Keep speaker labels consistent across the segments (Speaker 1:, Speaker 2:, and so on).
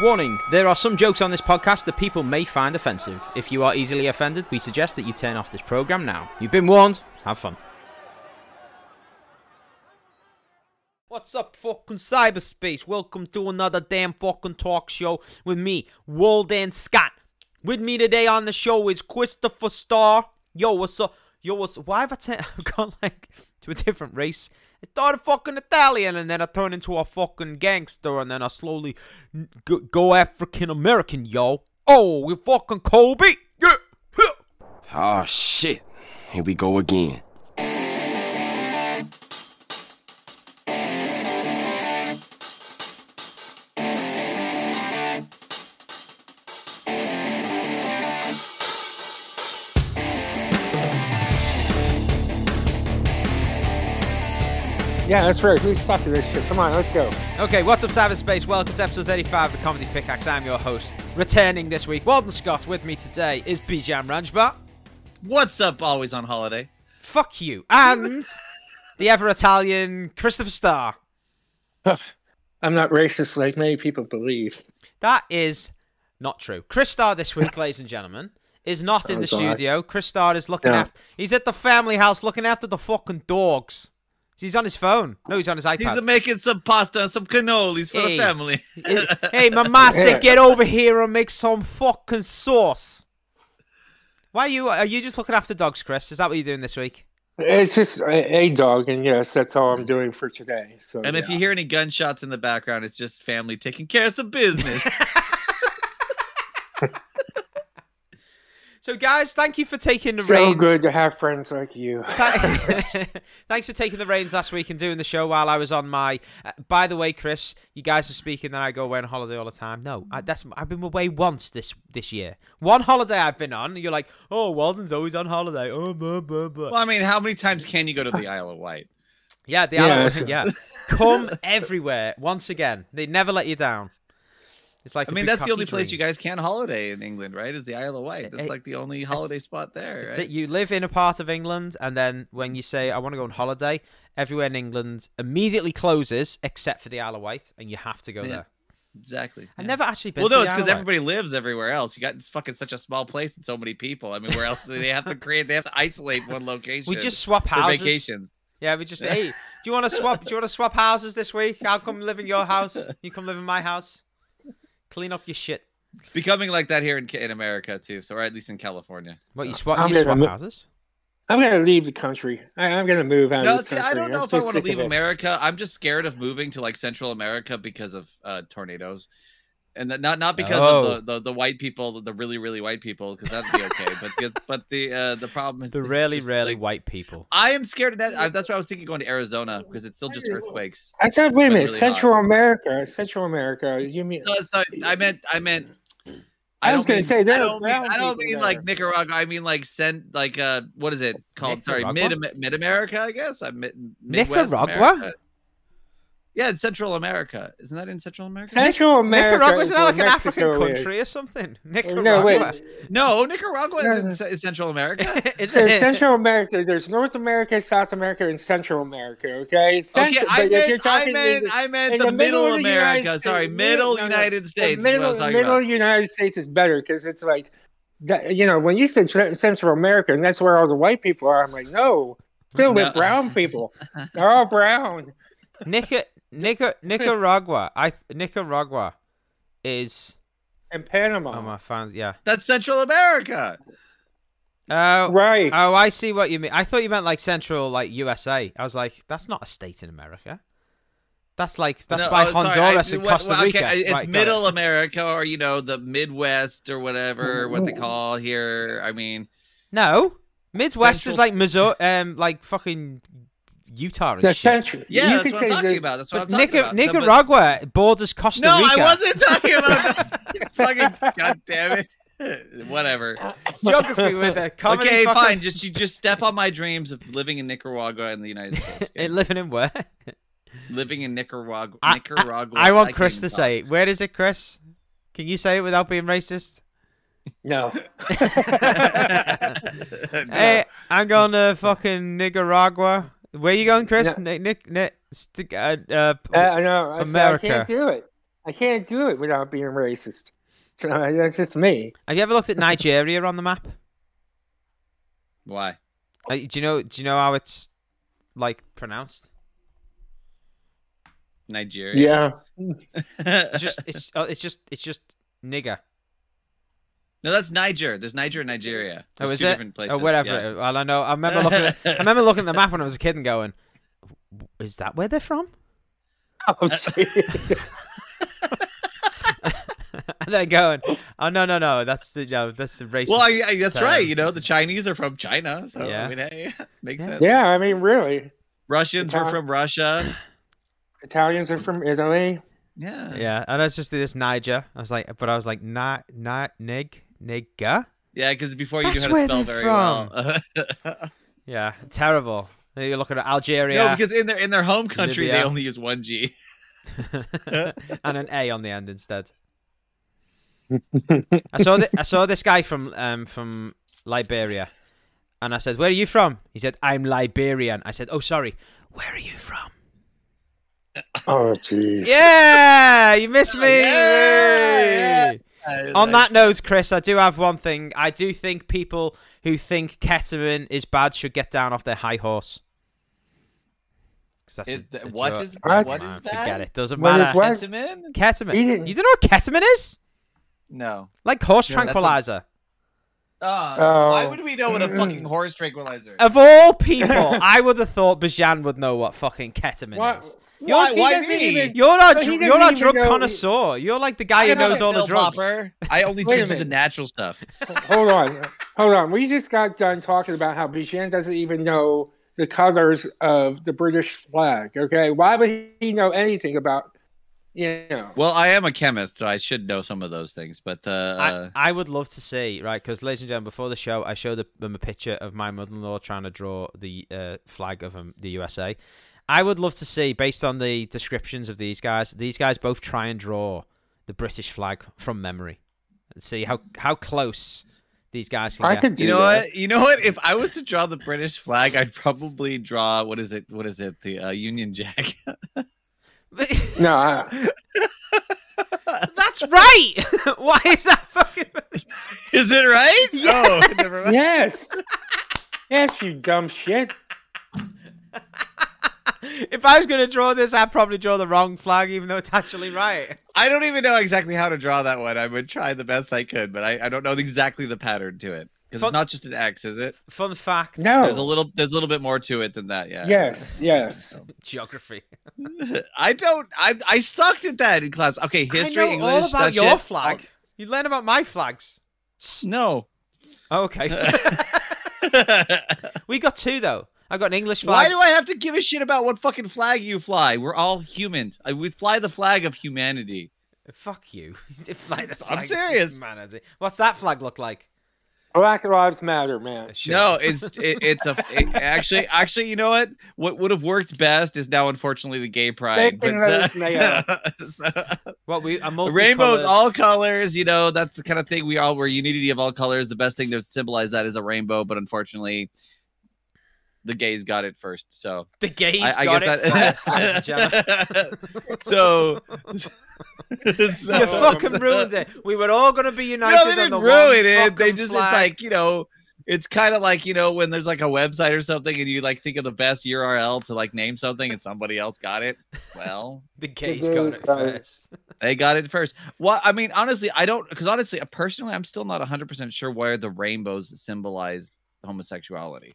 Speaker 1: Warning there are some jokes on this podcast that people may find offensive. If you are easily offended, we suggest that you turn off this program now. You've been warned. Have fun. What's up, fucking cyberspace? Welcome to another damn fucking talk show with me, Walden Scott. With me today on the show is Christopher Starr. Yo, what's up? Yo, what's Why have I turned? I've gone like to a different race. I started fucking Italian and then I turned into a fucking gangster and then I slowly n- go, go African American, yo. Oh, we fucking Kobe. Yeah. yeah.
Speaker 2: Oh shit. Here we go again.
Speaker 3: Yeah, that's right. Who's stopping this shit? Come on, let's go.
Speaker 1: Okay, what's up, cyberspace? Welcome to episode 35 of the Comedy Pickaxe. I'm your host. Returning this week, Walden Scott. With me today is Bijan Ranjbar.
Speaker 4: What's up, always on holiday?
Speaker 1: Fuck you. And the ever Italian Christopher Starr.
Speaker 3: I'm not racist like many people believe.
Speaker 1: That is not true. Chris Starr this week, ladies and gentlemen, is not in
Speaker 3: Oh,
Speaker 1: the
Speaker 3: God.
Speaker 1: studio. Chris Starr is looking
Speaker 3: Yeah.
Speaker 1: after. He's at the family house looking after the fucking dogs. He's on his phone. No, he's on his iPad.
Speaker 4: He's making some pasta and some cannolis for
Speaker 1: Hey.
Speaker 4: the family.
Speaker 1: hey, mama
Speaker 3: Yeah.
Speaker 1: said, get over here and make some fucking sauce. Why are you? Are you just looking after dogs, Chris? Is that what you're doing this week?
Speaker 3: It's just a, a dog, and yes, that's all I'm doing for today. So,
Speaker 4: And if
Speaker 3: yeah.
Speaker 4: you hear any gunshots in the background, it's just family taking care of some business.
Speaker 1: So, guys, thank you for taking the
Speaker 3: so
Speaker 1: reins.
Speaker 3: good to have friends like you.
Speaker 1: Tha- Thanks for taking the reins last week and doing the show while I was on my. Uh, by the way, Chris, you guys are speaking that I go away on holiday all the time. No, I, that's I've been away once this this year. One holiday I've been on. and You're like, oh, Walden's always on holiday. Oh, blah blah blah.
Speaker 4: well, I mean, how many times can you go to the Isle of Wight?
Speaker 1: Yeah, the
Speaker 3: Yeah,
Speaker 1: Isle
Speaker 3: that's-
Speaker 1: of- yeah. Come everywhere once again. They never let you down. It's like
Speaker 4: I
Speaker 1: a
Speaker 4: mean, that's the
Speaker 1: Bukaki
Speaker 4: only place you
Speaker 1: dream.
Speaker 4: guys can holiday in England, right? Is the Isle of Wight.
Speaker 1: Eh,
Speaker 4: That's like the only holiday spot there,
Speaker 1: It's
Speaker 4: right?
Speaker 1: that you live in a part of England, and then when you say I want to go on holiday, everywhere in England immediately closes except for the Isle of Wight, and you have to go
Speaker 4: Yeah.
Speaker 1: there.
Speaker 4: Exactly.
Speaker 1: I've
Speaker 4: yeah.
Speaker 1: never actually been.
Speaker 4: Well,
Speaker 1: to
Speaker 4: no,
Speaker 1: the
Speaker 4: it's because
Speaker 1: Isle of Wight.
Speaker 4: everybody lives everywhere else. You got it's fucking such a small place and so many people. I mean, where else do they have to create? They have to isolate one location.
Speaker 1: We just swap
Speaker 4: for
Speaker 1: houses.
Speaker 4: vacations.
Speaker 1: Yeah, we just. hey, do you want to swap? Do you want to swap houses this week? I'll come live in your house. You come live in my house. Clean up your shit.
Speaker 4: It's becoming like that here in, in America too. So, or at least in California.
Speaker 1: What you
Speaker 4: So-
Speaker 1: swap?
Speaker 3: I'm
Speaker 1: you
Speaker 3: gonna
Speaker 1: swap
Speaker 3: mo-
Speaker 1: houses?
Speaker 3: I'm going to leave the country. I, I'm going to move out
Speaker 4: No,
Speaker 3: of this
Speaker 4: see,
Speaker 3: country.
Speaker 4: I don't know
Speaker 3: I'm
Speaker 4: if
Speaker 3: so
Speaker 4: I want to
Speaker 3: sick of
Speaker 4: leave
Speaker 3: it.
Speaker 4: America. I'm just scared of moving to like Central America because of uh, tornadoes, and that, not not because
Speaker 1: Oh.
Speaker 4: of the, the the white people, the- the really really white people, because that'd be okay. but because- but the uh, the problem is
Speaker 1: The
Speaker 4: it's
Speaker 1: really,
Speaker 4: just,
Speaker 1: really
Speaker 4: like,
Speaker 1: white people.
Speaker 4: I am scared of that. I, that's why I was thinking going to Arizona because it's still just earthquakes.
Speaker 3: I said, wait a
Speaker 4: But
Speaker 3: minute,
Speaker 4: really
Speaker 3: Central
Speaker 4: hot.
Speaker 3: America, Central America. You mean
Speaker 4: No, it's not- I meant I meant.
Speaker 3: I was
Speaker 4: don't
Speaker 3: gonna
Speaker 4: mean-
Speaker 3: say,
Speaker 4: I
Speaker 3: there are
Speaker 4: don't mean,
Speaker 3: brown
Speaker 4: I
Speaker 3: people
Speaker 4: don't mean
Speaker 3: there.
Speaker 4: like Nicaragua. I mean like send like uh what is it called? Sorry,
Speaker 1: Nicaragua?
Speaker 4: mid mid America, I guess. I mid Midwest
Speaker 1: Nicaragua?
Speaker 4: America. Yeah, it's Central America. Isn't that in Central America?
Speaker 3: Central America?
Speaker 1: Nicaragua
Speaker 3: is
Speaker 1: isn't that like
Speaker 3: where
Speaker 1: an African
Speaker 3: Mexico
Speaker 1: country
Speaker 3: Is.
Speaker 1: or something?
Speaker 3: no,
Speaker 1: Nicaragua.
Speaker 3: wait.
Speaker 4: no, Nicaragua
Speaker 3: No,
Speaker 4: is in
Speaker 3: no.
Speaker 4: Ce- Central America.
Speaker 1: is
Speaker 3: So
Speaker 1: it?
Speaker 3: Central America, there's North America, South America, and Central America. Okay,
Speaker 4: okay,
Speaker 3: Central,
Speaker 4: I
Speaker 3: but if you're
Speaker 4: meant I
Speaker 3: talking in
Speaker 4: meant
Speaker 3: the-
Speaker 4: I meant
Speaker 3: in
Speaker 4: the,
Speaker 3: the middle
Speaker 4: middle
Speaker 3: of the United
Speaker 4: America.
Speaker 3: States-
Speaker 4: Sorry,
Speaker 3: no,
Speaker 4: middle
Speaker 3: no,
Speaker 4: United States.
Speaker 3: the
Speaker 4: is what I
Speaker 3: middle,
Speaker 4: was talking
Speaker 3: middle
Speaker 4: about.
Speaker 3: United States is better because it's like that, you know when you said Tr- Central America and that's where all the white people are. I'm like, no, still
Speaker 4: No.
Speaker 3: with brown people. They're all brown.
Speaker 1: Nica- Nica- Nicaragua. I Nicaragua is.
Speaker 3: And Panama,
Speaker 1: Oh my fans, yeah.
Speaker 4: That's Central America.
Speaker 1: Oh,
Speaker 3: right?
Speaker 1: oh, I see what you mean. I thought you meant like Central, like USA. I was like, that's not a state in America. That's like that's
Speaker 4: No,
Speaker 1: by
Speaker 4: oh, sorry, I-
Speaker 1: Honduras and
Speaker 4: what-
Speaker 1: Costa
Speaker 4: well, okay,
Speaker 1: Rica.
Speaker 4: I- it's
Speaker 1: Right, got it.
Speaker 4: Middle America or you know the Midwest or whatever what they call here. I mean,
Speaker 1: No, Midwest is
Speaker 4: Central-
Speaker 1: like Missouri, um, like fucking Utah and
Speaker 3: the
Speaker 1: shit.
Speaker 3: central.
Speaker 4: oh, Yeah,
Speaker 3: you
Speaker 4: that's
Speaker 3: could
Speaker 4: what I'm
Speaker 3: say
Speaker 4: talking
Speaker 3: there's-
Speaker 4: about. That's what I'm
Speaker 1: But
Speaker 4: talking
Speaker 1: Nicar-
Speaker 4: about. No, but-
Speaker 1: Nicaragua borders Costa
Speaker 4: No,
Speaker 1: Rica.
Speaker 4: I wasn't talking about that. It's fucking goddamn it. Whatever.
Speaker 1: Geography with a comedy.
Speaker 4: okay,
Speaker 1: fucking-
Speaker 4: fine. Just you just step on my dreams of living in Nicaragua and the United States. okay?
Speaker 1: It living in where?
Speaker 4: living in Nicaragua.
Speaker 1: I- I-
Speaker 4: Nicaragua.
Speaker 1: I want
Speaker 4: can't
Speaker 1: Chris
Speaker 4: even
Speaker 1: to
Speaker 4: talk.
Speaker 1: say it. Where is it, Chris? Can you say it without being racist?
Speaker 3: No,
Speaker 4: No.
Speaker 1: Hey, I'm going to fucking Nicaragua. Where you going, Chris?
Speaker 3: No.
Speaker 1: Nick, Nick, Nick, st- uh, uh,
Speaker 3: uh, no, I, said, I
Speaker 1: America.
Speaker 3: can't do it. I can't do it without being racist. So, uh, that's just me.
Speaker 1: Have you ever looked at Nigeria on the map?
Speaker 4: Why?
Speaker 1: Uh, do you know? Do you know how it's like pronounced?
Speaker 4: Nigeria.
Speaker 3: Yeah.
Speaker 1: It's just, it's, uh, it's just, it's just nigger.
Speaker 4: no, that's Niger. There's Niger and Nigeria.
Speaker 1: Oh,
Speaker 4: There's
Speaker 1: is
Speaker 4: two
Speaker 1: it?
Speaker 4: different places.
Speaker 1: Or whatever.
Speaker 4: yeah.
Speaker 1: Well, I know. I remember looking. At, I remember looking at the map when I was a kid and going, "Is that where they're from?"
Speaker 3: Oh, gee.
Speaker 1: And then going, "Oh no, no, no. That's the no. That's the racist."
Speaker 4: Well, I, I, that's
Speaker 1: So-
Speaker 4: right. You know, the Chinese are from China, so
Speaker 1: Yeah.
Speaker 4: I mean, hey, makes
Speaker 1: Yeah.
Speaker 4: sense.
Speaker 3: yeah, I mean, really.
Speaker 4: Russians were
Speaker 3: Ital-
Speaker 4: from Russia.
Speaker 3: Italians are from Italy.
Speaker 4: Yeah, yeah.
Speaker 1: yeah, and I was just this Niger. I was like, but I was like, "Not, not nig, nigger."
Speaker 4: Because before you knew
Speaker 1: That's
Speaker 4: how to
Speaker 1: where
Speaker 4: spell
Speaker 1: they're
Speaker 4: very well.
Speaker 1: Yeah, terrible. Then You're looking at
Speaker 4: No,
Speaker 1: Algeria
Speaker 4: because in their in their home country they
Speaker 1: Libya.
Speaker 4: only use one G. uh,
Speaker 1: and an A on the end instead. I saw th- I saw this guy from um from Liberia, and I said, "Where are you from?" He said, "I'm Liberian." I said, "Oh, sorry. Where are you from?"
Speaker 3: Oh, jeez.
Speaker 1: Yeah, you missed me.
Speaker 4: Yeah,
Speaker 1: On that note, Chris, I do have one thing. I do think people who think Ketterman is bad should get down off their high horse. 'Cause that's a-
Speaker 4: It- th-
Speaker 1: a
Speaker 4: what
Speaker 1: joke.
Speaker 4: is-
Speaker 3: What?
Speaker 4: what is
Speaker 1: Nah, Forget
Speaker 4: bad?
Speaker 1: it. Doesn't
Speaker 3: What
Speaker 1: matter.
Speaker 3: is what?
Speaker 4: Ketamine?
Speaker 1: Ketamine.
Speaker 3: He didn't-
Speaker 1: You don't know what ketamine is?
Speaker 4: No.
Speaker 1: Like horse
Speaker 3: Yeah,
Speaker 4: that's a-
Speaker 1: tranquilizer.
Speaker 4: Oh,
Speaker 3: Oh.
Speaker 4: Why would we know what a fucking horse tranquilizer? is?
Speaker 1: Of all people, I would have thought Bajan would know what fucking ketamine
Speaker 3: What?
Speaker 1: is.
Speaker 4: Why-
Speaker 3: he
Speaker 4: why
Speaker 3: doesn't
Speaker 4: me?
Speaker 3: even-
Speaker 1: You're not.
Speaker 3: But he
Speaker 1: Dr-
Speaker 3: doesn't
Speaker 1: you're not
Speaker 3: even
Speaker 1: drug
Speaker 3: know-
Speaker 1: connoisseur. You're like the guy who
Speaker 4: I'm not
Speaker 1: knows
Speaker 4: a
Speaker 1: all the
Speaker 4: pill
Speaker 1: drugs.
Speaker 4: popper. I only
Speaker 3: Wait a
Speaker 4: drink to the
Speaker 3: minute.
Speaker 4: natural stuff.
Speaker 3: hold on, hold on. We just got done talking about how Bijan doesn't even know the colors of the British flag. Okay, why would he know anything about you know?
Speaker 4: Well, I am a chemist, so I should know some of those things. But uh, uh,
Speaker 1: I, I would love to see, right? Because, ladies and gentlemen, before the show, I showed them a picture of my mother-in-law trying to draw the uh, flag of um, the USA. I would love to see, based on the descriptions of these guys, these guys both try and draw the British flag from memory and see how how close these guys can
Speaker 3: I
Speaker 1: get.
Speaker 3: could do
Speaker 4: you know
Speaker 3: that.
Speaker 4: what? You know what? If I was to draw the British flag, I'd probably draw what is it? What is it? The uh, Union Jack.
Speaker 3: No, I,
Speaker 1: That's right. Why is that fucking?
Speaker 4: is it right? Oh, never mind.
Speaker 3: yes, yes, you dumb shit.
Speaker 1: if I was gonna draw this, I'd probably draw the wrong flag, even though it's actually right.
Speaker 4: I don't even know exactly how to draw that one. I would try the best I could, but I, I don't know exactly the pattern to it because
Speaker 1: Fuck.
Speaker 4: it's not just an X, is it?
Speaker 1: Fun fact.
Speaker 3: No.
Speaker 4: There's a little. There's a little bit more to it than that. Yeah.
Speaker 3: Yes, yes.
Speaker 1: Geography.
Speaker 4: I don't. I I sucked at that in class. Okay, history,
Speaker 1: I know
Speaker 4: English,
Speaker 1: all about
Speaker 4: that
Speaker 1: your
Speaker 4: shit.
Speaker 1: flag. You learn about my flags.
Speaker 4: No.
Speaker 1: Oh, okay. we got two though. I got an English
Speaker 4: Why
Speaker 1: flag.
Speaker 4: do I have to give a shit about what fucking flag you fly? We're all human. I, we fly the flag of humanity.
Speaker 1: Fuck you. Fly the
Speaker 4: I'm
Speaker 1: flag.
Speaker 4: serious.
Speaker 1: Humanity. What's that flag look like?
Speaker 3: Black lives matter, man.
Speaker 1: Shit.
Speaker 4: No, it's it, it's a it- actually actually you know what what would have worked best is now unfortunately the gay pride. uh,
Speaker 3: Bacon, lettuce, mayo.
Speaker 4: so-
Speaker 1: What we a multi
Speaker 4: rainbows all colors. You know that's the kind of thing we all we're unity of all colors. The best thing to symbolize that is a rainbow, but unfortunately, the gays got it first. So
Speaker 1: the gays
Speaker 4: I, I
Speaker 1: got
Speaker 4: guess
Speaker 1: it
Speaker 4: that-
Speaker 1: first, ladies and gentlemen.
Speaker 4: so,
Speaker 1: You fucking ruined it. We were all gonna be united.
Speaker 4: No, they
Speaker 1: on
Speaker 4: didn't
Speaker 1: the
Speaker 4: ruin
Speaker 1: one
Speaker 4: it. They
Speaker 1: fucking
Speaker 4: just
Speaker 1: flag.
Speaker 4: it's like you know. It's kind of like you know when there's like a website or something, and you like think of the best URL to like name something, and somebody else got it. Well,
Speaker 1: the gays
Speaker 3: gays
Speaker 1: got it
Speaker 3: got it.
Speaker 1: first.
Speaker 4: they got it first. Well, I mean, honestly, I don't because honestly, uh, personally, I'm still not 100 percent sure where the rainbows symbolize homosexuality.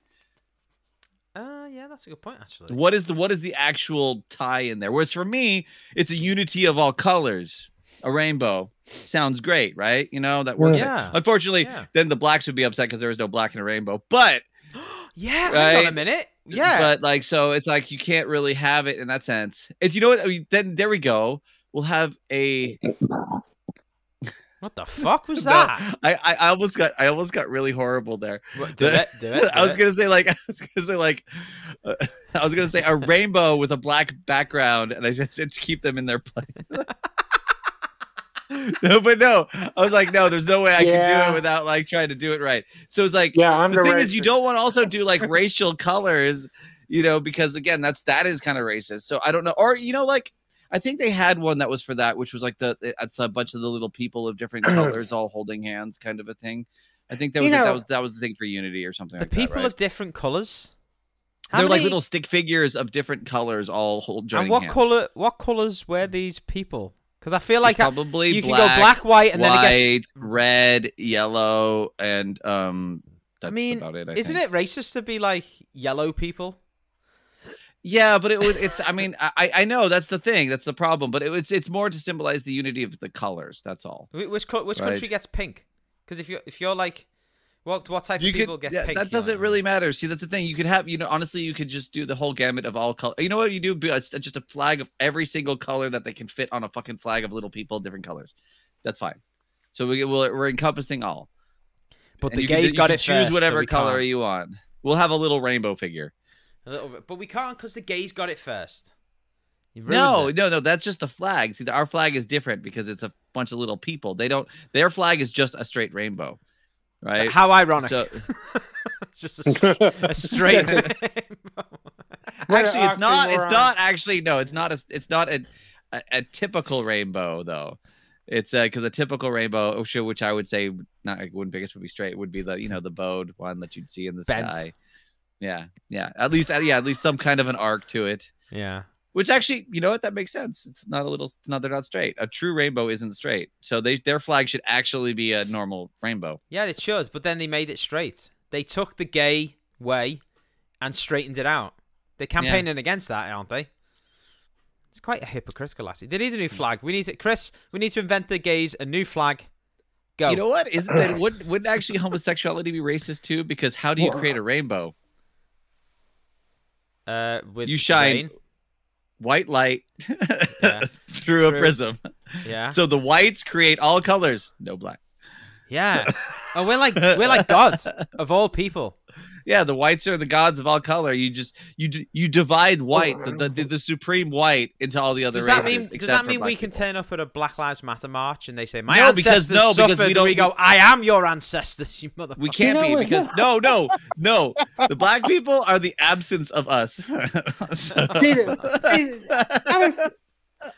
Speaker 1: Uh, yeah, that's a good point actually.
Speaker 4: What is the what is the actual tie in there? Whereas for me, it's a unity of all colors. A rainbow sounds great, right? You know that works.
Speaker 1: Yeah.
Speaker 4: Unfortunately,
Speaker 1: Yeah.
Speaker 4: then the blacks would be upset because there was no black in a rainbow. But
Speaker 1: yeah, hang on a
Speaker 4: Right?
Speaker 1: minute. Yeah,
Speaker 4: But like, so it's like you can't really have it in that sense. It's you know what? I mean, then there we go. We'll have a.
Speaker 1: what the fuck was
Speaker 4: no,
Speaker 1: that?
Speaker 4: I, I I almost got I almost got really horrible there.
Speaker 1: What, do it, do it. do
Speaker 4: I was
Speaker 1: it.
Speaker 4: gonna say like I was gonna say like uh, I was gonna say a rainbow with a black background, and I said said to keep them in their place. no, but no, I was like, no, there's no way I can do
Speaker 3: Yeah.
Speaker 4: it without like trying to do it right. So it's like
Speaker 3: Yeah, I'm the,
Speaker 4: the thing is you
Speaker 3: racist.
Speaker 4: don't want to also do like racial colors you know because again that's that is kind of racist so i don't know or you know like I think they had one that was for that, which was like the eh, it's a bunch of the little people of different colors all holding hands, kind of a thing. I think that
Speaker 3: You
Speaker 4: was it.
Speaker 3: know-
Speaker 4: that was that was the thing for Unity or something.
Speaker 1: The
Speaker 4: like
Speaker 1: people
Speaker 4: that, right?
Speaker 1: of different colors. How
Speaker 4: they're like
Speaker 1: many-
Speaker 4: little stick figures of different colors all hold. joining
Speaker 1: And what
Speaker 4: hands.
Speaker 1: color? What colors were these people? Because I feel like I,
Speaker 4: probably
Speaker 1: you
Speaker 4: black,
Speaker 1: can go black, white, and
Speaker 4: white,
Speaker 1: then it
Speaker 4: red, yellow, and um. That's
Speaker 1: mean,
Speaker 4: about it. I
Speaker 1: gets. Isn't
Speaker 4: think.
Speaker 1: it racist to be like yellow people?
Speaker 4: Yeah, but it was. It's. I mean, I I know that's the thing. That's the problem. But it, was it's more to symbolize the unity of the colors. That's all.
Speaker 1: Wh- Which co- which
Speaker 4: Right.
Speaker 1: country gets pink? Because if you are if you're like, what what type
Speaker 4: You
Speaker 1: of
Speaker 4: could,
Speaker 1: people get
Speaker 4: yeah,
Speaker 1: pink?
Speaker 4: that
Speaker 1: you're
Speaker 4: doesn't
Speaker 1: like,
Speaker 4: really matter. See, that's the thing. You could have, you know, honestly, you could just do the whole gamut of all color. You know what you do? Be- It's just a flag of every single color that they can fit on a fucking flag of little people, different colors. That's fine. So we, we're, we're encompassing all.
Speaker 1: But
Speaker 4: And
Speaker 1: the
Speaker 4: you can do-
Speaker 1: gays
Speaker 4: you
Speaker 1: got
Speaker 4: can
Speaker 1: it
Speaker 4: Choose
Speaker 1: first, so
Speaker 4: whatever
Speaker 1: we
Speaker 4: color
Speaker 1: can't.
Speaker 4: you want. We'll have a little rainbow figure.
Speaker 1: A little bit. But we can't because the gays got it first. You ruined
Speaker 4: No,
Speaker 1: it.
Speaker 4: no, no. That's just the flag. See, our flag is different because it's a bunch of little people. They don't. Their flag is just a straight rainbow, right?
Speaker 1: How ironic!
Speaker 4: So
Speaker 1: it's just a, s- a straight.
Speaker 3: What an
Speaker 4: actually, it's not. It's
Speaker 3: oxymoron.
Speaker 4: not actually. No, it's not. A, it's not a, a, a typical rainbow though. It's because a typical rainbow, which, which I would say not I wouldn't biggest would be straight. Would be the you know the bowed one that you'd see in the
Speaker 1: Bent.
Speaker 4: sky. Yeah, yeah. At least uh, yeah, at least some kind of an arc to it.
Speaker 1: yeah.
Speaker 4: Which actually, you know what? That makes sense. It's not a little. It's not. They're not straight. A true rainbow isn't straight. So they their flag should actually be a normal rainbow.
Speaker 1: Yeah, it shows, but then they made it straight. They took the gay way and straightened it out. They're campaigning against that, aren't they? It's quite a hypocritical lassie. They need a new
Speaker 4: Mm.
Speaker 1: flag. We need to Chris, we need to invent the gays a new flag. Go.
Speaker 4: You know what? Isn't that wouldn't wouldn't actually homosexuality be racist too? Because how do you create a rainbow?
Speaker 1: uh with
Speaker 4: You shine
Speaker 1: rain.
Speaker 4: White light
Speaker 1: Yeah.
Speaker 4: through a
Speaker 1: True.
Speaker 4: prism.
Speaker 1: Yeah.
Speaker 4: So the whites create all colors. No black.
Speaker 1: yeah. And we're like we're like God of all people.
Speaker 4: Yeah, the whites are the gods of all color. You just you d- you divide white, the, the the supreme white, into all the other
Speaker 1: Does that
Speaker 4: races.
Speaker 1: mean does
Speaker 4: except
Speaker 1: that
Speaker 4: for
Speaker 1: mean
Speaker 4: black
Speaker 1: we can
Speaker 4: people.
Speaker 1: turn up at a Black Lives Matter march and they say, My
Speaker 4: No, because-
Speaker 1: ancestors
Speaker 4: no, because we
Speaker 1: suffered and we
Speaker 4: don't-
Speaker 1: go, I am your ancestors, you motherfucker.
Speaker 4: We can't
Speaker 3: know
Speaker 4: be
Speaker 3: what?
Speaker 4: because no, no, no. The black people are the absence of us. So-
Speaker 3: See, see, I was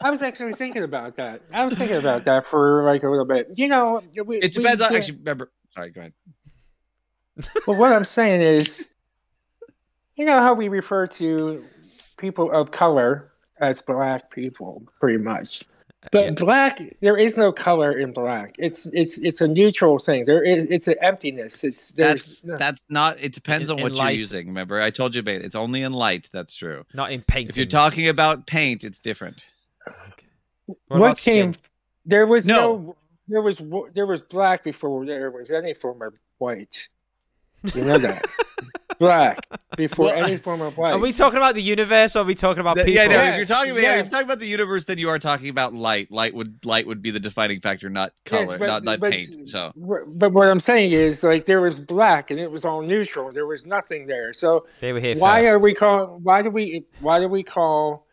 Speaker 3: I was actually thinking about that. I was thinking about that for like a little bit. You know, we,
Speaker 4: it
Speaker 3: we
Speaker 4: depends on
Speaker 3: get-
Speaker 4: actually. Remember, sorry, go ahead.
Speaker 3: Well, what I'm saying is, you know how we refer to people of color as black people, pretty much. But
Speaker 1: Yeah.
Speaker 3: black, there is no color in black. It's it's it's a neutral thing. There is it's an emptiness. It's
Speaker 4: That's
Speaker 3: there's no-
Speaker 4: that's not. It depends
Speaker 1: In-
Speaker 4: on
Speaker 1: in
Speaker 4: what you're
Speaker 1: light.
Speaker 4: using. Remember, I told you, babe, it's only in light. That's true.
Speaker 1: Not in paint.
Speaker 4: If you're talking about paint, it's different.
Speaker 1: What
Speaker 3: what,
Speaker 1: about
Speaker 3: came.
Speaker 1: skin?
Speaker 3: There was
Speaker 4: No.
Speaker 3: no. There was wo- there was black before there was any form of white. You know that black before
Speaker 4: Well,
Speaker 3: any form of white.
Speaker 1: Are we talking about the universe or are we talking about
Speaker 4: Th-
Speaker 1: people?
Speaker 4: yeah, no, if
Speaker 3: Yes,
Speaker 4: you're talking about yeah, if you're
Speaker 3: yes.
Speaker 4: talking about the universe, then you are talking about light. Light would light would be the defining factor, not color,
Speaker 3: but-
Speaker 4: not not
Speaker 3: but-
Speaker 4: paint. So
Speaker 3: Wh- But what I'm saying is, like, there was black and it was all neutral. There was nothing there. So
Speaker 1: They were here
Speaker 3: why
Speaker 1: first.
Speaker 3: are we call? Why do we? Why do we call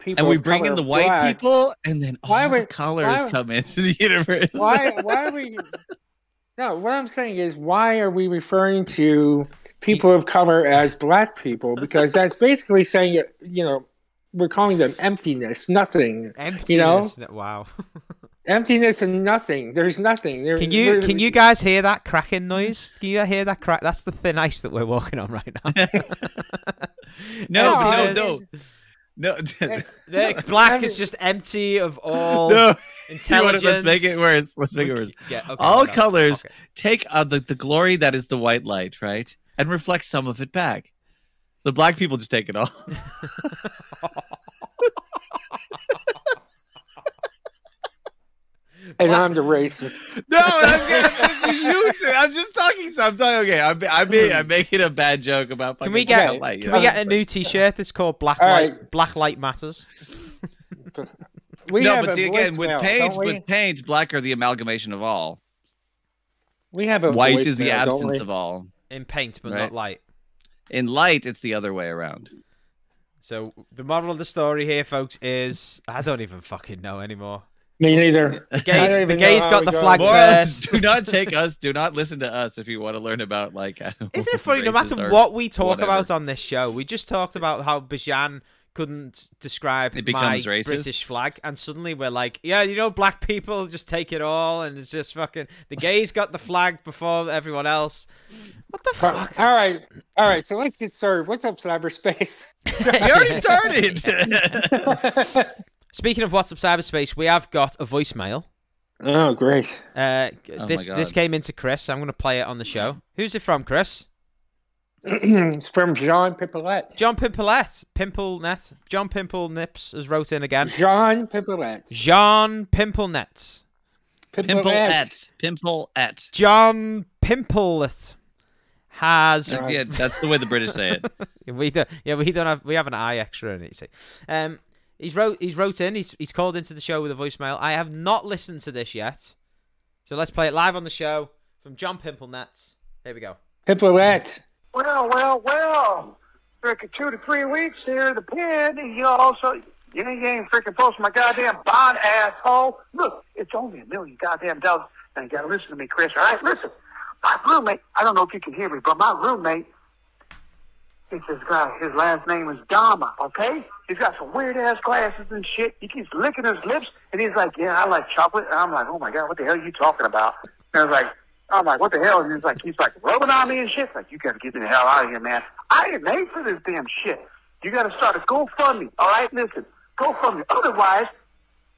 Speaker 3: people?
Speaker 4: and we
Speaker 3: of
Speaker 4: bring in
Speaker 3: color
Speaker 4: the white
Speaker 3: black?
Speaker 4: people, and then all
Speaker 3: Why
Speaker 4: the
Speaker 3: would-
Speaker 4: colors
Speaker 3: why would-
Speaker 4: come into the universe.
Speaker 3: Why? Why are we? No, what I'm saying is, why are we referring to people of color as black people? Because that's basically saying, you know, we're calling them emptiness, nothing,
Speaker 1: Emptiness.
Speaker 3: you know?
Speaker 1: Wow.
Speaker 3: emptiness and nothing. There's nothing. There,
Speaker 1: Can you
Speaker 3: there-
Speaker 1: can you guys hear that cracking noise? Can you hear that crack? That's the thin ice that we're walking on right now.
Speaker 4: No,
Speaker 3: No,
Speaker 4: no,
Speaker 3: I-
Speaker 4: no, no,
Speaker 1: The black
Speaker 3: every-
Speaker 1: is just empty of all
Speaker 4: no. You wanna-
Speaker 1: intelligence.
Speaker 4: let's make it worse. Let's make it worse.
Speaker 1: Yeah, okay,
Speaker 4: All
Speaker 1: no,
Speaker 4: colors
Speaker 1: okay.
Speaker 4: take on the, the glory that is the white light, right, and reflect some of it back. The black people just take it all.
Speaker 3: And I'm the racist.
Speaker 4: no, I'm, gonna, you, I'm just talking. I'm talking. Okay, I'm, I'm, I'm making a bad joke about.
Speaker 1: Can
Speaker 4: fucking
Speaker 1: we get
Speaker 4: white light, you
Speaker 1: can
Speaker 4: know?
Speaker 1: we get a new T-shirt? It's called Black
Speaker 3: All
Speaker 1: Light.
Speaker 3: right.
Speaker 1: Black Light Matters.
Speaker 3: We
Speaker 4: no,
Speaker 3: have
Speaker 4: but
Speaker 3: a
Speaker 4: see again, with
Speaker 3: voicemail,
Speaker 4: paint,
Speaker 3: don't we?
Speaker 4: with paint, black are the amalgamation of all.
Speaker 3: we have a
Speaker 4: White is the
Speaker 3: voicemail, don't
Speaker 4: absence
Speaker 3: we?
Speaker 4: of all.
Speaker 1: In paint, but
Speaker 4: Right.
Speaker 1: not light.
Speaker 4: In light, it's the other way around.
Speaker 1: So the moral of the story here, folks, is I don't even fucking know anymore.
Speaker 3: Me neither.
Speaker 1: The gays,
Speaker 3: even
Speaker 1: the
Speaker 3: know
Speaker 1: gays
Speaker 3: how
Speaker 1: got
Speaker 3: we
Speaker 1: the
Speaker 3: got
Speaker 1: flag
Speaker 3: there.
Speaker 4: More or less,
Speaker 1: first.
Speaker 4: do not take us. Do not listen to us if you want to learn about like. uh,
Speaker 1: Isn't it funny? No
Speaker 4: races
Speaker 1: matter
Speaker 4: or-
Speaker 1: what we talk
Speaker 4: whatever.
Speaker 1: about on this show, we just talked about how Bajan couldn't describe
Speaker 4: It becomes
Speaker 1: my
Speaker 4: racist?
Speaker 1: British flag, and suddenly we're like, yeah, you know, black people just take it all, and it's just fucking the gays got the flag before everyone else. What the
Speaker 3: All
Speaker 1: fuck?
Speaker 3: right, all right. So let's get started. What's up, cyberspace?
Speaker 4: You already started.
Speaker 1: Speaking of what's up cyberspace, we have got a voicemail.
Speaker 3: oh, great.
Speaker 1: Uh,
Speaker 4: Oh my
Speaker 1: this this
Speaker 4: God.
Speaker 1: came into Chris. I'm going to play it on the show. Who's it from, Chris?
Speaker 3: it's from Jean Pimpolette.
Speaker 1: John Pimplelet, Pimplenet, John Pimple Nips has wrote in again.
Speaker 3: Jean Pimpolette.
Speaker 1: John Pimplenet,
Speaker 4: Pimple at. Pimple at.
Speaker 1: John Pimplelet has
Speaker 3: Right.
Speaker 4: Yeah, that's the way the British say it.
Speaker 1: we do yeah we don't have we have an eye extra in it. You see, um, he's wrote he's wrote in he's he's called into the show with a voicemail. I have not listened to this yet, so let's play it live on the show from John Pimplenet. Here we go.
Speaker 3: Pimpolette.
Speaker 5: Well, well, well. Frickin' two to three weeks here, the pin. and You also, you ain't getting frickin' close to my goddamn bond, asshole. Look, it's only a million goddamn dollars. Now you gotta listen to me, Chris, all right? Listen. My roommate, I don't know if you can hear me, but my roommate, it's this guy. His last name is Dama, okay? He's got some weird ass glasses and shit. He keeps licking his lips and he's like, Yeah, I like chocolate. And I'm like, Oh my God, what the hell are you talking about? And I was like, I'm like, What the hell? And he's like, He's like rubbing on me and shit. Like, you gotta get me the hell out of here, man. I ain't made for this damn shit. You gotta start a GoFundMe, all right? Listen, GoFundMe. Otherwise,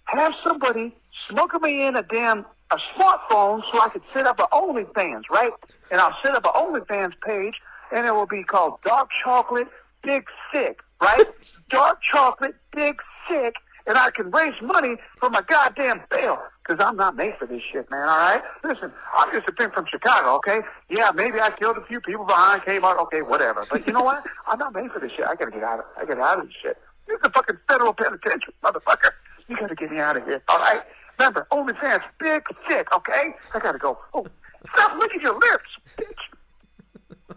Speaker 5: have somebody smoking me in a damn a smartphone so I could set up an OnlyFans, right? And I'll set up an OnlyFans page, and it will be called Dark Chocolate Big Sick, right? Dark Chocolate Big Sick, and I can raise money for my goddamn bail. Cause I'm not made for this shit, man. All right, listen, I'm just a thing from Chicago, okay? Yeah, maybe I killed a few people behind Kmart, okay, whatever. But you know what? I'm not made for this shit. I gotta get out of. I gotta get out of this shit. This is a fucking federal penitentiary, motherfucker. You gotta get me out of here, all right? Remember, OnlyFans, big sick, okay? I gotta go. Oh, stop licking your lips, bitch.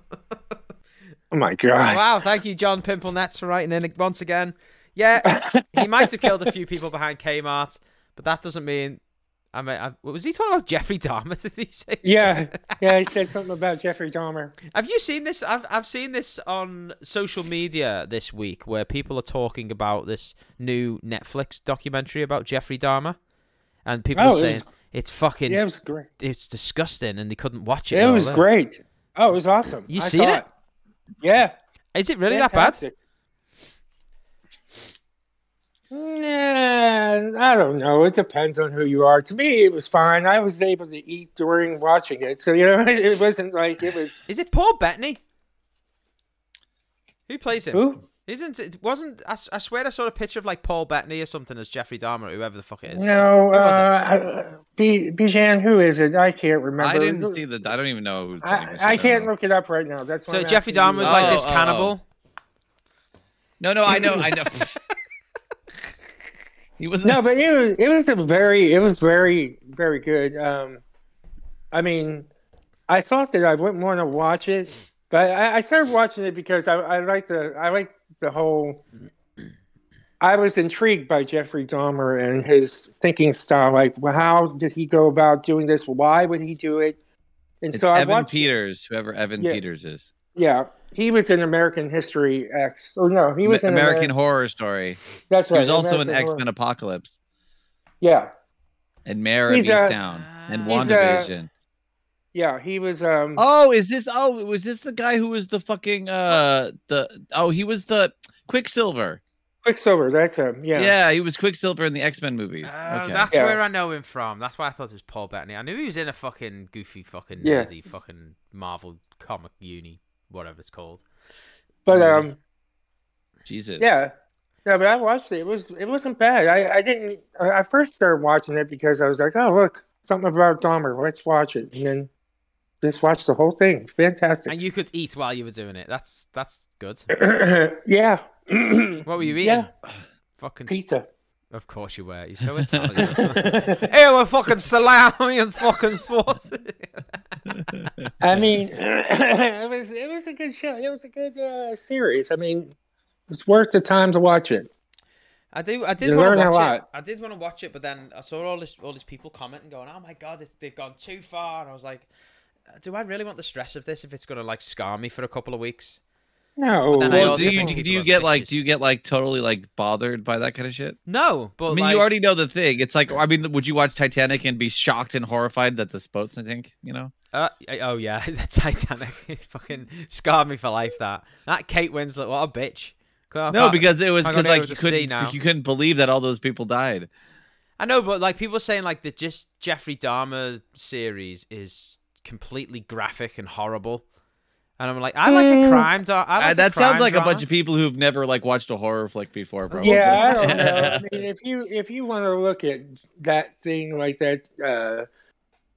Speaker 3: Oh my god.
Speaker 1: Wow, thank you, John Pimplenets, for writing in once again. Yeah, he might have killed a few people behind Kmart, but that doesn't mean. I mean, I, was he talking about Jeffrey Dahmer? Did he say?
Speaker 3: Yeah, yeah. He said something about Jeffrey Dahmer.
Speaker 1: Have you seen this? I've I've seen this on social media this week, where people are talking about this new Netflix documentary about Jeffrey Dahmer, and people
Speaker 3: Oh,
Speaker 1: are
Speaker 3: it
Speaker 1: saying
Speaker 3: was-
Speaker 1: it's fucking,
Speaker 3: Yeah, it was great.
Speaker 1: it's disgusting, and they couldn't watch it.
Speaker 3: It
Speaker 1: and all
Speaker 3: was
Speaker 1: that.
Speaker 3: great. Oh, it was awesome.
Speaker 1: You
Speaker 3: I
Speaker 1: seen
Speaker 3: saw
Speaker 1: it?
Speaker 3: Yeah.
Speaker 1: Is it really
Speaker 3: fantastic. Nah, I don't know. It depends on who you are. To me, it was fine. I was able to eat during watching it, so you know, it wasn't like it was.
Speaker 1: that bad? Is it Paul Bettany? Who plays him?
Speaker 3: Who?
Speaker 1: Isn't it? Wasn't I, s- I swear I saw a picture of like Paul Bettany or something as Jeffrey Dahmer, or whoever the fuck it is.
Speaker 3: No,
Speaker 1: was it?
Speaker 3: uh, B- Bijan, who is it? I can't remember.
Speaker 4: I didn't see the. I don't even know. Who the fuck this
Speaker 3: I, I can't
Speaker 4: is. don't know.
Speaker 3: look it up right now. That's why
Speaker 1: So
Speaker 3: I'm
Speaker 1: Jeffrey Dahmer
Speaker 3: asking you.
Speaker 1: was like
Speaker 4: Oh,
Speaker 1: this
Speaker 4: oh, oh.
Speaker 1: cannibal.
Speaker 4: No, no, I know, I know. he was
Speaker 3: no, but it was it was a very it was very very good. Um, I mean, I thought that I wouldn't want to watch it, but I, I started watching it because I, I like the I like the whole. I was intrigued by Jeffrey Dahmer and his thinking style. Like, well, how did he go about doing this? Why would he do it? And
Speaker 4: It's
Speaker 3: so I
Speaker 4: Evan
Speaker 3: watched.
Speaker 4: Peters, whoever Evan
Speaker 3: Yeah.
Speaker 4: Peters is.
Speaker 3: Yeah, he was in American History X. Or no, he was
Speaker 4: Ma-
Speaker 3: in
Speaker 4: American
Speaker 3: Ameri-
Speaker 4: Horror Story.
Speaker 3: That's
Speaker 4: He
Speaker 3: right.
Speaker 4: was also in
Speaker 3: American
Speaker 4: X
Speaker 3: Horror-
Speaker 4: Men Apocalypse
Speaker 3: Yeah,
Speaker 4: and Mayor
Speaker 3: He's
Speaker 4: of
Speaker 3: a-
Speaker 4: Easttown and
Speaker 1: He's
Speaker 3: a-
Speaker 4: WandaVision.
Speaker 3: yeah, he was. Um,
Speaker 4: Oh, is this? Oh, was this the guy who was the fucking uh the? Oh, he was the Quicksilver.
Speaker 3: Quicksilver. That's him.
Speaker 4: Yeah,
Speaker 3: Yeah.
Speaker 4: he was Quicksilver in the X Men movies.
Speaker 1: Oh,
Speaker 4: okay.
Speaker 1: that's
Speaker 3: Yeah.
Speaker 1: where I know him from. That's why I thought it was Paul Bettany. I knew he was in a fucking goofy, fucking
Speaker 3: Yeah.
Speaker 1: nerdy, fucking Marvel comic uni, whatever it's called.
Speaker 3: But
Speaker 4: Yeah.
Speaker 3: um,
Speaker 4: Jesus.
Speaker 3: yeah, yeah. But I watched it. It was it wasn't bad. I I didn't. I I first started watching it because I was like, oh look, something about Dahmer. Let's watch it, and then just watch the whole thing. Fantastic.
Speaker 1: And you could eat while you were doing it. That's that's good.
Speaker 3: yeah.
Speaker 1: What were you eating?
Speaker 3: Yeah.
Speaker 1: Fucking.
Speaker 3: Pizza.
Speaker 1: Of course you were. You're so Italian. Ew, a fucking salami and fucking sausage.
Speaker 3: I mean, it was it was a good show. It was a good uh, series. I mean, it's worth the time to watch it.
Speaker 1: I do. I did
Speaker 3: You
Speaker 1: want
Speaker 3: learn
Speaker 1: to
Speaker 3: a
Speaker 1: watch it.
Speaker 3: lot.
Speaker 1: I did want to watch it, but then I saw all this, all these people commenting, going, "Oh my god, it's, they've gone too "Uh, far," and I was like, "Do I really want the stress of this if it's gonna like scar me for a couple of weeks?"
Speaker 3: No.
Speaker 1: then And I
Speaker 4: Well,
Speaker 1: also
Speaker 4: do you
Speaker 1: think
Speaker 4: do,
Speaker 1: it's
Speaker 4: do you
Speaker 1: about
Speaker 4: get like
Speaker 1: pictures.
Speaker 4: do you get like totally like bothered by that kind of shit?
Speaker 1: No, but
Speaker 4: I mean,
Speaker 1: like,
Speaker 4: you already know the thing. It's like, I mean, would you watch Titanic and be shocked and horrified that this boat's I think You know,
Speaker 1: Uh, y- oh yeah, the Titanic. It fucking scarred me for life. That that Kate Winslet, what a bitch. I
Speaker 4: no,
Speaker 1: can't-
Speaker 4: because it was
Speaker 1: I
Speaker 4: because
Speaker 1: gotta
Speaker 4: like
Speaker 1: go
Speaker 4: you
Speaker 1: to sea
Speaker 4: couldn't
Speaker 1: now.
Speaker 4: you couldn't believe that all those people died.
Speaker 1: I know, but like people saying like the just Jeffrey Dahmer series is completely graphic and horrible, and I'm like, I like a
Speaker 3: Hmm.
Speaker 1: crime. Do- I like
Speaker 4: Uh,
Speaker 1: a
Speaker 4: that sounds
Speaker 1: crime
Speaker 4: like
Speaker 1: drama.
Speaker 4: a bunch of people who've never like watched a horror flick before, bro.
Speaker 3: Yeah, I don't know. I mean, if you if you want to look at that thing like that uh,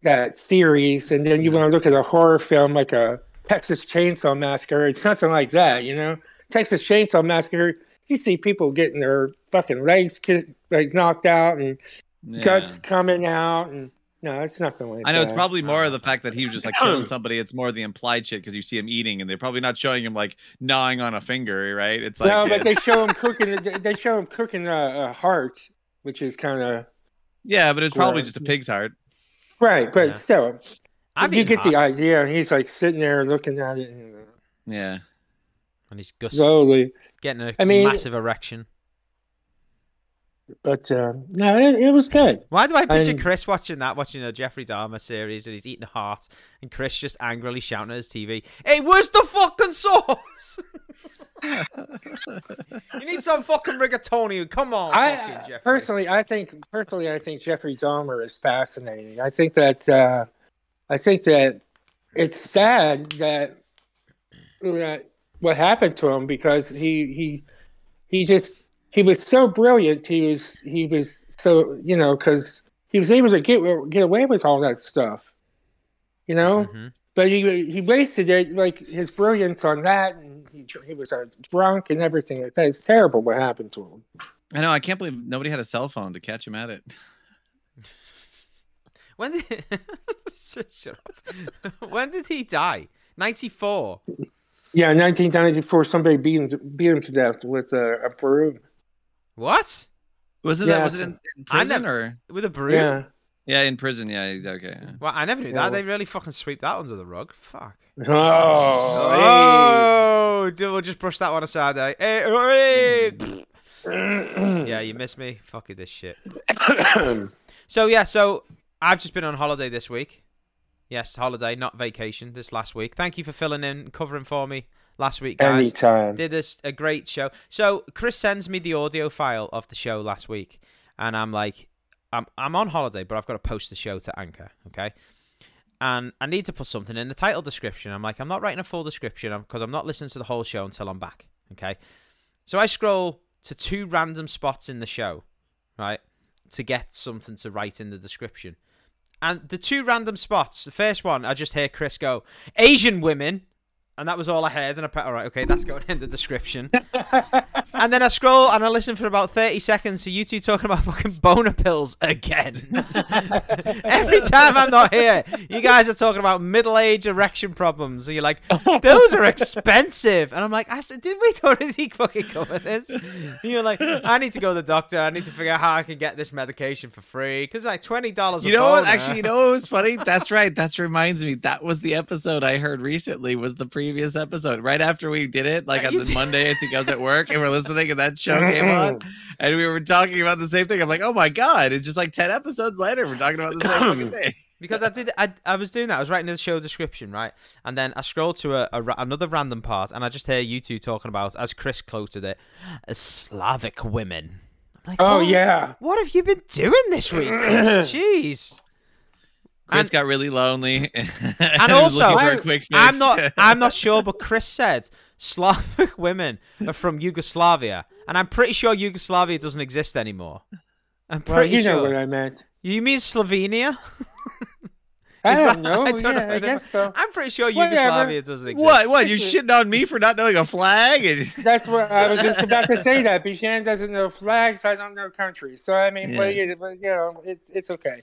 Speaker 3: that series, and then you want to look at a horror film like a Texas Chainsaw Massacre, it's nothing like that, you know. Texas Chainsaw Massacre, you see people getting their fucking legs ki- like knocked out and
Speaker 4: Yeah.
Speaker 3: guts coming out, and no, it's nothing like that.
Speaker 4: I know it's probably more of the fact that he was just like killing somebody. It's more the implied shit because you see him eating and they're probably not showing him like gnawing on a finger, right? It's like
Speaker 3: no, but they show him cooking. they- They show him cooking a, a heart, which is kind of
Speaker 4: yeah, but it's probably
Speaker 3: Right.
Speaker 4: just a pig's heart.
Speaker 3: right, but
Speaker 1: Yeah.
Speaker 3: still,
Speaker 1: I've
Speaker 3: you
Speaker 1: eaten
Speaker 3: get the
Speaker 1: heart,
Speaker 3: idea. And he's like sitting there looking at it and, uh,
Speaker 4: Yeah,
Speaker 1: and he's Gus
Speaker 3: slowly.
Speaker 1: getting a
Speaker 3: I mean-
Speaker 1: massive erection.
Speaker 3: But uh, no, it, it was good.
Speaker 1: Why do I picture
Speaker 3: I'm-
Speaker 1: Chris watching that, watching a Jeffrey Dahmer series, and he's eating a heart, and Chris just angrily shouting at his TV, "Hey, where's the fucking sauce? you need some fucking rigatoni. Come on, fucking
Speaker 3: I uh,
Speaker 1: Jeffrey."
Speaker 3: personally, I think personally, I think Jeffrey Dahmer is fascinating. I think that uh, I think that it's sad that, that what happened to him because he he he just he was so brilliant. He was he was so you know because he was able to get get away with all that stuff, you know.
Speaker 1: Mhm.
Speaker 3: but he he wasted it like his brilliance on that, and he dr- he was uh, drunk and everything like that. It's terrible what happened to him.
Speaker 4: I know. I can't believe nobody had a cell phone to catch him at it.
Speaker 1: When did Shut up. when did he die? Ninety four.
Speaker 3: Yeah, in 1994, somebody beat him to, beat him to death with a, a broom.
Speaker 1: What?
Speaker 4: Wasn't that
Speaker 3: Yeah,
Speaker 4: was it
Speaker 3: so-
Speaker 4: in, in
Speaker 1: I
Speaker 4: prison
Speaker 1: never-
Speaker 4: or
Speaker 1: With a broom?
Speaker 3: Yeah,
Speaker 4: yeah in prison? Yeah, yeah, okay. yeah.
Speaker 1: Well, I never knew
Speaker 3: Yeah.
Speaker 1: that. They really fucking sweep that under the rug. Fuck.
Speaker 3: Oh, hey.
Speaker 1: Oh, dude, we'll just brush that one aside. Eh? Hey, hooray! yeah, you missed me. Fuck you, this shit. So yeah, so I've just been on holiday this week. Yes, holiday, not vacation. This last week. Thank you for filling in, and covering for me last week, guys.
Speaker 3: anytime.
Speaker 1: Did us a great show. So Chris sends me the audio file of the show last week, and I'm like, I'm I'm on holiday, but I've got to post the show to Anchor, okay? And I need to put something in the title description. I'm like, I'm not writing a full description because I'm not listening to the whole show until I'm back, okay? So I scroll to two random spots in the show, right, to get something to write in the description. And the two random spots, the first one, I just hear Chris go, Asian women. And that was all I heard. And I put, all right, okay, that's going in the description. and then I scroll and I listen for about 30 seconds to you two talking about fucking boner pills again. Every time I'm not here, you guys are talking about middle age erection problems. And you're like, those are expensive. And I'm like, I said, did we already fucking cover this? And you're like, I need to go to the doctor. I need to figure out how I can get this medication for free. Because like $20 a
Speaker 4: You know what?
Speaker 1: boner.
Speaker 4: Actually, you know what was funny? That's right. That reminds me. That was the episode I heard recently. Was the previous episode right after we did it? Like
Speaker 1: Uh,
Speaker 4: on
Speaker 1: you
Speaker 4: the
Speaker 1: did-
Speaker 4: Monday, I think I was at work and we're listening, and that show came on, and we were talking about the same thing. I'm like, oh my god! It's just like ten episodes later, we're talking about the same fucking thing.
Speaker 1: Because I did, I, I was doing that. I was writing the show description, right? And then I scrolled to a, a ra- another random part, and I just hear you two talking about, as Chris quoted it, Slavic women. I'm like,
Speaker 3: Oh
Speaker 1: "What-
Speaker 3: yeah,
Speaker 1: what have you been doing this week? Chris? Jeez.
Speaker 4: Chris
Speaker 1: And-
Speaker 4: got really lonely, and,
Speaker 1: And also,
Speaker 4: was looking for
Speaker 3: I-
Speaker 4: a quick fix.
Speaker 1: I'm not, I'm not sure, but Chris said Slavic women are from Yugoslavia, and I'm pretty sure Yugoslavia doesn't exist anymore. I'm pretty
Speaker 3: well, you
Speaker 1: sure.
Speaker 3: know what I meant.
Speaker 1: You mean Slovenia?
Speaker 3: I
Speaker 1: Is that-
Speaker 3: don't know.
Speaker 1: I don't
Speaker 3: yeah,
Speaker 1: know.
Speaker 3: I guess so.
Speaker 1: I'm pretty sure
Speaker 3: Whatever.
Speaker 1: Yugoslavia doesn't exist.
Speaker 4: What? What? You shitting on me for not knowing a flag? And
Speaker 3: That's what I was just about to say. That Bijan doesn't know flags. I don't know countries. So I mean, but, you, but you know, it's it's okay.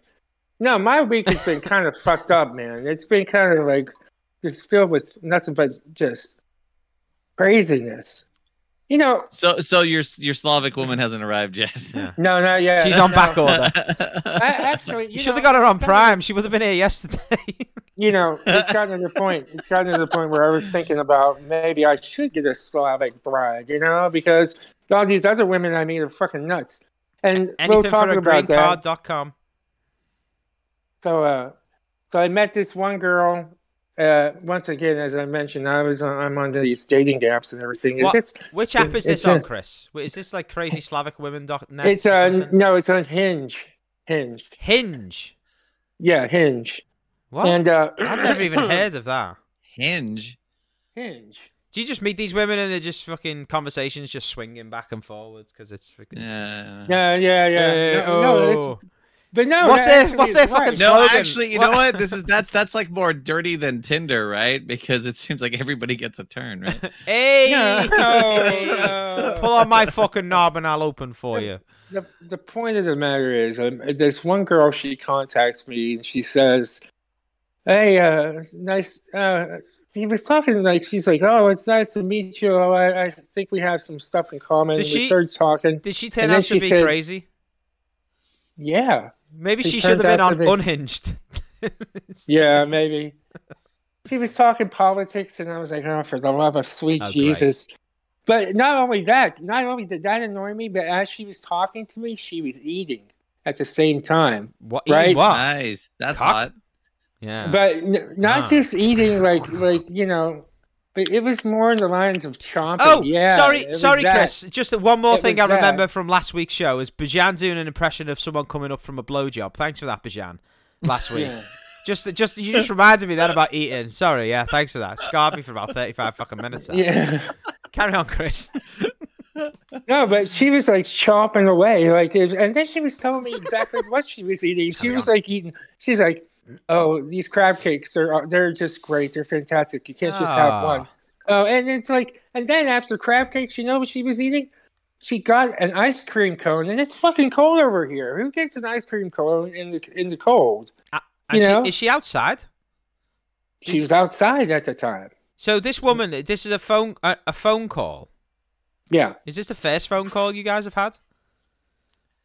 Speaker 3: No, my week has been kind of fucked up, man. It's been kind of like just filled with nothing but just craziness. You know,
Speaker 4: so, so your your Slavic woman hasn't arrived yet.
Speaker 1: Yeah.
Speaker 3: no, not yet.
Speaker 1: She's on
Speaker 3: no.
Speaker 1: back order.
Speaker 3: I, actually, you,
Speaker 1: You should
Speaker 3: know,
Speaker 1: have got her on
Speaker 3: some of-
Speaker 1: Prime. She would have been here yesterday.
Speaker 3: you know, it's gotten to the point. It's gotten to the point where I was thinking about maybe I should get a Slavic bride, you know, because all these other women I meet are fucking nuts. And
Speaker 1: Anything
Speaker 3: we'll talk
Speaker 1: for the
Speaker 3: about that.
Speaker 1: greencard.com.
Speaker 3: So, uh, so I met this one girl. Uh, once again, as I mentioned, I was on, I'm on these dating apps and everything.
Speaker 1: What-
Speaker 3: It's
Speaker 1: Which app is this
Speaker 3: It's
Speaker 1: on,
Speaker 3: a-
Speaker 1: Chris? Wait, Is this like crazy Slavic women dot net?
Speaker 3: it's uh,
Speaker 1: or
Speaker 3: on
Speaker 1: something?
Speaker 3: no, it's on Hinge. Hinge,
Speaker 1: Hinge.
Speaker 3: yeah, Hinge.
Speaker 1: What?
Speaker 3: And uh,
Speaker 1: I've never even heard of that.
Speaker 4: Hinge.
Speaker 3: Hinge.
Speaker 1: Do you just meet these women and they're just fucking conversations just swinging back and forwards because it's
Speaker 4: Uh,
Speaker 1: fucking.
Speaker 4: Yeah.
Speaker 3: Yeah, yeah, yeah.
Speaker 1: Hey,
Speaker 3: no, no, it's-
Speaker 1: oh.
Speaker 3: but no,
Speaker 1: What's
Speaker 3: that
Speaker 1: it-
Speaker 3: actually
Speaker 1: what's
Speaker 3: is
Speaker 1: it fucking
Speaker 3: right.
Speaker 4: No,
Speaker 1: Slogan.
Speaker 4: actually, you know what? This is that's that's like more dirty than Tinder, right? Because it seems like everybody gets a turn, right?
Speaker 1: Hey!
Speaker 3: No, no.
Speaker 1: oh. Pull on my fucking knob and I'll open for you.
Speaker 3: the, the point of the matter is, um, this one girl she contacts me and she says, "Hey, uh, it's nice." Uh, she was talking like she's like, "Oh, it's nice to meet you. Oh, I, I think we have some stuff in common."
Speaker 1: Does
Speaker 3: we
Speaker 1: she-
Speaker 3: started talking.
Speaker 1: Did she turn
Speaker 3: And then
Speaker 1: out to
Speaker 3: she
Speaker 1: be
Speaker 3: says-
Speaker 1: crazy?
Speaker 3: Yeah,
Speaker 1: Maybe
Speaker 3: She
Speaker 1: she should have
Speaker 3: turns
Speaker 1: been
Speaker 3: out to
Speaker 1: un-
Speaker 3: be-
Speaker 1: unhinged.
Speaker 3: yeah, maybe. she was talking politics, and I was like, "Oh, for the love of sweet
Speaker 1: Oh, great.
Speaker 3: Jesus!" But not only that, not only did that annoy me, but as she was talking to me, she was eating at the same time.
Speaker 1: What?
Speaker 3: Right?
Speaker 1: What?
Speaker 4: Nice. That's
Speaker 1: Cock-
Speaker 4: hot.
Speaker 1: yeah.
Speaker 3: but n- not
Speaker 1: Ah.
Speaker 3: just eating like like you know but it was more in the lines of chomping
Speaker 1: Oh,
Speaker 3: yeah it
Speaker 1: sorry,
Speaker 3: was
Speaker 1: sorry,
Speaker 3: that.
Speaker 1: Chris. Just one more
Speaker 3: It
Speaker 1: thing I
Speaker 3: was that.
Speaker 1: remember from last week's show is Bajan doing an impression of someone coming up from a blowjob. Thanks for that, Bajan. Last week,
Speaker 3: Yeah.
Speaker 1: just, just you just reminded me then about eating. Sorry, yeah, thanks for that. Scarred me for about thirty-five fucking minutes. There.
Speaker 3: yeah
Speaker 1: Carry on, Chris.
Speaker 3: no but she was like chomping away like it, and then she was telling me exactly what she was eating she
Speaker 1: it
Speaker 3: was
Speaker 1: going?
Speaker 3: like eating she's like oh these crab cakes are they're just great they're fantastic you can't just
Speaker 1: Ah.
Speaker 3: have one. Oh, and it's like and then after crab cakes you know what she was eating she got an ice cream cone and it's fucking cold over here who gets an ice cream cone in the in the cold
Speaker 1: And
Speaker 3: You
Speaker 1: she-
Speaker 3: know?
Speaker 1: is she outside?
Speaker 3: She was outside at the time.
Speaker 1: So this woman, this is a phone, a, a phone call.
Speaker 3: Yeah.
Speaker 1: Is this the first phone call you guys have had?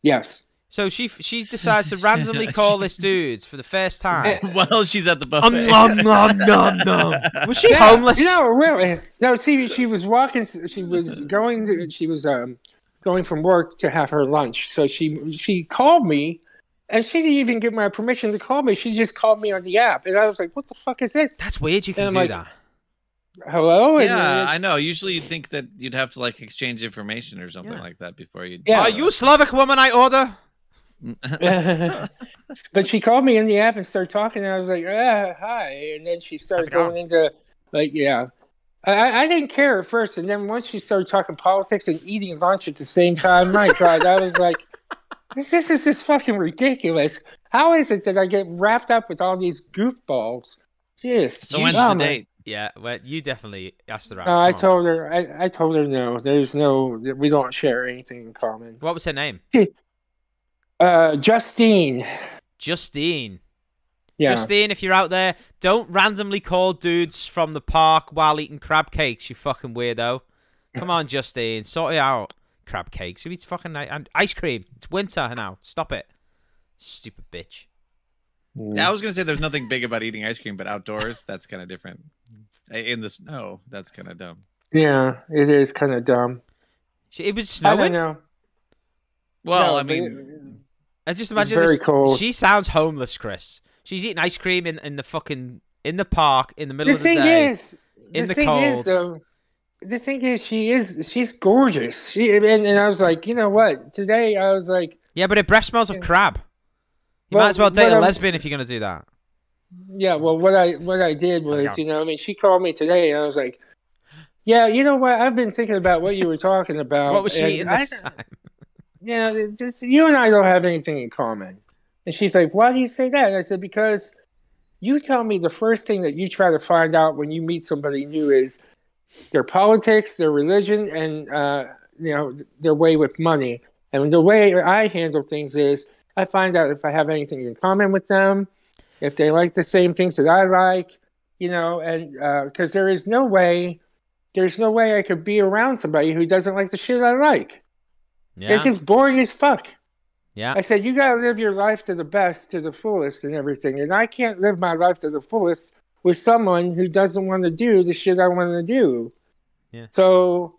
Speaker 3: Yes.
Speaker 1: So she f- she decides to randomly call this dude for the first time.
Speaker 4: Well, she's at the
Speaker 1: Um,
Speaker 4: buffet.
Speaker 1: nom, nom, nom, nom. Was she
Speaker 3: Yeah,
Speaker 1: homeless?
Speaker 3: No, really. No, see, she was walking. She was going. To, she was um going from work to have her lunch. So she she called me, and she didn't even get my permission to call me. She just called me on the app, and I was like, "What the fuck is this?
Speaker 1: That's weird. You can
Speaker 3: And,
Speaker 1: do
Speaker 3: like,
Speaker 1: that.
Speaker 3: Hello?" And
Speaker 4: yeah,
Speaker 3: it's-
Speaker 4: I know. Usually, you'd think that you'd have to like exchange information or something
Speaker 1: Yeah.
Speaker 4: like that before you.
Speaker 3: Yeah.
Speaker 1: Are you Slavic woman I order?
Speaker 3: but she called me in the app and started talking, and I was like, ah, "Hi!" And then she
Speaker 1: How's
Speaker 3: started
Speaker 1: it going?
Speaker 3: going into like, "Yeah." I- I, I didn't care at first, and then once she started talking politics and eating lunch at the same time, my God, I was like, "This, this is just fucking ridiculous. How is it that I get wrapped up with all these goofballs?" Jeez.
Speaker 4: So
Speaker 1: You-
Speaker 4: when's
Speaker 3: Oh,
Speaker 4: the
Speaker 3: my-
Speaker 4: date?
Speaker 1: Yeah, well, you definitely asked the right.
Speaker 3: No, Uh, I
Speaker 1: come on.
Speaker 3: told her. I, I told her no. There's no. We don't share anything in common.
Speaker 1: What was her name?
Speaker 3: Uh, Justine.
Speaker 1: Justine.
Speaker 3: Yeah.
Speaker 1: Justine, if you're out there, don't randomly call dudes from the park while eating crab cakes. You fucking weirdo. Come on, Justine, sort it out. Crab cakes. Who eats fucking i- and ice cream? It's winter now. Stop it. Stupid bitch.
Speaker 4: I was gonna say there's nothing big about eating ice cream, but outdoors that's kind of different. I- In the snow, that's kind of dumb.
Speaker 3: yeah. It is kind of dumb.
Speaker 1: She- It was
Speaker 3: I don't
Speaker 1: snowing. I,
Speaker 3: know.
Speaker 4: Well,
Speaker 3: No,
Speaker 4: I
Speaker 3: but
Speaker 4: mean,
Speaker 1: just
Speaker 3: was
Speaker 1: imagine
Speaker 3: very
Speaker 1: this.
Speaker 3: cold.
Speaker 1: She sounds homeless, Chris. She's eating ice cream in, in the fucking in the park in the middle
Speaker 3: the
Speaker 1: of the
Speaker 3: thing
Speaker 1: day.
Speaker 3: is,
Speaker 1: in
Speaker 3: the,
Speaker 1: the
Speaker 3: thing
Speaker 1: cold.
Speaker 3: is, though, the thing is, she is she's gorgeous. She and, and I was like, you know what? Today I was like,
Speaker 1: yeah, but her breath smells of crab. You
Speaker 3: Well,
Speaker 1: might as well date
Speaker 3: what
Speaker 1: a
Speaker 3: I'm
Speaker 1: lesbian if you're gonna do that.
Speaker 3: yeah. Well, what I what I did was,
Speaker 1: going?
Speaker 3: you know, I mean, she called me today, and I was like, yeah, you know what? I've been thinking about what you were talking about.
Speaker 1: what was she
Speaker 3: and
Speaker 1: eating
Speaker 3: I-
Speaker 1: this time?
Speaker 3: you know, it's- it's- you and I don't have anything in common. And she's like, why do you say that? And I said, because you tell me the first thing that you try to find out when you meet somebody new is their politics, their religion, and, uh, you know, their way with money. And the way I handle things is I find out if I have anything in common with them, if they like the same things that I like, you know, and because there is no way, there's no way I could be around somebody who doesn't like the shit I like.
Speaker 1: Yeah,
Speaker 3: It's just boring as fuck.
Speaker 1: Yeah.
Speaker 3: I said, you got to live your life to the best, to the fullest, and everything. And I can't live my life to the fullest with someone who doesn't want to do the shit I want to do.
Speaker 1: Yeah.
Speaker 3: So,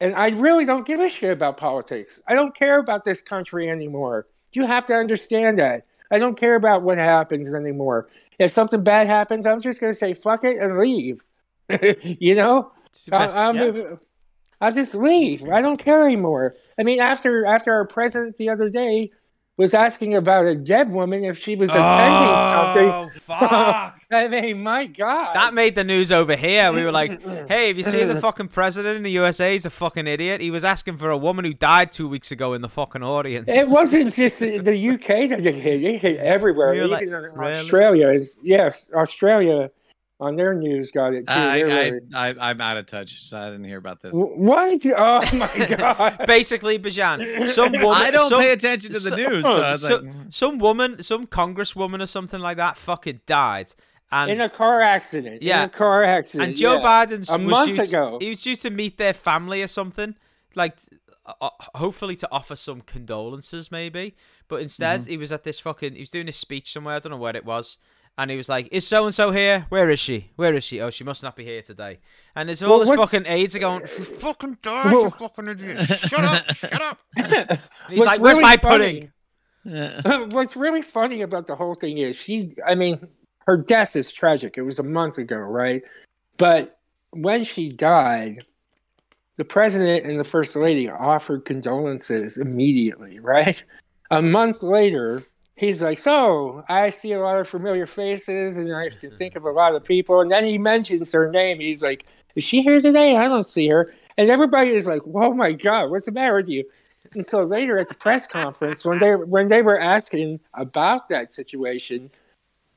Speaker 3: and I really don't give a shit about politics. I don't care about this country anymore. You have to understand that. I don't care about what happens anymore. If something bad happens, I'm just going to say fuck it and leave. you know?
Speaker 1: It's the best,
Speaker 3: I'll, I'll,
Speaker 1: yeah.
Speaker 3: move- I'll just leave. I don't care anymore. I mean, after after our president the other day was asking about a dead woman if she was attending something.
Speaker 1: Oh, fuck.
Speaker 3: I mean, my God.
Speaker 1: That made the news over here. We were like, hey, have you seen the fucking president in the USA? He's a fucking idiot. He was asking for a woman who died two weeks ago in the fucking audience.
Speaker 3: it wasn't just the, the UK that it hit. It hit everywhere.
Speaker 1: You're
Speaker 3: Even
Speaker 1: like,
Speaker 3: in
Speaker 1: really?
Speaker 3: Australia. is- yes, Australia on their news got it too. They
Speaker 4: I,
Speaker 3: were-
Speaker 4: I, I, I'm out of touch, so I didn't hear about this.
Speaker 3: what? Oh my God!
Speaker 1: Basically, Bajan, some woman.
Speaker 4: I don't
Speaker 1: some,
Speaker 4: pay attention to the
Speaker 1: so-
Speaker 4: news. So I was
Speaker 1: so-
Speaker 4: like, mm.
Speaker 1: some woman, some congresswoman or something like that, fucking died. And
Speaker 3: in a car accident.
Speaker 1: Yeah.
Speaker 3: In a car accident.
Speaker 1: and Joe
Speaker 3: yeah.
Speaker 1: Biden
Speaker 3: A
Speaker 1: was
Speaker 3: month
Speaker 1: due to-
Speaker 3: ago.
Speaker 1: he was due to meet their family or something, like uh, hopefully to offer some condolences, maybe. But instead,
Speaker 3: Mm-hmm.
Speaker 1: he was at this fucking. He was doing a speech somewhere. I don't know where it was. And he was like, "Is so and so here? Where is she? Where is she? Oh, she must not be here today." And there's all
Speaker 3: Well,
Speaker 1: this
Speaker 3: what's-
Speaker 1: fucking aides are going, "She "Fucking died,
Speaker 3: Well-
Speaker 1: you fucking idiot! Shut up! Shut up!" And he's
Speaker 3: What's
Speaker 1: like, "Where's
Speaker 3: really
Speaker 1: my
Speaker 3: funny-
Speaker 1: pudding?"
Speaker 3: What's really funny about the whole thing is she, I mean, her death is tragic. It was a month ago, right? But when she died, the president and the first lady offered condolences immediately, right? A month later, he's like, So I see a lot of familiar faces and I can think of a lot of people. And then he mentions her name. He's like, Is she here today? I don't see her. And everybody is like, Oh my God, what's the matter with you? And so later at the press conference, when they when they were asking about that situation,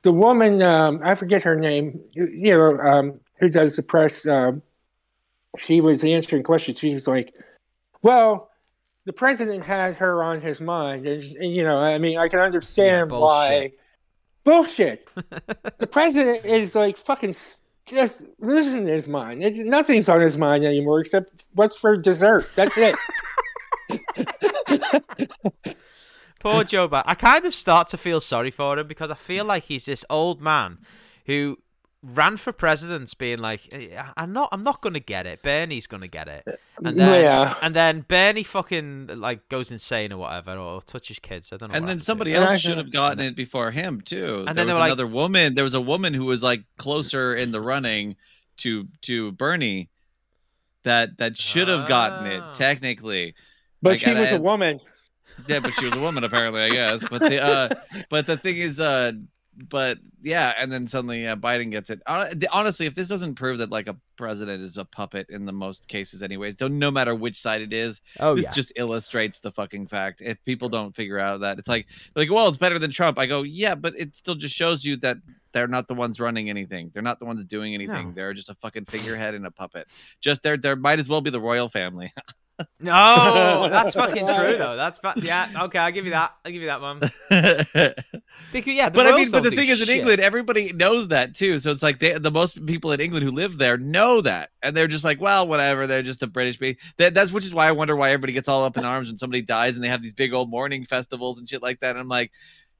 Speaker 3: the woman um, I forget her name, you, you know, um, who does the press, um, she was answering questions. She was like, "Well, the president had her on his mind, and, and, you know, I mean, I can understand
Speaker 1: Yeah,
Speaker 3: why." Bullshit. the president is like fucking s- just losing his mind. It's, nothing's on his mind anymore except what's for dessert. That's it.
Speaker 1: Poor Joe Biden. I kind of start to feel sorry for him because I feel like he's this old man who ran for president, being like, "Eh, I- "I'm not, I'm not gonna get it. Bernie's gonna get it." And then,
Speaker 3: Yeah.
Speaker 1: and then Bernie fucking like goes insane or whatever, or touches kids. I don't know. what
Speaker 4: and then
Speaker 1: happened to
Speaker 4: somebody
Speaker 1: him.
Speaker 3: And I-
Speaker 4: else should have gotten it before him too.
Speaker 1: And
Speaker 4: there
Speaker 1: then they
Speaker 4: was
Speaker 1: were like-
Speaker 4: another woman. There was a woman who was like closer in the running to to Bernie. That that should have gotten it
Speaker 1: Ah.
Speaker 4: technically.
Speaker 3: But
Speaker 4: I
Speaker 3: she
Speaker 4: gotta
Speaker 3: was a
Speaker 4: add-
Speaker 3: woman.
Speaker 4: Yeah, but she was a woman apparently, I guess. But the uh, but the thing is, uh, but yeah, and then suddenly uh, Biden gets it. Hon- Honestly, if this doesn't prove that like a president is a puppet in the most cases, anyways, don't no matter which side it is,
Speaker 1: Oh
Speaker 4: this
Speaker 1: yeah.
Speaker 4: just illustrates the fucking fact. If people don't figure out that it's like like well, it's better than Trump. I go, yeah, but it still just shows you that they're not the ones running anything. They're not the ones doing anything.
Speaker 1: No.
Speaker 4: They're just a fucking figurehead and a puppet. Just there, there might as well be the royal family.
Speaker 1: No, that's fucking true though. That's fa- yeah. Okay, I'll give you that. I'll give you that, one. Because, yeah, the
Speaker 4: but I
Speaker 1: royals
Speaker 4: mean, but
Speaker 1: don't
Speaker 4: the
Speaker 1: do
Speaker 4: thing is, in
Speaker 1: shit.
Speaker 4: England, everybody knows that too. So it's like they, the most people in England who live there know that, and they're just like, well, whatever. They're just the British. Be- that, that's which is why I wonder why everybody gets all up in arms when somebody dies, and they have these big old mourning festivals and shit like that. And I'm like,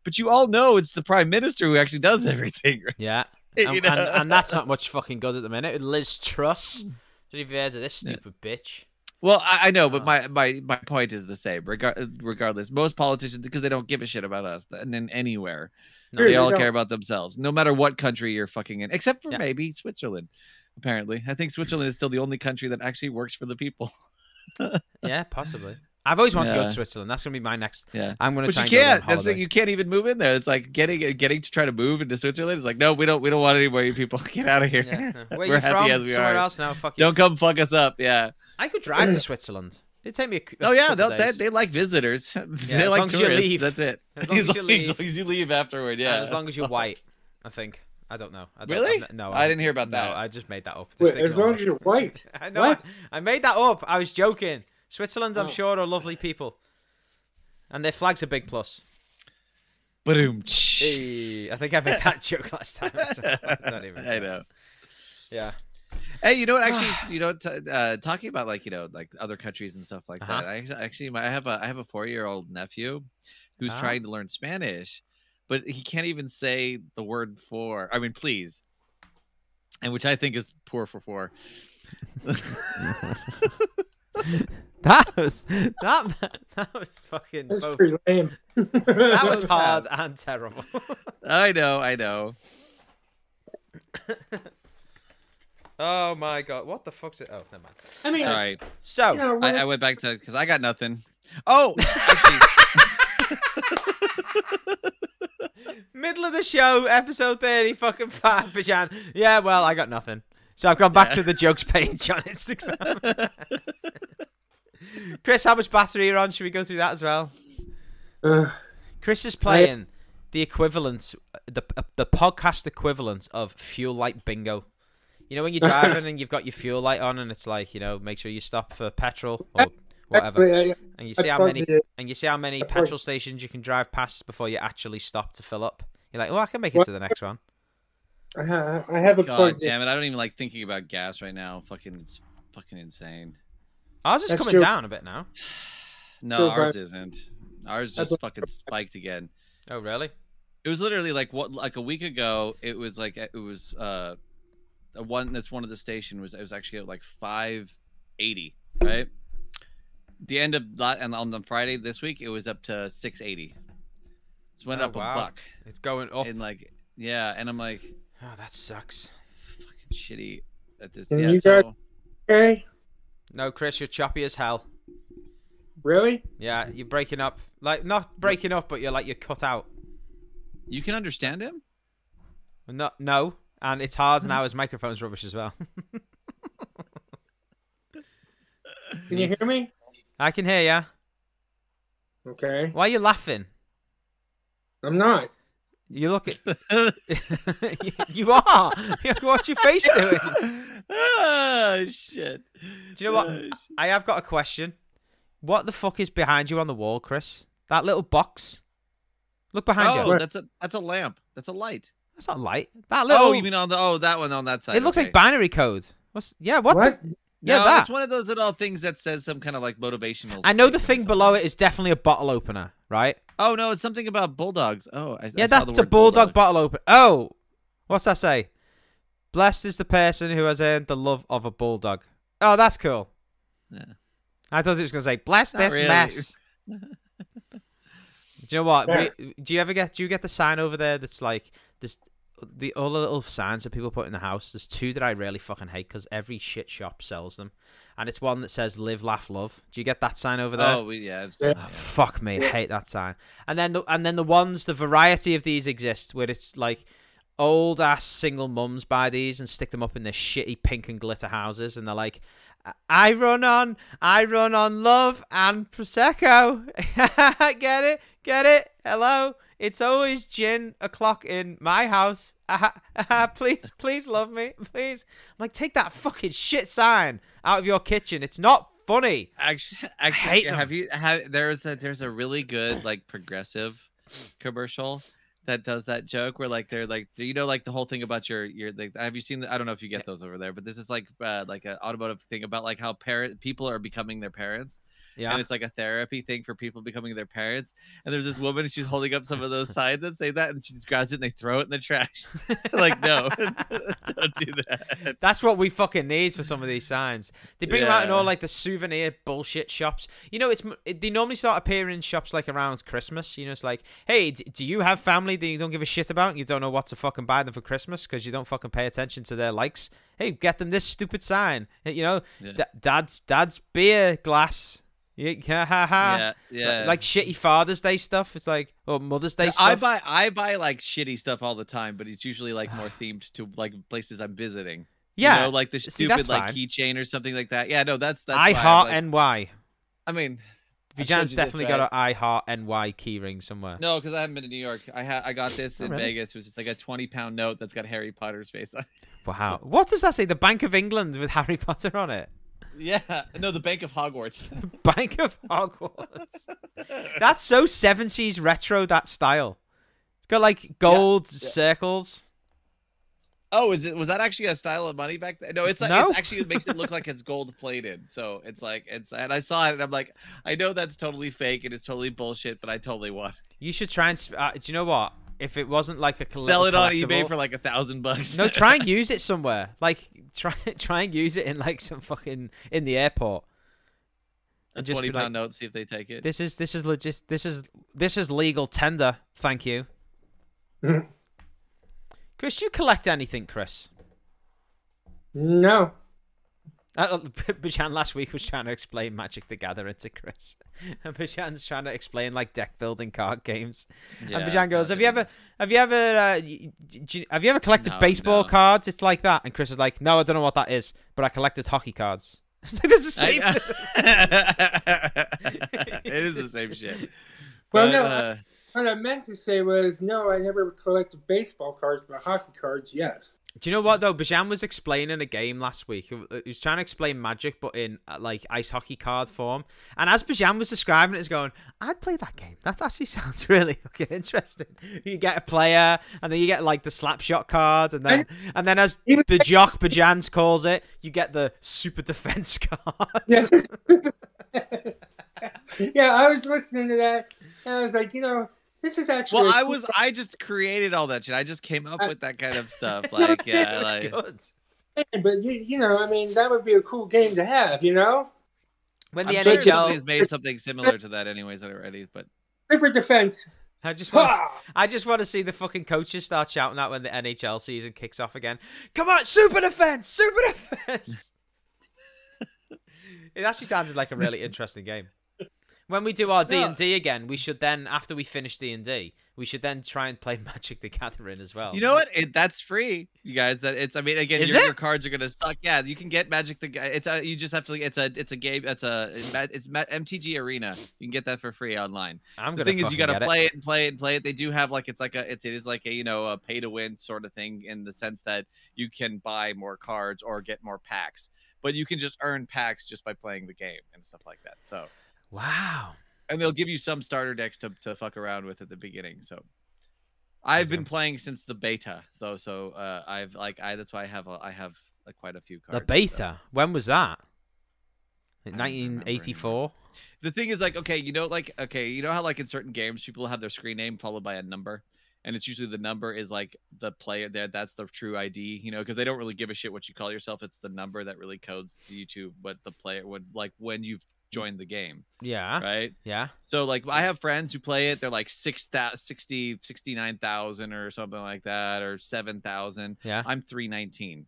Speaker 4: but you all know it's the prime minister who actually does everything. Right?
Speaker 1: Yeah.
Speaker 4: You
Speaker 1: And,
Speaker 4: know?
Speaker 1: and, and that's not much fucking good at the minute. Liz Truss. Did you hear to this stupid bitch?
Speaker 4: Well, I, I know, but
Speaker 1: Oh.
Speaker 4: my, my my point is the same. Regar- regardless, most politicians because they don't give a shit about us, and then anywhere
Speaker 1: No,
Speaker 4: they
Speaker 3: they
Speaker 4: all
Speaker 3: don't.
Speaker 4: care about themselves, no matter what country you're fucking in, except for
Speaker 1: Yeah.
Speaker 4: maybe Switzerland. Apparently, I think Switzerland is still the only country that actually works for the people.
Speaker 1: Yeah, possibly. I've always wanted to go
Speaker 4: Yeah.
Speaker 1: to Switzerland. That's gonna be my next.
Speaker 4: Yeah.
Speaker 1: I'm gonna.
Speaker 4: But
Speaker 1: try
Speaker 4: you
Speaker 1: and go there on
Speaker 4: can't. That's the
Speaker 1: holiday.
Speaker 4: thing. You can't even move in there. It's like getting getting to try to move into Switzerland. It's like no, we don't we don't want any more you people. Get out of here.
Speaker 1: Yeah, no. Where you
Speaker 4: We're happy
Speaker 1: from?
Speaker 4: as we
Speaker 1: Somewhere
Speaker 4: are.
Speaker 1: else now. Fuck you.
Speaker 4: Don't come fuck us up. Yeah.
Speaker 1: I could drive to Switzerland. It'd take me. A, cou- a
Speaker 4: Oh yeah.
Speaker 1: couple
Speaker 4: They'll, they
Speaker 1: days.
Speaker 4: they like visitors.
Speaker 1: as
Speaker 4: they like
Speaker 1: long as you
Speaker 4: tourists.
Speaker 1: leave.
Speaker 4: That's it.
Speaker 1: As long as you leave.
Speaker 4: long as you leave afterward.
Speaker 1: And
Speaker 4: Yeah.
Speaker 1: as long as you're
Speaker 4: that's all.
Speaker 1: white, I think. I don't know. I don't,
Speaker 4: Really?
Speaker 1: I've n- no,
Speaker 4: I didn't hear about that.
Speaker 1: No, I just made that up.
Speaker 3: Wait,
Speaker 1: Just
Speaker 3: as
Speaker 1: ignore
Speaker 3: long
Speaker 1: it.
Speaker 3: as you're white.
Speaker 1: I know.
Speaker 3: What?
Speaker 1: I, I made that up. I was joking. Switzerland, I'm
Speaker 3: Oh.
Speaker 1: sure, are lovely people, and their flag's a big plus.
Speaker 4: Boom.
Speaker 1: Hey, I think I made that joke last time. It's not even-
Speaker 4: I know.
Speaker 1: Yeah.
Speaker 4: Hey, you know what? Actually, it's, you know, t- uh, talking about like you know, like other countries and stuff like
Speaker 1: Uh-huh.
Speaker 4: that. I actually, actually, my, I have a I have a four year old nephew who's
Speaker 1: Ah.
Speaker 4: trying to learn Spanish, but he can't even say the word for. I mean, please, and which I think is poor for four.
Speaker 1: That was that, that was fucking
Speaker 3: That's
Speaker 1: both-
Speaker 3: pretty lame.
Speaker 1: that
Speaker 4: that
Speaker 1: was
Speaker 4: was
Speaker 1: hard and terrible.
Speaker 4: I know, I know.
Speaker 1: oh my god, what the fuck's it? Oh, never mind.
Speaker 3: I mean,
Speaker 4: Sorry,
Speaker 1: So
Speaker 3: you know,
Speaker 4: I, I went back to because I got nothing. Oh, actually,
Speaker 1: middle of the show, episode thirty, fucking five, Bajan. Yeah, well, I got nothing. So I've gone back
Speaker 4: Yeah.
Speaker 1: to the jokes page on Instagram. Chris, how much battery you're on? Should we go through that as well?
Speaker 3: uh,
Speaker 1: Chris is playing the equivalent, the uh, the podcast equivalent of fuel light bingo. You know when you're driving and you've got your fuel light on, and it's like you know, make sure you stop for petrol or whatever,
Speaker 3: actually, I-
Speaker 1: and you
Speaker 3: I
Speaker 1: see how
Speaker 3: plugged
Speaker 1: many
Speaker 3: it
Speaker 1: and you see how many
Speaker 3: plugged-
Speaker 1: petrol stations you can drive past before you actually stop to fill up. You're like, well, I can make it to the next one.
Speaker 3: in. Uh, I have a
Speaker 4: God
Speaker 3: plug.
Speaker 4: damn it! I don't even like thinking about gas right now. Fucking, it's fucking insane.
Speaker 1: Ours is
Speaker 3: That's
Speaker 1: coming
Speaker 3: true.
Speaker 1: down a bit now.
Speaker 4: No,
Speaker 3: Still
Speaker 4: ours isn't. Ours
Speaker 3: That's
Speaker 4: just fucking spiked again.
Speaker 1: Oh really?
Speaker 4: It was literally like what like a week ago. It was like it was uh, a one that's one of the station was it was actually at like five eighty, right? The end of la- and on the Friday this week it was up to six eighty. It went
Speaker 1: Oh,
Speaker 4: up
Speaker 1: wow.
Speaker 4: a buck
Speaker 1: It's going up.
Speaker 4: and like yeah, and I'm like
Speaker 1: Oh, that sucks.
Speaker 4: fucking shitty at this.
Speaker 3: And
Speaker 4: yeah,
Speaker 3: you
Speaker 4: so
Speaker 3: got- Okay,
Speaker 1: No, Chris, you're choppy as hell.
Speaker 3: really?
Speaker 1: Yeah, you're breaking up. Like not breaking up, but you're like you're cut out.
Speaker 4: you can understand him.
Speaker 1: No, no, and it's hard now. His microphone's rubbish as well.
Speaker 3: Can you hear me?
Speaker 1: I can hear ya.
Speaker 3: Okay,
Speaker 1: Why are you laughing?
Speaker 3: I'm not.
Speaker 1: You look at you are. What's your face doing?
Speaker 4: oh shit!
Speaker 1: Do you know what?
Speaker 4: Oh, shit.
Speaker 1: I have got a question. What the fuck is behind you on the wall, Chris? That little box. Look behind
Speaker 4: Oh,
Speaker 1: you.
Speaker 4: that's a that's a lamp. That's a light.
Speaker 1: That's not light. That little.
Speaker 4: Oh, you mean on the oh that one on that side?
Speaker 1: it looks
Speaker 4: okay.
Speaker 1: like binary code. What's yeah? What?
Speaker 3: What?
Speaker 1: the-
Speaker 4: No,
Speaker 1: yeah, that.
Speaker 4: it's one of those little things that says some kind of like motivational.
Speaker 1: I know the
Speaker 4: statement or
Speaker 1: thing below
Speaker 4: something.
Speaker 1: it is definitely a bottle opener, right?
Speaker 4: Oh no, it's something about bulldogs. Oh, I,
Speaker 1: Yeah,
Speaker 4: I saw the
Speaker 1: that's a
Speaker 4: word
Speaker 1: bulldog, bottle opener. Oh, what's that say? Blessed is the person who has earned the love of a bulldog. Oh, that's cool.
Speaker 4: Yeah.
Speaker 1: I thought it was gonna say bless
Speaker 4: Not
Speaker 1: this
Speaker 4: really.
Speaker 1: mess. do you know what?
Speaker 3: Yeah.
Speaker 1: We, do you ever get? Do you get the sign over there that's like this? The all the little signs that people put in the house. There's two that I really fucking hate because every shit shop sells them, and it's one that says "Live, Laugh, Love." Do you get that sign over there?
Speaker 4: Oh, we, yeah. It's,
Speaker 3: Yeah.
Speaker 4: yeah.
Speaker 1: Oh, fuck me, I hate that sign. And then the and then the ones the variety of these exist where it's like old ass single mums buy these and stick them up in their shitty pink and glitter houses, and they're like, "I- I run on, I run on love and prosecco. get it, get it. Hello, it's always gin o'clock in my house. please, please love me, please. I'm like, take that fucking shit sign out of your kitchen. It's not funny.
Speaker 4: Actually,
Speaker 1: hate
Speaker 4: actually,
Speaker 1: them.
Speaker 4: have you? Have, there's that. There's a really good like progressive commercial that does that joke where like they're like, do you know like the whole thing about your your like? Have you seen? The, I don't know if you get those over there, but this is like uh, like an automotive thing about like how parent people are becoming their parents.
Speaker 1: Yeah.
Speaker 4: and it's like a therapy thing for people becoming their parents. And there's this woman, and she's holding up some of those signs that say that, and she just grabs it and they throw it in the trash. like, no, don't do that.
Speaker 1: That's what we fucking need for some of these signs. They bring them out in
Speaker 4: Yeah.
Speaker 1: all like the souvenir bullshit shops. You know, it's m- it- they normally start appearing in shops like around Christmas. You know, it's like, hey, d- do you have family that you don't give a shit about? And you don't know what to fucking buy them for Christmas because you don't fucking pay attention to their likes. Hey, get them this stupid sign. Eh, You know,
Speaker 4: Yeah.
Speaker 1: da- dad's dad's beer glass. Yeah, ha ha ha.
Speaker 4: yeah, yeah.
Speaker 1: Ah, Like, shitty Father's Day stuff. It's like or Mother's Day stuff.
Speaker 4: I buy I buy like shitty stuff all the time, but it's usually like more themed to like places I'm visiting.
Speaker 1: Ah. yeah.
Speaker 4: you know, like the
Speaker 1: See,
Speaker 4: stupid
Speaker 1: that's
Speaker 4: like
Speaker 1: fine.
Speaker 4: keychain or something like that. Yeah, no, that's that's.
Speaker 1: I
Speaker 4: why I'm
Speaker 1: heart
Speaker 4: like-
Speaker 1: NY.
Speaker 4: I mean, I showed
Speaker 1: Vijan's
Speaker 4: you this,
Speaker 1: definitely
Speaker 4: right?
Speaker 1: got an I heart NY keyring somewhere.
Speaker 4: no, because I haven't been to New York. I ha- I got this
Speaker 1: Oh,
Speaker 4: in
Speaker 1: really?
Speaker 4: Vegas. It was just like a twenty pound note that's got Harry Potter's face on. it.
Speaker 1: Wow. What does that say? The Bank of England with Harry Potter on it.
Speaker 4: yeah, no, the Bank of Hogwarts.
Speaker 1: Bank of Hogwarts. That's so 70s retro, that style. It's got like gold circles.
Speaker 4: Oh, is it was that actually a style of money back then? No, it's like
Speaker 1: No.
Speaker 4: it's actually it makes it look like it's gold plated. So it's like it's and I saw it and I'm like, I know that's totally fake and it's totally bullshit, but I totally want. it.
Speaker 1: You should try and. sp- Uh, do you know what? If it wasn't like a colle-
Speaker 4: Sell it on eBay
Speaker 1: collectible-
Speaker 4: for like a thousand bucks.
Speaker 1: no, try and use it somewhere. Like try try and use it in like some fucking in the airport.
Speaker 4: a
Speaker 1: just be
Speaker 4: twenty
Speaker 1: like-
Speaker 4: pound note, see if they take it.
Speaker 1: This is this is legit. This is this is legal tender. Thank you.
Speaker 4: Mm.
Speaker 3: Mhm.
Speaker 1: Chris, do you collect anything, Chris?
Speaker 3: No.
Speaker 1: Uh, uh, Bajan last week was trying to explain Magic the Gathering to Chris, and Bajan's trying to explain like deck building card games.
Speaker 4: Yeah,
Speaker 1: and Bajan goes,
Speaker 4: no,
Speaker 1: "Have you
Speaker 4: they-
Speaker 1: ever, have you ever, uh, y- y- do you- have you ever collected
Speaker 4: No,
Speaker 1: baseball
Speaker 4: no.
Speaker 1: cards? It's like that." And Chris is like, "No, I don't know what that is, but I collected hockey cards." It's like this is the same.
Speaker 4: I- it is the same shit.
Speaker 3: Well,
Speaker 4: But,
Speaker 3: no,
Speaker 4: uh,
Speaker 3: What I meant to say was, no, I never collected baseball cards, but hockey cards, yes.
Speaker 1: Do you know what though? Bajan was explaining a game last week. He w- he was trying to explain Magic, but in uh, like ice hockey card form. And as Bajan was describing it, was going, "I'd play that game. That actually sounds really fucking interesting. You get a player, and then you get like the slap shot card, and then and then as
Speaker 3: Even-
Speaker 1: the jock Bajans calls it, you get the super defense card.
Speaker 3: Yes. yeah, I was listening to that, and I was like, you know, this is actually.
Speaker 4: well,
Speaker 3: a
Speaker 4: I
Speaker 3: cool
Speaker 4: was I just created all that shit. I just came up
Speaker 3: I-
Speaker 4: with that kind of stuff. Like yeah, like
Speaker 1: Good.
Speaker 3: game, but you, you know, I mean, that would be a cool game to have, you know.
Speaker 1: When
Speaker 4: I'm
Speaker 1: the
Speaker 4: sure
Speaker 1: NHL,
Speaker 4: somebody has made something similar to that anyways already, but
Speaker 3: Super defense.
Speaker 1: I just want to,
Speaker 3: Ha!
Speaker 1: I just want to see the fucking coaches start shouting out when the NHL season kicks off again. Come on, super defense, super defense. it actually sounded like a really interesting game. When we do our D and D again, we should then, after we finish D and D, we should then try and play Magic the Gathering as well.
Speaker 4: You know what? It, that's free, you guys. That it's. I mean, again,
Speaker 1: Is
Speaker 4: your,
Speaker 1: it?
Speaker 4: your cards are gonna suck. Yeah, you can get Magic the. Ga- It's a, you just have to. It's a. It's a game. It's a. It's, ma- it's ma- MTG Arena. You can get that for free online.
Speaker 1: I'm
Speaker 4: The
Speaker 1: gonna.
Speaker 4: thing is,
Speaker 1: fucking
Speaker 4: you gotta
Speaker 1: get it.
Speaker 4: play it. and play it and play it. They do have like it's like a. It's, it is like a you know a pay to win sort of thing in the sense that you can buy more cards or get more packs, but you can just earn packs just by playing the game and stuff like that. So
Speaker 1: Wow.
Speaker 4: and they'll give you some starter decks to, to fuck around with at the beginning. So I've been playing since the beta though, so uh, I've like I that's why I have a, I have uh, quite a few cards.
Speaker 1: the
Speaker 4: so.
Speaker 1: beta. When was that?
Speaker 4: don't remember
Speaker 1: 1984.
Speaker 4: The thing is like okay, you know like okay, you know how like in certain games people have their screen name followed by a number. And it's usually the number is like the player there. That's the true ID, you know, because they don't really give a shit what you call yourself. It's the number that really codes to you to what the player would like when you've
Speaker 1: Mm.
Speaker 4: joined the game,
Speaker 1: Yeah.
Speaker 4: right?
Speaker 1: Yeah.
Speaker 4: So like I have friends who play it, they're like 6, 60, 69,000 or something like that, or 7,000.
Speaker 1: Yeah.
Speaker 4: I'm 319.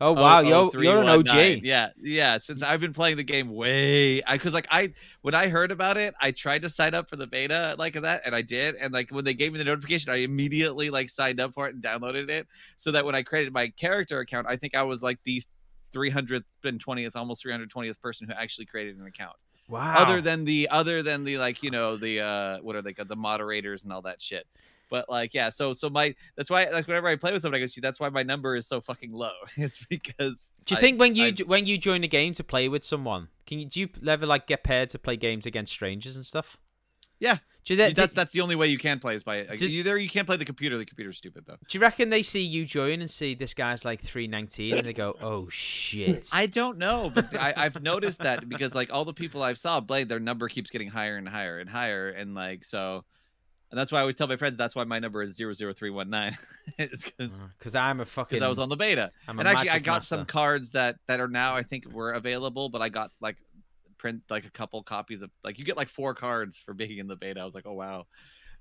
Speaker 1: Oh wow, you're you're an OG.
Speaker 4: 00319. Yeah, yeah. Since I've been playing the game way, I because like I when I heard about it, I tried to sign up for the beta like of that, and I did. And like when they gave me the notification, I immediately like signed up for it and downloaded it, so that when I created my character account, I think I was like the 300th and 20th, almost 320th person who actually created an account
Speaker 1: Wow.
Speaker 4: other than the other than the like you know the uh what are they called the moderators and all that shit but like yeah so so my that's why like whenever i play with somebody i go see that's why my number is so fucking low it's because
Speaker 1: Do you
Speaker 4: I-
Speaker 1: think when you
Speaker 4: I-
Speaker 1: jo- when you join a game to play with someone, can you do you ever like get paired to play games against strangers and stuff?
Speaker 4: Yeah.
Speaker 1: Do you, do,
Speaker 4: that's that's the only way you can play is by like,
Speaker 1: Did-
Speaker 4: you there you can't play the computer the computer's stupid though
Speaker 1: do you reckon they see you join and see this guy's like three nineteen and they go, oh shit?
Speaker 4: i don't know but th- I, i've noticed that because like all the people i've saw play their number keeps getting higher and higher and higher and like so and that's why i always tell my friends that's why my number is 00319 it's because
Speaker 1: because Uh, I'm a fucking.
Speaker 4: I was on the beta.
Speaker 1: I'm a
Speaker 4: and actually, I
Speaker 1: magic
Speaker 4: got some
Speaker 1: master.
Speaker 4: cards that that are now I think were available, but I got like print like a couple copies of like you get like four cards for being in the beta. I was like, oh wow,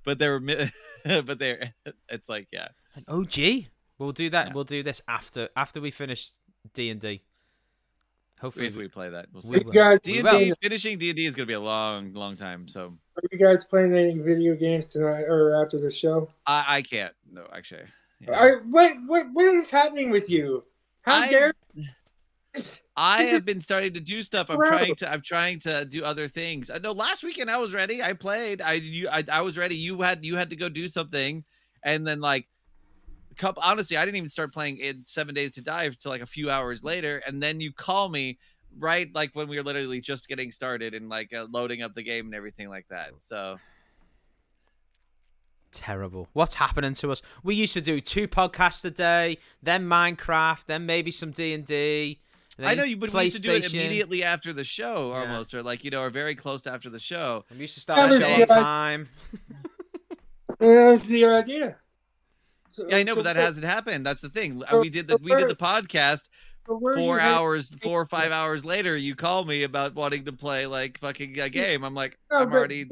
Speaker 4: but they were, mi- but they're it's like yeah,
Speaker 1: an OG. Oh, We'll do that.
Speaker 4: Yeah.
Speaker 1: We'll do this after after we finish D and D. Hopefully,
Speaker 4: if we play that, we'll
Speaker 1: We
Speaker 4: see.
Speaker 3: You
Speaker 1: will.
Speaker 3: guys,
Speaker 4: D and
Speaker 1: will.
Speaker 4: D finishing D and D is gonna be a long, long time. So
Speaker 3: are you guys playing any video games tonight or after the show?
Speaker 4: I, I can't. No, actually, yeah.
Speaker 3: Are, what what what is happening with you? How
Speaker 4: I-
Speaker 3: dare?
Speaker 4: I
Speaker 3: This is-
Speaker 4: have been starting to do stuff. I'm
Speaker 3: Wow.
Speaker 4: trying to. I'm trying to do other things. I know. Last weekend I was ready. I played. I you. I, I was ready. You had. You had to go do something, and then like, a couple. Honestly, I didn't even start playing in Seven Days to Die until like a few hours later, and then you call me right like when we were literally just getting started and like uh, loading up the game and everything like that. So
Speaker 1: Terrible. What's happening to us? We used to do two podcasts a day, then Minecraft, then maybe some D and D.
Speaker 4: I know you, but we used to do it
Speaker 1: PlayStation.
Speaker 4: immediately after the show, almost, or like you know, or very close to after the show.
Speaker 1: We used to start the
Speaker 3: Yeah,
Speaker 1: show
Speaker 3: but
Speaker 1: on
Speaker 3: see, I-
Speaker 1: time.
Speaker 3: That was the idea. So,
Speaker 4: Yeah, I know,
Speaker 3: so
Speaker 4: but that
Speaker 3: what-
Speaker 4: hasn't happened. That's the thing. uh,
Speaker 3: So-
Speaker 4: We did the we did the podcast
Speaker 3: so where are
Speaker 4: four
Speaker 3: you-
Speaker 4: hours, four or five hours later. You call me about wanting to play like fucking a game. I'm like,
Speaker 3: No,
Speaker 4: I'm
Speaker 3: but-
Speaker 4: already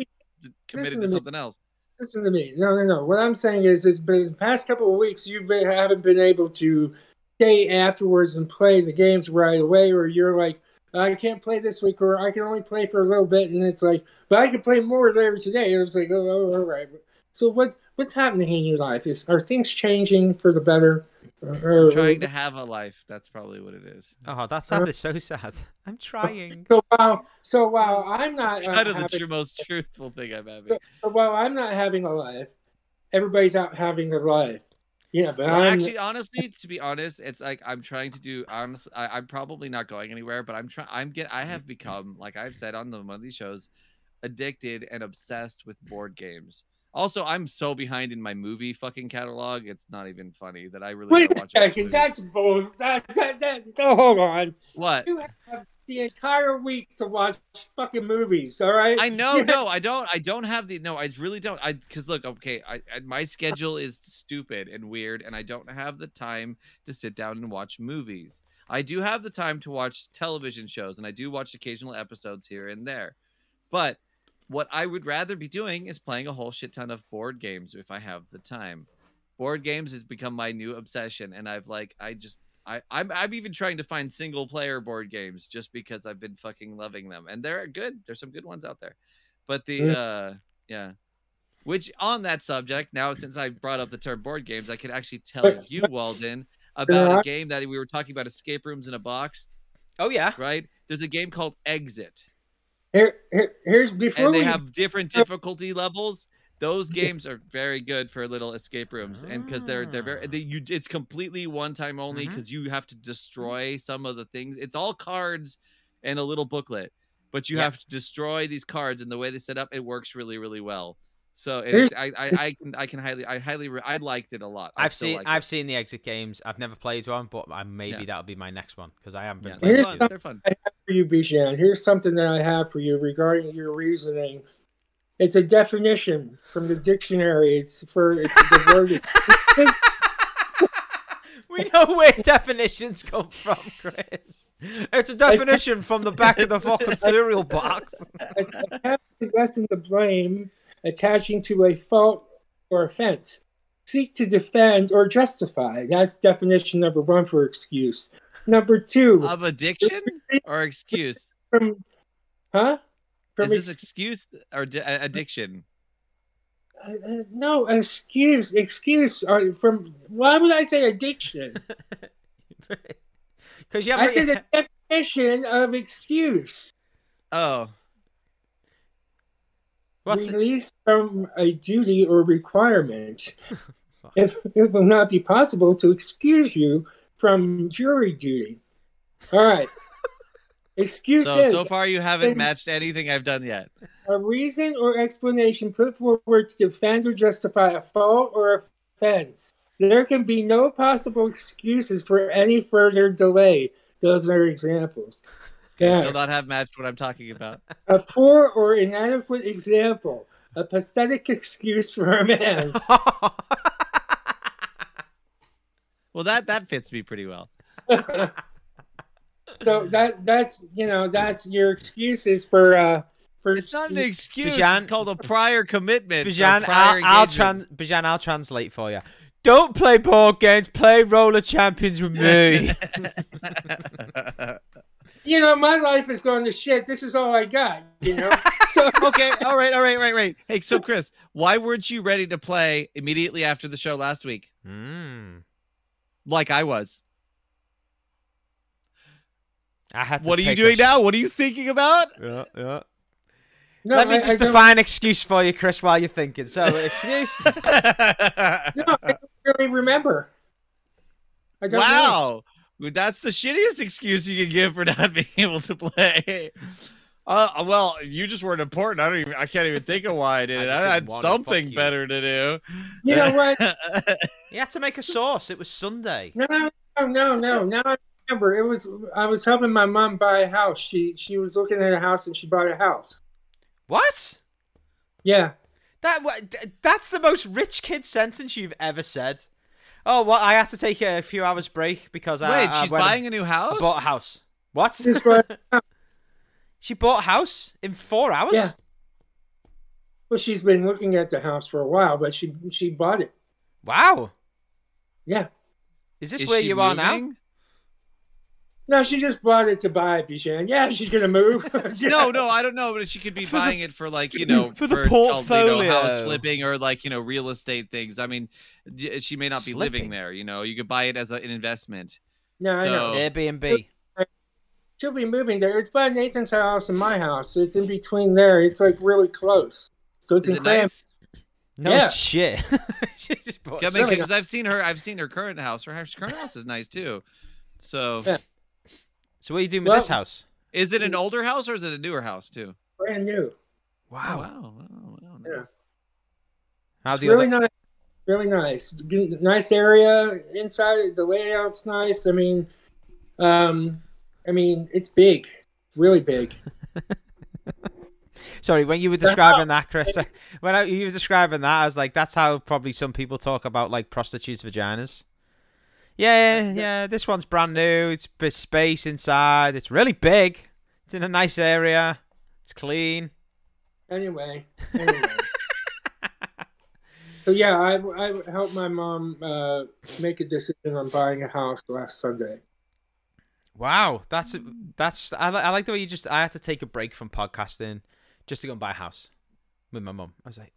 Speaker 4: committed
Speaker 3: listen to
Speaker 4: to
Speaker 3: me.
Speaker 4: something else.
Speaker 3: Listen to me. No, no, no. What I'm saying is, it's been the past couple of weeks. You been, haven't been able to stay afterwards and play the games right away, or you're like, I can't play this week, or I can only play for a little bit, and it's like, but I can play more later today. And it's like, oh, oh, all right. So what's what's happening in your life? Is are things changing for the better? Or, or-
Speaker 4: Trying to have a life. That's probably what it is.
Speaker 1: Oh, that sounded so sad. I'm trying.
Speaker 3: so while so while I'm not uh,
Speaker 4: Kind of the
Speaker 3: having-
Speaker 4: tr- most truthful thing I'm having.
Speaker 3: so while I'm not having a life, everybody's out having their life. Yeah, but
Speaker 4: Well,
Speaker 3: I'm
Speaker 4: actually, honestly, to be honest, it's like I'm trying to do. Honestly, I, I'm probably not going anywhere, but I'm trying. I'm get. I have become, like I've said on the one of these shows, addicted and obsessed with board games. Also, I'm so behind in my movie fucking catalog. It's not even funny that I really.
Speaker 3: Wait
Speaker 4: gotta
Speaker 3: a
Speaker 4: watch
Speaker 3: second,
Speaker 4: That-
Speaker 3: that's bull. That, that, that, oh, hold on.
Speaker 4: what?
Speaker 3: You have the entire week to watch fucking movies, all right?
Speaker 4: I know,
Speaker 3: You
Speaker 4: no, I don't. I don't have the no. I really don't. I because look, okay, I, I my schedule is stupid and weird, and I don't have the time to sit down and watch movies. I do have the time to watch television shows, and I do watch occasional episodes here and there. But what I would rather be doing is playing a whole shit ton of board games if I have the time. Board games has become my new obsession, and I've like I just I I'm I'm even trying to find single player board games just because I've been fucking loving them, and they're good. There's some good ones out there, but the
Speaker 3: Yeah.
Speaker 4: uh yeah. Which on that subject, now since I brought up the term board games, I could actually tell
Speaker 3: But-
Speaker 4: you,
Speaker 3: but-
Speaker 4: Walden, about
Speaker 3: Yeah.
Speaker 4: a game that we were talking about escape rooms in a box,
Speaker 1: Oh yeah.
Speaker 4: right? There's a game called Exit.
Speaker 3: Here, here, here's before
Speaker 4: and they
Speaker 3: we
Speaker 4: have different difficulty levels. Those games are very good for little escape rooms, and because they're they're very they,
Speaker 1: Ah.
Speaker 4: you, it's completely one time only
Speaker 3: Mm-hmm.
Speaker 1: Mhm.
Speaker 4: because you have to destroy some of the things. It's all cards and a little booklet, but you
Speaker 1: Yeah.
Speaker 4: have to destroy these cards, and the way they set up, it works really really well. So and
Speaker 3: Here's-
Speaker 4: it's, I, I I can I can highly I highly re- I liked it a lot. I
Speaker 1: I've
Speaker 4: still
Speaker 1: seen
Speaker 4: like
Speaker 1: I've
Speaker 4: it.
Speaker 1: seen the exit games. I've never played one, but I, maybe
Speaker 4: Yeah.
Speaker 1: that'll be my next one because I haven't been
Speaker 4: Yeah,
Speaker 1: playing
Speaker 4: they're
Speaker 1: a few.
Speaker 3: Here's
Speaker 4: fun.
Speaker 3: some-
Speaker 4: They're fun.
Speaker 3: for you, Bijan, here's something that I have for you regarding your reasoning. It's a definition from the dictionary. It's for it's the word.
Speaker 1: we know where definitions come from, Chris. It's a definition from the back of the fucking cereal box.
Speaker 3: attaching lesson to blame attaching to a fault or offense. Seek to defend or justify. That's definition number one for excuse. Number two,
Speaker 4: Of addiction or excuse?
Speaker 3: from, huh? From
Speaker 4: Is this
Speaker 3: ex-
Speaker 4: excuse or di- uh, addiction?
Speaker 3: uh, uh, no excuse, excuse uh, from. Why would I say addiction?
Speaker 1: Because you
Speaker 3: I
Speaker 1: haven't.
Speaker 3: said the definition of excuse.
Speaker 4: Oh,
Speaker 1: what's it?
Speaker 3: Release from a duty or requirement. if it will not be possible to excuse you from jury duty. All right.
Speaker 4: so
Speaker 3: Excuses
Speaker 4: so far you haven't
Speaker 3: Is-
Speaker 4: matched anything I've done yet.
Speaker 3: a reason or explanation put forward to defend or justify a fault or offense. There can be no possible excuses for any further delay. Those are examples.
Speaker 4: I
Speaker 3: Yeah.
Speaker 4: Still not have matched what I'm talking about.
Speaker 3: A poor or inadequate example. A pathetic excuse for a man.
Speaker 4: Well, that that fits me pretty well.
Speaker 3: so that that's you know that's your excuses for uh for
Speaker 4: It's not an excuse.
Speaker 1: Bijan-
Speaker 4: it's called a prior commitment. or
Speaker 1: Bijan,
Speaker 4: prior
Speaker 1: I'll, I'll,
Speaker 4: engagement.
Speaker 1: tran- Bijan, I'll translate for you. Don't play board games. Play roller champions with me.
Speaker 3: you know my life is going to shit. This is all I got. You know. so
Speaker 4: okay, all right, all right, right, right. Hey, so Chris, why weren't you ready to play immediately after the show last week,
Speaker 1: mm,
Speaker 4: like I was?
Speaker 1: I had to
Speaker 4: What are you
Speaker 1: take
Speaker 4: doing
Speaker 1: a-
Speaker 4: now? What are you thinking about?
Speaker 1: Yeah, yeah.
Speaker 3: no,
Speaker 1: Let
Speaker 3: I-
Speaker 1: me
Speaker 3: I
Speaker 1: just
Speaker 3: don't-
Speaker 1: define excuse for you, Chris, while you're thinking. So, excuse.
Speaker 3: No, I don't really remember. I don't know.
Speaker 4: wow. Well, That's the shittiest excuse you can give for not being able to play. Uh, well, you just weren't important. I don't even. I can't even think of why I did
Speaker 1: I
Speaker 4: it.
Speaker 1: just
Speaker 4: I,
Speaker 1: didn't
Speaker 4: had
Speaker 1: wanna fuck
Speaker 4: something
Speaker 1: you.
Speaker 4: better to do.
Speaker 3: You know what?
Speaker 1: He had to make a sauce. It was Sunday.
Speaker 3: No, no, no, no. Now I remember. It was I was helping my mom buy a house. She she was looking at a house and she bought a house.
Speaker 1: What?
Speaker 3: Yeah.
Speaker 1: That wa- th- that's the most rich kid sentence you've ever said. Oh well, I had to take a few hours break because I
Speaker 4: Wait,
Speaker 1: I
Speaker 4: she's
Speaker 1: went and
Speaker 4: buying a new house.
Speaker 1: bought a house. What?
Speaker 3: She's bought
Speaker 1: she bought a house in four hours.
Speaker 3: Yeah. Well, she's been looking at the house for a while, but she she bought it.
Speaker 1: Wow.
Speaker 3: Yeah.
Speaker 1: Is this
Speaker 4: Is
Speaker 1: where
Speaker 4: she
Speaker 1: you are now?
Speaker 4: moving?
Speaker 3: No, she just bought it to buy it, Bijan. Yeah, she's gonna move.
Speaker 4: No, no, I don't know, but she could be buying it for like you know
Speaker 1: for the
Speaker 4: called, you know, house
Speaker 1: portfolio.
Speaker 4: flipping or like you know real estate things. I mean, d- she may not be
Speaker 1: Slipping.
Speaker 4: living there. You know, you could buy it as a, an investment.
Speaker 3: no, I know.
Speaker 4: So-
Speaker 1: Airbnb.
Speaker 3: She'll be moving there. It's by Nathan's house and my house. It's in between there. It's like really close. So it's
Speaker 4: Is
Speaker 3: in
Speaker 4: it
Speaker 3: Cram-
Speaker 4: nice?
Speaker 1: No
Speaker 3: Yeah.
Speaker 1: shit. she just bought
Speaker 4: Yeah,
Speaker 1: shit.
Speaker 3: really
Speaker 4: because I've seen her. I've seen her current house. Her house- current house is nice too. So,
Speaker 3: Yeah.
Speaker 1: So what are you doing with
Speaker 3: Well-
Speaker 1: this house?
Speaker 4: is it an older house or is it a newer house too?
Speaker 3: brand new.
Speaker 4: Oh,
Speaker 1: Wow.
Speaker 4: wow, wow, wow,
Speaker 3: Yeah.
Speaker 4: nice.
Speaker 1: How
Speaker 3: It's
Speaker 1: do you
Speaker 3: really nice. Really nice. Good- Nice area inside. The layout's nice. I mean, um, I mean, it's big, really big.
Speaker 1: Sorry, when you were describing that, Chris, I- when I, you were describing that, I was like, that's how probably some people talk about like prostitutes' vaginas. Yeah, yeah, yeah. This one's brand new. It's b- space inside. It's really big. It's in a nice area. It's clean.
Speaker 3: Anyway, anyway. so yeah, I I helped my mom uh, make a decision on buying a house last Sunday.
Speaker 1: Wow, that's that's. I, li- I like the way you just. I had to take a break from podcasting just to go and buy a house with my mum. I was like,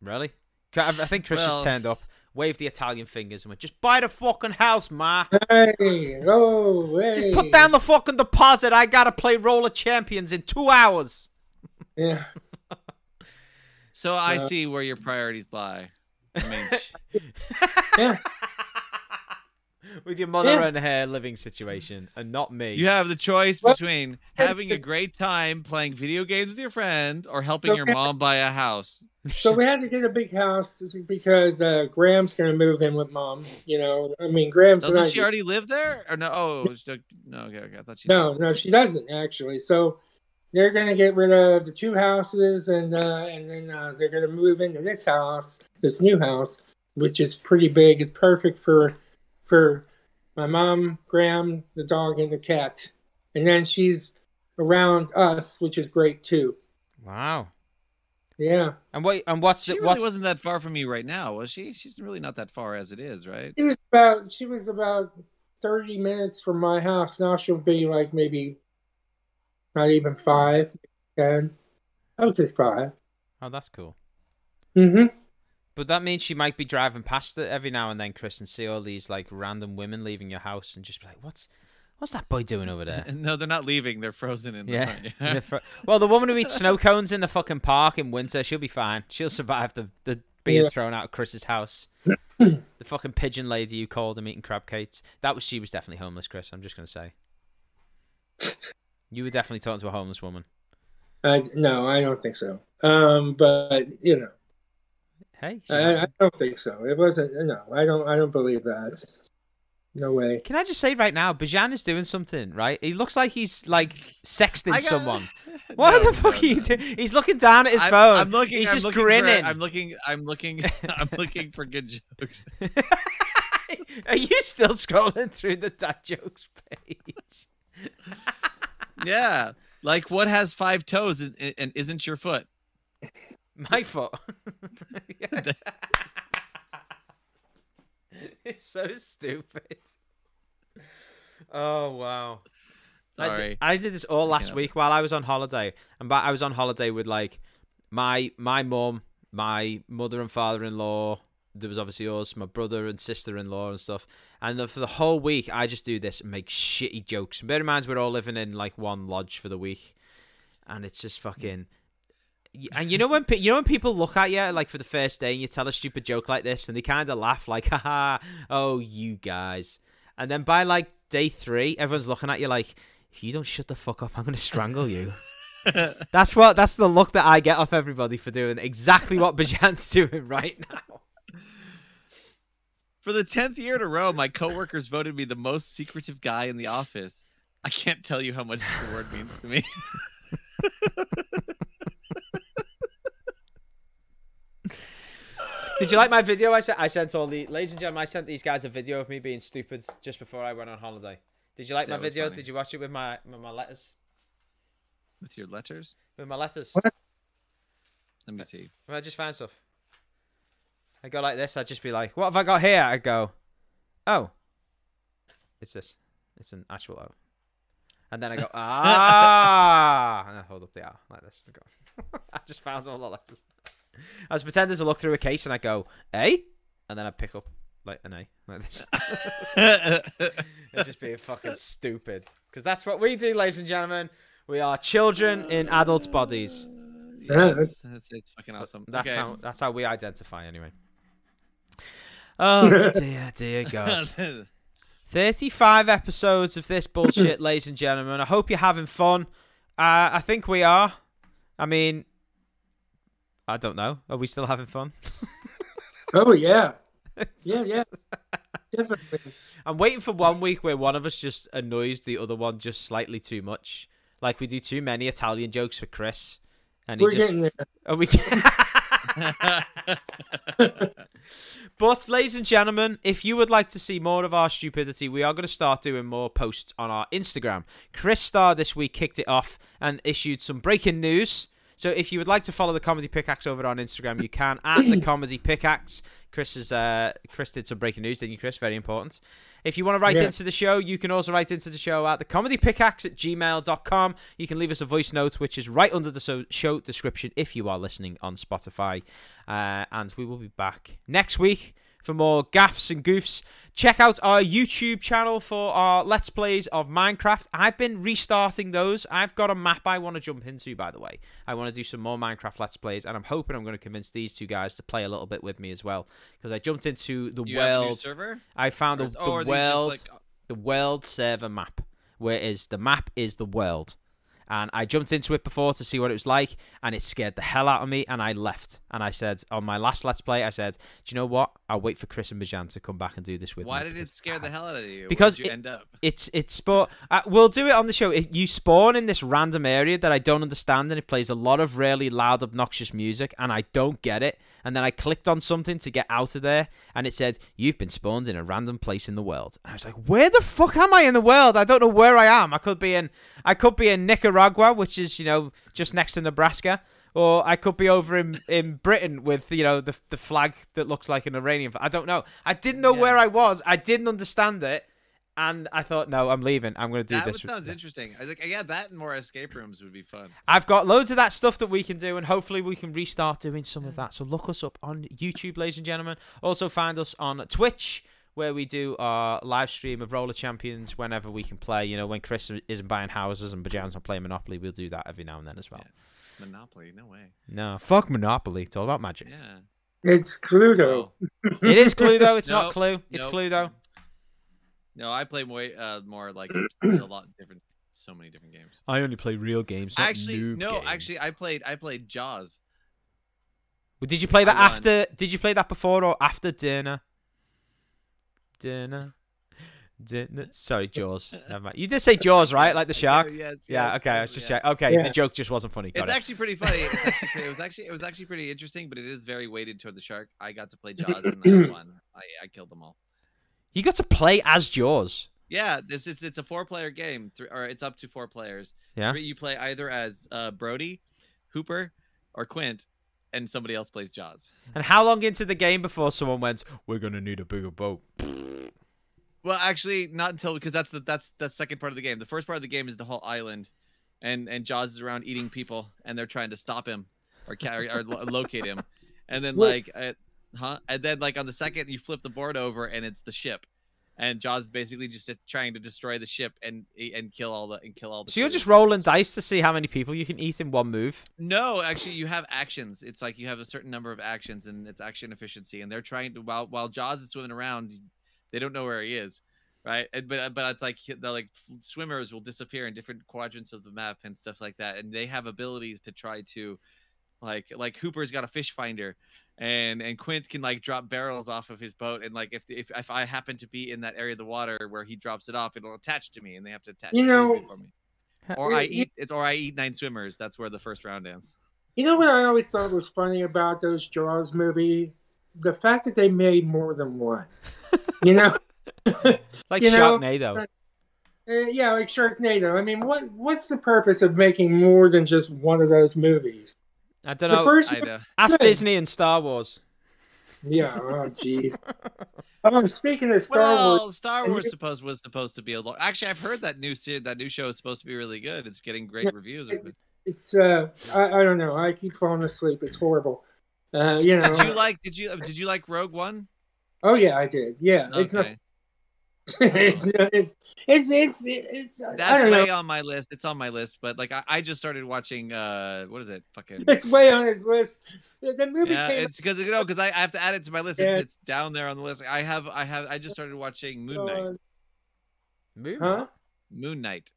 Speaker 1: really? I, I think Chris
Speaker 4: Well-
Speaker 1: just turned up, waved the Italian fingers, and went, "Just buy the fucking house, ma."
Speaker 3: Hey, oh, hey.
Speaker 1: Just put down the fucking deposit. I gotta play Roller Champions in two hours.
Speaker 3: Yeah.
Speaker 4: So I
Speaker 3: Uh,
Speaker 4: see where your priorities lie. I mean, sh-
Speaker 3: Yeah.
Speaker 1: With your mother
Speaker 3: Yeah.
Speaker 1: and her living situation, and not me.
Speaker 4: you have the choice
Speaker 3: Well-
Speaker 4: between having a great time playing video games with your friend or helping your
Speaker 3: Okay.
Speaker 4: mom buy a house.
Speaker 3: So we had to get a big house because uh, Graham's going to move in with mom. You know, I mean, Graham's
Speaker 4: Doesn't
Speaker 3: not.
Speaker 4: she already live there? Or no? Oh, it's the- no. Okay, okay. I thought she.
Speaker 3: no, no, she doesn't actually. So they're going to get rid of the two houses, and uh, and then uh, they're going to move into this house, this new house, which is pretty big. It's perfect for for my mom, Graham, the dog, and the cat. And then she's around us, which is great too.
Speaker 1: Wow.
Speaker 3: Yeah.
Speaker 1: And what? And what's
Speaker 4: She
Speaker 1: the?
Speaker 4: really
Speaker 1: what's,
Speaker 4: wasn't that far from you right now, was she? She's really not that far as it is, right?
Speaker 3: She was about she was about thirty minutes from my house. Now she'll be like maybe not even five, ten. I would say five.
Speaker 1: Oh, that's cool.
Speaker 3: Mm-hmm.
Speaker 1: But that means she might be driving past it every now and then, Chris, and see all these like random women leaving your house, and just be like, "What's, what's that boy doing over there?"
Speaker 4: No, they're not leaving. They're frozen in the
Speaker 1: Yeah.
Speaker 4: front.
Speaker 1: in the fr- well, the woman who eats snow cones in the fucking park in winter, she'll be fine. She'll survive the, the being
Speaker 3: Yeah.
Speaker 1: thrown out of Chris's house. the fucking pigeon lady you called him eating crab cakes. That was she was definitely homeless, Chris. I'm just gonna say. You were definitely talking to a homeless woman.
Speaker 3: I, no, I don't think so. Um, but you know,
Speaker 1: Hey, she might
Speaker 3: I, I don't think so. It wasn't. No, I don't. I don't believe that. No way.
Speaker 1: Can I just say right now, Bajan is doing something, right? He looks like he's like sexting
Speaker 4: I got-
Speaker 1: someone. What
Speaker 4: No,
Speaker 1: the fuck
Speaker 4: no,
Speaker 1: are you
Speaker 4: no.
Speaker 1: doing? He's looking down at his
Speaker 4: I'm,
Speaker 1: phone.
Speaker 4: I'm looking.
Speaker 1: He's
Speaker 4: I'm
Speaker 1: just
Speaker 4: looking
Speaker 1: grinning.
Speaker 4: For, I'm looking. I'm looking. I'm looking for good jokes.
Speaker 1: are you still scrolling through the dad jokes page?
Speaker 4: Yeah, like what has five toes and, and isn't your foot?
Speaker 1: My fault. Yes. it's so stupid. Oh wow. I
Speaker 4: Sorry.
Speaker 1: did, I did this all last
Speaker 4: up.
Speaker 1: week while I was on holiday, and but I was on holiday with like my my mum, my mother and father in law. There was obviously us, my brother and sister in law and stuff. And the, for the whole week, I just do this and make shitty jokes. Bear in mind, we're all living in like one lodge for the week, and it's just fucking. Y- And you know when pe- you know when people look at you like for the first day and you tell a stupid joke like this and they kind of laugh like haha oh you guys and then by like day three everyone's looking at you like if you don't shut the fuck up I'm gonna strangle you That's what that's the look that I get off everybody for doing exactly what Bajan's doing right now.
Speaker 4: For the tenth year in a row, my coworkers voted me the most secretive guy in the office. I can't tell you how much this award means to me.
Speaker 1: Did you like my video? I sent I sent all the ladies and gentlemen, I sent these guys a video of me being stupid just before I went on holiday. Did you like
Speaker 4: That
Speaker 1: my
Speaker 4: was
Speaker 1: video?
Speaker 4: funny.
Speaker 1: Did you watch it with my with my letters?
Speaker 4: With your letters,
Speaker 1: With my letters.
Speaker 3: What?
Speaker 4: let me see.
Speaker 1: When I just found stuff. I go like this, I'd just be like, What have I got here? I go, Oh. It's this. It's an actual O. And then I go, Ah and I hold up the R like this. I go I just found all the letters. I was pretending to look through a case and I go, A and then I pick up like an A like this. and just being fucking stupid. Because that's what we do, ladies and gentlemen. We are children in adults' bodies.
Speaker 4: yes, that's it's fucking awesome.
Speaker 1: That's
Speaker 4: okay.
Speaker 1: how that's how we identify anyway. Oh dear, dear God. Thirty-five episodes of this bullshit, ladies and gentlemen. I hope you're having fun. Uh, I think we are. I mean, I don't know. Are we still having fun?
Speaker 3: Oh yeah, yeah, yeah, definitely.
Speaker 1: I'm waiting for one week where one of us just annoys the other one just slightly too much. Like we do too many Italian jokes for Chris, and he
Speaker 3: We're
Speaker 1: just
Speaker 3: getting there.
Speaker 1: Are we? but, ladies and gentlemen, if you would like to see more of our stupidity, we are going to start doing more posts on our Instagram. Chris Star this week kicked it off and issued some breaking news. So, if you would like to follow the Comedy Pickaxe over on Instagram, you can at the Comedy Pickaxe. Chris is uh, Chris did some breaking news, didn't you, Chris? Very important. If you want to write
Speaker 3: Yeah.
Speaker 1: into the show, you can also write into the show at thecomedypickaxe at gmail.com. You can leave us a voice note, which is right under the so- show description if you are listening on Spotify. Uh, and we will be back next week for more gaffs and goofs. Check out our YouTube channel for our Let's Plays of Minecraft. I've been restarting those. I've got a map I want to jump into, by the way. I want to do some more Minecraft Let's Plays, and I'm hoping I'm going to convince these two guys to play a little bit with me as well. Because I jumped into the
Speaker 4: You have a new
Speaker 1: world.
Speaker 4: server?
Speaker 1: I found the,
Speaker 4: Or- or oh, are
Speaker 1: the
Speaker 4: these just,
Speaker 1: world
Speaker 4: like,
Speaker 1: the world server map, whereas the map is the world. And I jumped into it before to see what it was like, and it scared the hell out of me, and I left. And I said on my last Let's Play, I said, "Do you know what? I'll wait for Chris and Bajan to come back and do this with
Speaker 4: Why
Speaker 1: me."
Speaker 4: did it
Speaker 1: because
Speaker 4: scare the
Speaker 1: I-
Speaker 4: hell out of you? Where
Speaker 1: because
Speaker 4: did you
Speaker 1: it-
Speaker 4: end up.
Speaker 1: It's it's spawn. Uh, we'll do it on the show. It, you spawn in this random area that I don't understand, and it plays a lot of really loud, obnoxious music, and I don't get it. And then I clicked on something to get out of there, and it said, "You've been spawned in a random place in the world." And I was like, "Where the fuck am I in the world? I don't know where I am. I could be in I could be in Nicaragua, which is you know just next to Nebraska." Or I could be over in, in Britain with you know the the flag that looks like an Iranian. flag. I don't know. I didn't know
Speaker 4: Yeah.
Speaker 1: where I was. I didn't understand it. And I thought, no, I'm leaving. I'm going to do
Speaker 4: That one
Speaker 1: this.
Speaker 4: sounds interesting. I think yeah, that and more escape rooms would be fun.
Speaker 1: I've got loads of that stuff that we can do, and hopefully we can restart doing some of that. So look us up on YouTube, ladies and gentlemen. Also find us on Twitch, where we do our live stream of Roller Champions whenever we can play. You know, when Chris isn't buying houses and Bajan's not playing Monopoly, we'll do that every now and then as well.
Speaker 4: Monopoly, no way.
Speaker 1: No, fuck Monopoly. It's all about magic.
Speaker 4: Yeah.
Speaker 3: It's Cluedo.
Speaker 1: Oh.
Speaker 4: No,
Speaker 1: It is Cluedo. It's not
Speaker 4: Nope.
Speaker 1: Clue. It's
Speaker 4: Nope.
Speaker 1: Cluedo.
Speaker 4: um, no, I play way uh, more like a lot different, so many different games.
Speaker 1: I only play real games.
Speaker 4: Actually, no, actually, I played I played Jaws.
Speaker 1: Did you play that
Speaker 4: I won.
Speaker 1: after? Did you play that before or after dinner? Dinner. Dinner. Sorry, Jaws. Never mind. You did say Jaws, right? Like the shark.
Speaker 4: Yes.
Speaker 1: Yeah.
Speaker 4: yes,
Speaker 1: Okay. I
Speaker 4: yes,
Speaker 1: was just
Speaker 4: yes.
Speaker 1: checking. Okay.
Speaker 3: Yeah.
Speaker 1: The joke just wasn't funny. Got
Speaker 4: It's
Speaker 1: it.
Speaker 4: actually pretty funny. It's actually pretty, it was actually it was actually pretty interesting, but it is very weighted toward the shark. I got to play Jaws and I won. I, I killed them all.
Speaker 1: You got to play as Jaws.
Speaker 4: Yeah, this is it's a four player game, three, or it's up to four players.
Speaker 1: Yeah.
Speaker 4: Three- you play either as uh, Brody, Hooper, or Quint, and somebody else plays Jaws.
Speaker 1: And how long into the game before someone went, "We're gonna need a bigger boat"?
Speaker 4: Well, actually, not until because that's the that's the second part of the game. The first part of the game is the whole island, and and Jaws is around eating people, and they're trying to stop him or ca- or, or lo- locate him, and then
Speaker 3: Well-
Speaker 4: like, uh, huh? And then like on the second, you flip the board over, and it's the ship, and Jaws is basically just uh, trying to destroy the ship and and kill all the and kill all the.
Speaker 1: So you're
Speaker 4: crew.
Speaker 1: just rolling dice to see how many people you can eat in one move.
Speaker 4: No, actually, you have actions. It's like you have a certain number of actions, and it's action efficiency. And they're trying to while while Jaws is swimming around, they don't know where he is, right? And, but uh, but it's like the like swimmers will disappear in different quadrants of the map and stuff like that, and they have abilities to try to, like like Hooper's got a fish finder, and and Quint can like drop barrels off of his boat, and like if if if I happen to be in that area of the water where he drops it off, it'll attach to me, and they have to attach
Speaker 3: You
Speaker 4: to
Speaker 3: know-
Speaker 4: it for me. Or
Speaker 3: Yeah,
Speaker 4: I
Speaker 3: yeah.
Speaker 4: eat it's or I eat nine swimmers. That's where the first round ends.
Speaker 3: You know what I always thought was funny about those Jaws movie? The fact that they made more than one. You know,
Speaker 1: Like
Speaker 3: You know,
Speaker 1: Sharknado.
Speaker 3: Uh, yeah, like Sharknado. I mean, what what's the purpose of making more than just one of those movies?
Speaker 1: I don't
Speaker 3: The
Speaker 1: know.
Speaker 3: first,
Speaker 4: I know.
Speaker 1: Ask
Speaker 3: thing-
Speaker 1: Disney and Star Wars.
Speaker 3: yeah. Oh, jeez. Oh, speaking of Star
Speaker 4: well,
Speaker 3: Wars,
Speaker 4: Star
Speaker 3: and
Speaker 4: Wars
Speaker 3: you-
Speaker 4: supposed was supposed to be a long. Actually, I've heard that new se- that new show is supposed to be really good. It's getting great
Speaker 3: Yeah,
Speaker 4: reviews.
Speaker 3: it- it's uh, I, I don't know. I keep falling asleep. It's horrible. Uh, you know.
Speaker 4: Did you like? Did you did you like Rogue One?
Speaker 3: oh yeah, I did. Yeah, it's not.
Speaker 4: Okay,
Speaker 3: it's not. It's it's it's. it's I
Speaker 4: that's
Speaker 3: don't
Speaker 4: way
Speaker 3: know.
Speaker 4: on my list. It's on my list, but like I, I just started watching. uh What is it? Fucking.
Speaker 3: It's way on his list. The, the movie
Speaker 4: Yeah,
Speaker 3: came.
Speaker 4: it's because you know because I, I have to add it to my list. It's,
Speaker 3: Yeah.
Speaker 4: it's down there on the list. I have I have I just started watching Moon
Speaker 3: out
Speaker 4: Knight.
Speaker 3: on-
Speaker 1: Moon
Speaker 3: Huh? Oh,
Speaker 4: Moon Knight.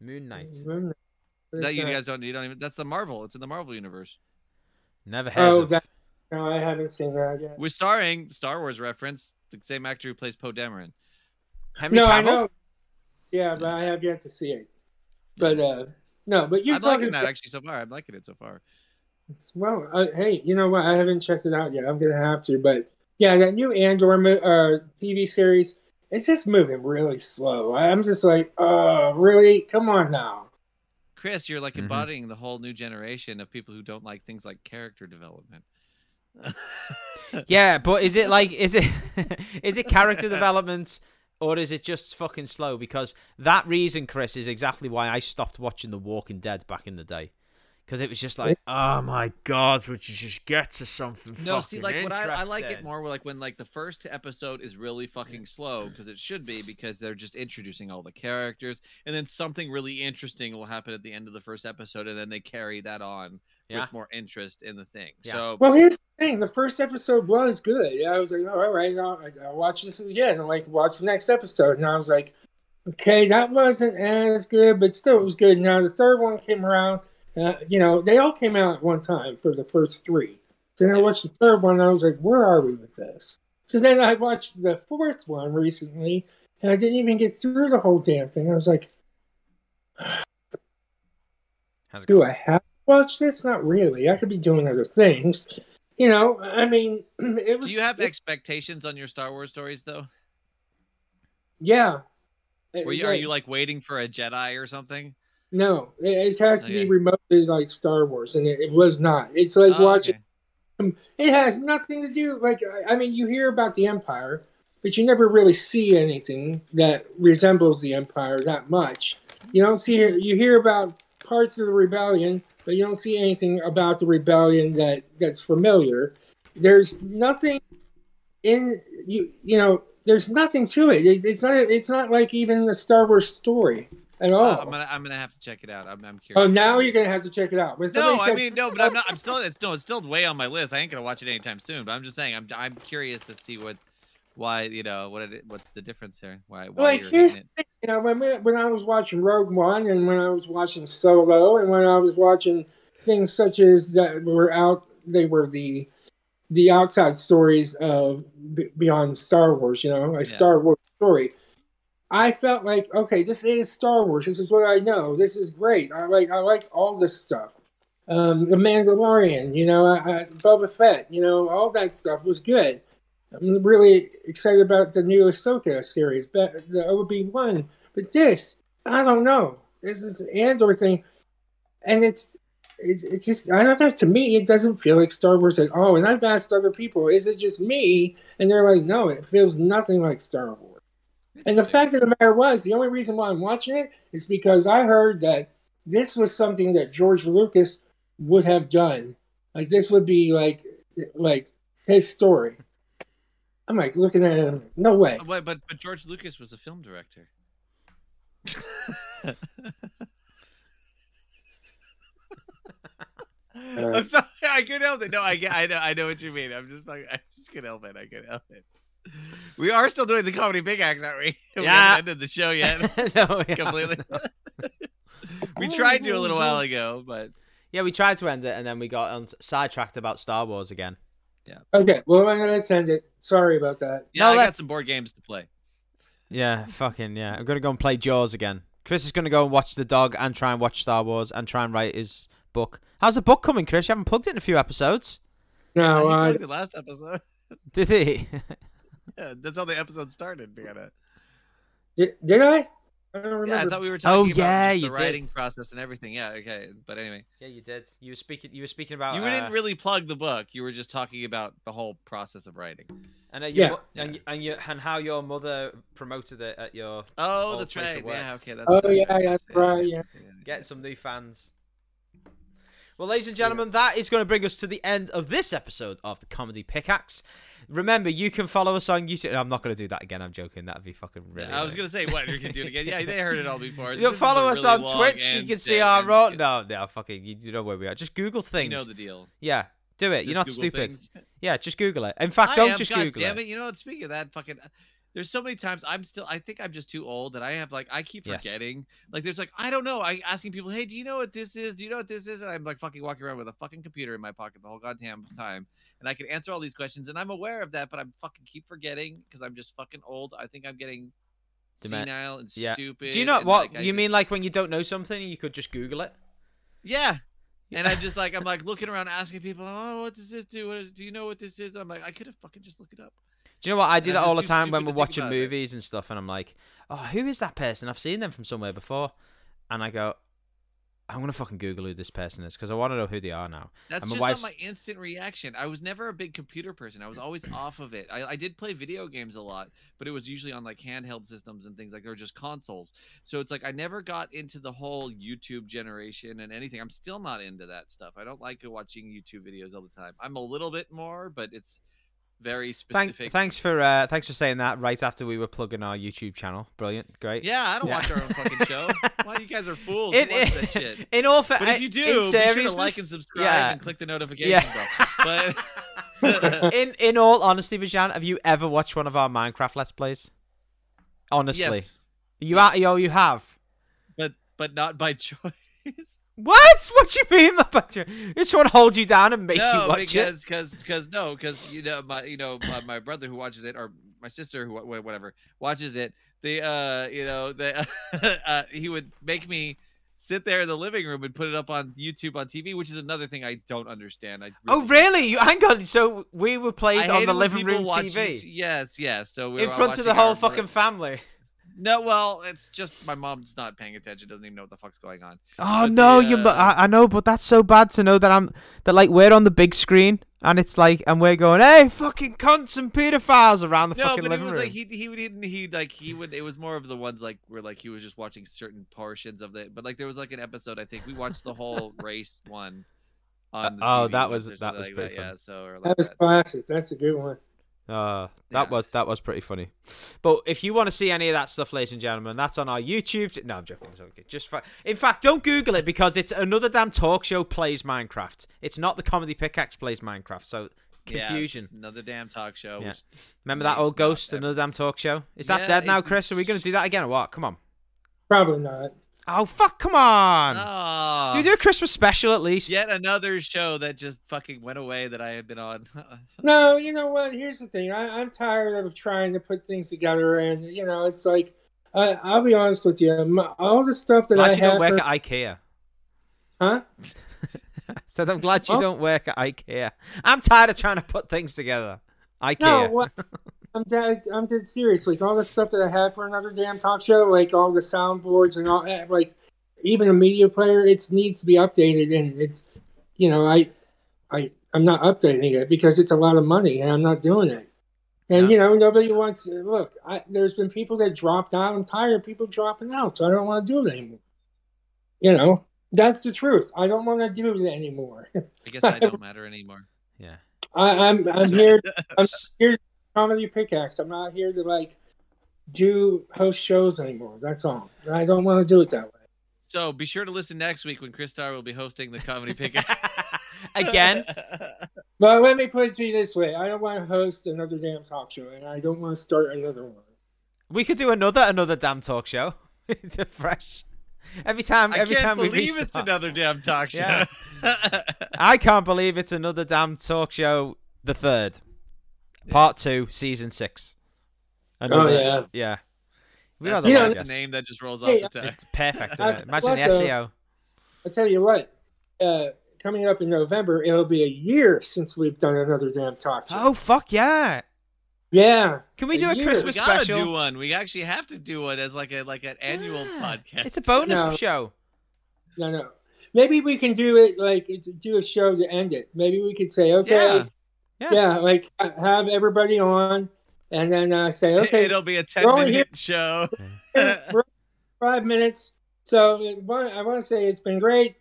Speaker 1: Moon Knight.
Speaker 3: Moon Knight.
Speaker 4: That you
Speaker 3: It's, uh,
Speaker 4: guys don't you don't even. That's the Marvel. It's in the Marvel universe.
Speaker 1: Never heard
Speaker 3: Oh,
Speaker 1: of.
Speaker 3: that, no, I haven't seen that yet.
Speaker 4: We're starring Star Wars reference. The same actor who plays Poe Dameron.
Speaker 1: Henry
Speaker 3: No, I
Speaker 1: Cavill?
Speaker 3: know. Yeah, but I have yet to see it. But uh no, but you're
Speaker 4: I'm
Speaker 3: talking.
Speaker 4: liking that actually so far. I'm liking it so far.
Speaker 3: Well, uh, hey, you know what? I haven't checked it out yet. I'm gonna have to. But yeah, that new Andor mo- uh, TV series. It's just moving really slow. I- I'm just like, oh, really? Come on now.
Speaker 4: Chris, you're like
Speaker 1: Mhm.
Speaker 4: embodying the whole new generation of people who don't like things like character development.
Speaker 1: Yeah, but is it like is it is it character development or is it just fucking slow? Because that reason, Chris, is exactly why I stopped watching The Walking Dead back in the day. Because it was just like, oh my god, would you just get to something?
Speaker 4: No, see, like
Speaker 1: fucking
Speaker 4: what I, I like it
Speaker 1: interesting?"
Speaker 4: more like when like the first episode is really fucking slow because it should be because they're just introducing all the characters and then something really interesting will happen at the end of the first episode and then they carry that on
Speaker 1: Yeah.
Speaker 4: with more interest in the thing.
Speaker 1: Yeah.
Speaker 4: So
Speaker 3: Well, here's the thing: the first episode was good. Yeah, I was like, oh, all right, I'll, I'll watch this again, and like watch the next episode. And I was like, okay, that wasn't as good, but still, it was good. Now the third one came around. Uh, you know, they all came out at one time for the first three. So then I watched the third one, and I was like, where are we with this? So then I watched the fourth one recently, and I didn't even get through the whole damn thing. I was like,
Speaker 1: How's it
Speaker 3: do
Speaker 1: going?
Speaker 3: I have to watch this? Not really. I could be doing other things. You know, I mean, it was.
Speaker 4: do you have
Speaker 3: it-
Speaker 4: expectations on your Star Wars stories though?
Speaker 3: Yeah. Uh,
Speaker 4: Were you,
Speaker 3: Yeah.
Speaker 4: are you like waiting for a Jedi or something?
Speaker 3: No, it, it has to
Speaker 4: Okay.
Speaker 3: be remotely like Star Wars, and it, it was not. It's like
Speaker 4: Oh,
Speaker 3: watching.
Speaker 4: okay.
Speaker 3: It has nothing to do. Like I, I mean, you hear about the Empire, but you never really see anything that resembles the Empire that much. You don't see. You hear about parts of the rebellion, but you don't see anything about the rebellion that that's familiar. There's nothing in you. You know, there's nothing to it. It's it's not. It's not like even the Star Wars story at all.
Speaker 4: Uh, I'm gonna I'm gonna have to check it out. I'm, I'm curious.
Speaker 3: Oh, now you're gonna have to check it out. When
Speaker 4: No,
Speaker 3: somebody
Speaker 4: I
Speaker 3: says-
Speaker 4: mean no, but I'm not. I'm still. It's no. It's still way on my list. I ain't gonna watch it anytime soon. But I'm just saying. I'm. I'm curious to see what, why you know what it. What's the difference here? Why? why
Speaker 3: like
Speaker 4: you're
Speaker 3: here's
Speaker 4: hitting
Speaker 3: the thing, you know when, we, when I was watching Rogue One and when I was watching Solo and when I was watching things such as that were out, they were the the outside stories of b- beyond Star Wars. You know, a Star Wars story. I felt like okay, this is Star Wars. This is what I know. This is great. I like I like all this stuff. Um, the Mandalorian, you know, I, I, Boba Fett, you know, all that stuff was good. I'm really excited about the new Ahsoka series, but the OB one. But this, I don't know. This is an Andor thing, and it's it, it just I don't know. To me, it doesn't feel like Star Wars at all. And I've asked other people, is it just me? And they're like, no, it feels nothing like Star Wars.
Speaker 4: it?
Speaker 3: And the
Speaker 4: Interesting.
Speaker 3: fact of the matter was, the only reason why I'm watching it is because I heard that this was something that George Lucas would have done. Like this would be like like his story. I'm like looking at him. No way.
Speaker 4: Uh, Wait, but but George Lucas was a film director. I'm sorry. I could help it. No, I get. I know. I know what you mean. I'm just. like- I just could help it. I could help it. We are still doing the comedy big acts, aren't we? We
Speaker 1: Yeah.
Speaker 4: haven't ended the show yet
Speaker 1: no, yeah.
Speaker 4: completely. we tried to a little while ago, but
Speaker 1: Yeah, we tried to end it and then we got on sidetracked about Star Wars again.
Speaker 3: Okay, well, let's end it. Sorry about that.
Speaker 4: yeah,
Speaker 1: No,
Speaker 4: I
Speaker 1: that's-
Speaker 4: got some board games to play.
Speaker 1: Yeah, fucking yeah. I'm gonna go and play Jaws again. Chris is gonna go and watch the dog and try and watch Star Wars and try and write his book. How's the book coming, Chris? You haven't plugged it in a few episodes.
Speaker 4: I
Speaker 3: No,
Speaker 4: think
Speaker 3: uh,
Speaker 4: like the last episode.
Speaker 1: Did he?
Speaker 4: Yeah, that's how the episode started. We gotta-
Speaker 3: did, did I? I don't remember.
Speaker 4: Yeah, I thought we were talking about
Speaker 1: yeah,
Speaker 4: just
Speaker 1: you
Speaker 4: the
Speaker 1: did.
Speaker 4: writing process and everything. Yeah, okay. But anyway,
Speaker 1: yeah, you did. You were speaking you were speaking
Speaker 3: Oh,
Speaker 1: about uh,
Speaker 4: you
Speaker 3: uh.
Speaker 4: didn't really plug the book. You were just talking about the whole process of writing.
Speaker 1: and, uh,
Speaker 3: Yeah.
Speaker 1: your, yeah. and and you, and how your mother promoted it at your
Speaker 4: Oh,
Speaker 1: Old
Speaker 4: that's
Speaker 1: place of
Speaker 4: right.
Speaker 1: work.
Speaker 4: Yeah, okay. That's
Speaker 3: Oh,
Speaker 4: that's
Speaker 3: yeah,
Speaker 4: right.
Speaker 3: that's right, yeah.
Speaker 1: get some new fans. Well, ladies and gentlemen, that is going to bring us to the end of this episode of the Comedy Pickaxe. Remember, you can follow us on YouTube. I'm not going to do that again. I'm joking. That'd be fucking really.
Speaker 4: I was gonna say what you can do it again. Yeah, they heard it all before.
Speaker 1: You
Speaker 4: This
Speaker 1: can
Speaker 4: is
Speaker 1: follow
Speaker 4: a
Speaker 1: us
Speaker 4: really
Speaker 1: on
Speaker 4: long
Speaker 1: Twitch. You
Speaker 4: and
Speaker 1: can see
Speaker 4: dead
Speaker 1: our
Speaker 4: and
Speaker 1: road.
Speaker 4: skip-
Speaker 1: No, no, fucking, you, you know where we are. Just Google
Speaker 4: You
Speaker 1: things.
Speaker 4: know the deal.
Speaker 1: yeah, do it.
Speaker 4: Just
Speaker 1: You're not
Speaker 4: Google
Speaker 1: stupid.
Speaker 4: things.
Speaker 1: Yeah, just Google it. In fact,
Speaker 4: I
Speaker 1: don't
Speaker 4: am,
Speaker 1: just
Speaker 4: God
Speaker 1: Google
Speaker 4: damn
Speaker 1: it.
Speaker 4: it. You know what? Speaking of that, fucking. There's so many times I'm still. I think I'm just too old that I have like I keep
Speaker 1: Yes.
Speaker 4: forgetting. Like there's like I don't know. I asking people, hey, do you know what this is? Do you know what this is? And I'm like fucking walking around with a fucking computer in my pocket the whole goddamn time, and I can answer all these questions, and I'm aware of that, but I'm fucking keep forgetting because I'm just fucking old. I think I'm getting
Speaker 1: Dema-
Speaker 4: senile and
Speaker 1: yeah.
Speaker 4: stupid.
Speaker 1: Do you know
Speaker 4: and,
Speaker 1: what?
Speaker 4: like, I
Speaker 1: you
Speaker 4: just-
Speaker 1: mean like when you don't know something, you could just Google it?
Speaker 4: Yeah. And I'm just like I'm like looking around asking people, oh, what does this do? What is, do you know what this is? I'm like, I could have fucking just looked it up.
Speaker 1: Do you know what? I do
Speaker 4: I'm
Speaker 1: that all the
Speaker 4: just too
Speaker 1: time when
Speaker 4: stupid
Speaker 1: we're
Speaker 4: to think
Speaker 1: watching
Speaker 4: about it.
Speaker 1: movies and stuff, and I'm like, oh, who is that person? I've seen them from somewhere before. And I go, I'm going to fucking Google who this person is because I want to know who they are now.
Speaker 4: That's
Speaker 1: And my
Speaker 4: just
Speaker 1: wife's-
Speaker 4: not my instant reaction. I was never a big computer person. I was always off of it. I, I did play video games a lot, but it was usually on like handheld systems and things like they're just consoles. So it's like I never got into the whole YouTube generation and anything. I'm still not into that stuff. I don't like watching YouTube videos all the time. I'm a little bit more, but it's very
Speaker 1: Thank,
Speaker 4: specific.
Speaker 1: thanks for uh, thanks for saying that right after we were plugging our YouTube channel. Brilliant, great.
Speaker 4: Yeah, I don't
Speaker 1: Yeah.
Speaker 4: watch our own fucking show. Why you guys are fools?
Speaker 1: In,
Speaker 4: It, watch that shit.
Speaker 1: in all fa-
Speaker 4: But if you
Speaker 1: in
Speaker 4: do, be sure to like
Speaker 1: seriousness-
Speaker 4: and subscribe
Speaker 1: Yeah.
Speaker 4: and click the notification bell. But
Speaker 1: in in all honesty, Bajan, have you ever watched one of our Minecraft Let's Plays? Honestly,
Speaker 4: yes,
Speaker 1: you are, yo, you have.
Speaker 4: but but not by choice.
Speaker 1: What? What do you mean? The picture? It's trying to hold you down and make you
Speaker 4: no,
Speaker 1: watch it.
Speaker 4: because because because no, because you know my you know my, my brother who watches it or my sister who wha- whatever watches it. They uh you know they uh, he would make me sit there in the living room and put it up on YouTube on TV, which is another thing I don't understand. I
Speaker 1: Oh, really? You, hang on. So we were
Speaker 4: I
Speaker 1: played on the
Speaker 4: hate it when
Speaker 1: living
Speaker 4: people
Speaker 1: room
Speaker 4: watch
Speaker 1: TV
Speaker 4: YouTube- Yes, yes. So we
Speaker 1: in
Speaker 4: were
Speaker 1: front of the
Speaker 4: watching our
Speaker 1: whole
Speaker 4: li-
Speaker 1: fucking family.
Speaker 4: No, well, it's just my mom's not paying attention. Doesn't even know what the fuck's going on.
Speaker 1: Oh
Speaker 4: But
Speaker 1: no,
Speaker 4: the,
Speaker 1: you.
Speaker 4: uh,
Speaker 1: But I, I know, but that's so bad to know that I'm that like we're on the big screen and it's like and we're going, hey, fucking cunts and pedophiles around the
Speaker 4: No,
Speaker 1: fucking
Speaker 4: but it
Speaker 1: living
Speaker 4: was
Speaker 1: room.
Speaker 4: like he he didn't he like he would. It was more of the ones like where like he was just watching certain portions of it. But like there was like an episode I think we watched the whole race one. On the
Speaker 1: oh,
Speaker 4: TV
Speaker 1: that
Speaker 4: once
Speaker 1: was-
Speaker 4: or
Speaker 1: that
Speaker 4: something
Speaker 1: was
Speaker 4: like
Speaker 1: pretty
Speaker 4: Yeah,
Speaker 1: fun.
Speaker 4: so or like
Speaker 3: That was
Speaker 4: that.
Speaker 3: classic. That's a good one.
Speaker 1: Uh, that
Speaker 4: Yeah.
Speaker 1: was that was pretty funny. But if you want to see any of that stuff, ladies and gentlemen, that's on our YouTube. ch- No, I'm joking. I'm joking. Just fa- in fact, don't Google it because it's another damn talk show plays Minecraft. It's not the comedy pickaxe plays Minecraft. So
Speaker 4: Yeah, it's
Speaker 1: confusion.
Speaker 4: another damn talk show.
Speaker 1: Yeah.
Speaker 4: Which,
Speaker 1: Remember that old
Speaker 4: Yeah,
Speaker 1: ghost?
Speaker 4: yeah.
Speaker 1: Another damn talk show. Is that
Speaker 4: Yeah,
Speaker 1: dead now,
Speaker 4: it's-
Speaker 1: Chris? Are we gonna do that again or what? Come on.
Speaker 3: Probably not.
Speaker 1: Oh fuck! Come on.
Speaker 4: Ah,
Speaker 1: Do we do a Christmas special at least?
Speaker 4: yet another show that just fucking went away that I had been on.
Speaker 3: No, you know what? Here's the thing. I, I'm tired of trying to put things together, and you know, it's like I, I'll be honest with you. My, all the stuff that
Speaker 1: Glad
Speaker 3: I
Speaker 1: you don't
Speaker 3: have,
Speaker 1: work
Speaker 3: for-
Speaker 1: at IKEA.
Speaker 3: huh?
Speaker 1: I said I'm glad you
Speaker 3: Huh?
Speaker 1: don't work at IKEA. I'm tired of trying to put things together. IKEA.
Speaker 3: No, what? I'm dead. I'm dead serious. Like all the stuff that I had for another damn talk show, like all the soundboards and all that, like even a media player, it needs to be updated. And it's, you know, I, I, I'm not updating it because it's a lot of money, and I'm not doing it. And
Speaker 1: Yeah.
Speaker 3: you know, nobody wants. Look, I, there's been people that dropped out. I'm tired of people dropping out, so I don't want to do it anymore. You know, that's the truth. I don't want to do it anymore.
Speaker 4: I guess I don't matter anymore.
Speaker 1: Yeah.
Speaker 3: I, I'm I'm here. I'm here to comedy pickaxe. I'm not here to like do host shows anymore. That's all. I don't want to do it that way.
Speaker 4: So be sure to listen next week when Chris Starr will be hosting the comedy pickup.
Speaker 1: again.
Speaker 3: But let me put it to you this way: I don't want to host another damn talk show, and I don't want to start another one.
Speaker 1: We could do another another damn talk show. it's a fresh. Every time,
Speaker 4: I
Speaker 1: every
Speaker 4: can't
Speaker 1: time we
Speaker 4: believe
Speaker 1: restart.
Speaker 4: it's another damn talk show.
Speaker 1: Yeah. I can't believe it's another damn talk show. The third, part two, season six. Another-
Speaker 3: Oh, yeah.
Speaker 1: yeah. We are
Speaker 4: That's,
Speaker 1: the
Speaker 3: You know,
Speaker 1: podcast.
Speaker 4: that's a name that just rolls off
Speaker 3: Yeah,
Speaker 4: the tongue.
Speaker 1: uh, It's perfect. Isn't
Speaker 3: That's-
Speaker 1: it? Imagine
Speaker 3: what
Speaker 1: the E
Speaker 3: the-
Speaker 1: SEO.
Speaker 3: I tell you what, uh, coming up in November, it'll be a year since we've done another damn talk show.
Speaker 1: Oh fuck yeah!
Speaker 3: yeah,
Speaker 1: Can we
Speaker 3: A
Speaker 1: do a
Speaker 3: year.
Speaker 4: We
Speaker 1: Christmas
Speaker 4: gotta
Speaker 1: special?
Speaker 4: do one. We actually have to do one as like a like an annual
Speaker 1: Yeah.
Speaker 4: podcast.
Speaker 1: It's a bonus
Speaker 3: No.
Speaker 1: show.
Speaker 3: no, no. Maybe we can do it like it's- do a show to end it. Maybe we could say, okay,
Speaker 1: Yeah.
Speaker 3: yeah, like ha- have everybody on, and then uh, say,
Speaker 4: It-
Speaker 3: okay,
Speaker 4: It'll be a ten
Speaker 3: We're only
Speaker 4: minute
Speaker 3: here-
Speaker 4: show.
Speaker 3: we're five minutes. So it- one- I want to say it's been great.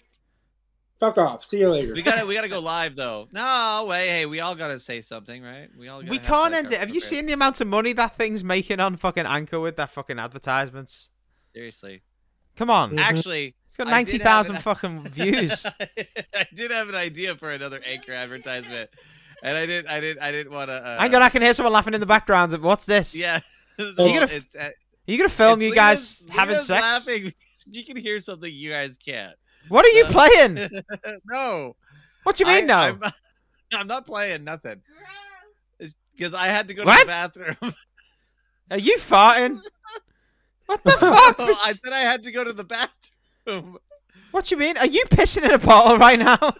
Speaker 3: Fuck off. See you later.
Speaker 4: We gotta we gotta go live though. No wait, hey, we all gotta say something, right? We all. Gotta
Speaker 1: We
Speaker 4: have,
Speaker 1: can't
Speaker 4: like,
Speaker 1: end
Speaker 4: our
Speaker 1: it. Have you
Speaker 4: prepared-
Speaker 1: seen the amount of money that thing's making on fucking Anchor with their fucking advertisements?
Speaker 4: Seriously,
Speaker 1: Come on,
Speaker 3: Mhm.
Speaker 4: actually,
Speaker 1: it's got
Speaker 4: I did
Speaker 1: ninety
Speaker 4: have
Speaker 1: thousand
Speaker 4: an- Uh,
Speaker 1: fucking Mm-hmm. views.
Speaker 4: I did have an idea for another anchor advertisement, and I didn't. I didn't. I didn't want to. Uh,
Speaker 1: Hang on, I can hear someone laughing in the background. What's this?
Speaker 4: Yeah.
Speaker 1: gonna
Speaker 4: It's- uh,
Speaker 1: Are you gonna film
Speaker 4: it's
Speaker 1: you
Speaker 4: Lena's-
Speaker 1: guys having
Speaker 4: Lena's
Speaker 1: sex?
Speaker 4: Laughing. because You can hear something you guys can't.
Speaker 1: What are you
Speaker 4: Uh,
Speaker 1: playing?
Speaker 4: no.
Speaker 1: What do you mean
Speaker 4: I,
Speaker 1: now?
Speaker 4: I'm, I'm not playing nothing. Because I had to go to
Speaker 1: What?
Speaker 4: the bathroom.
Speaker 1: Are you farting? What the fuck?
Speaker 4: Oh,
Speaker 1: Miss-
Speaker 4: I said I had to go to the bathroom.
Speaker 1: What do you mean? Are you pissing in a bottle right now?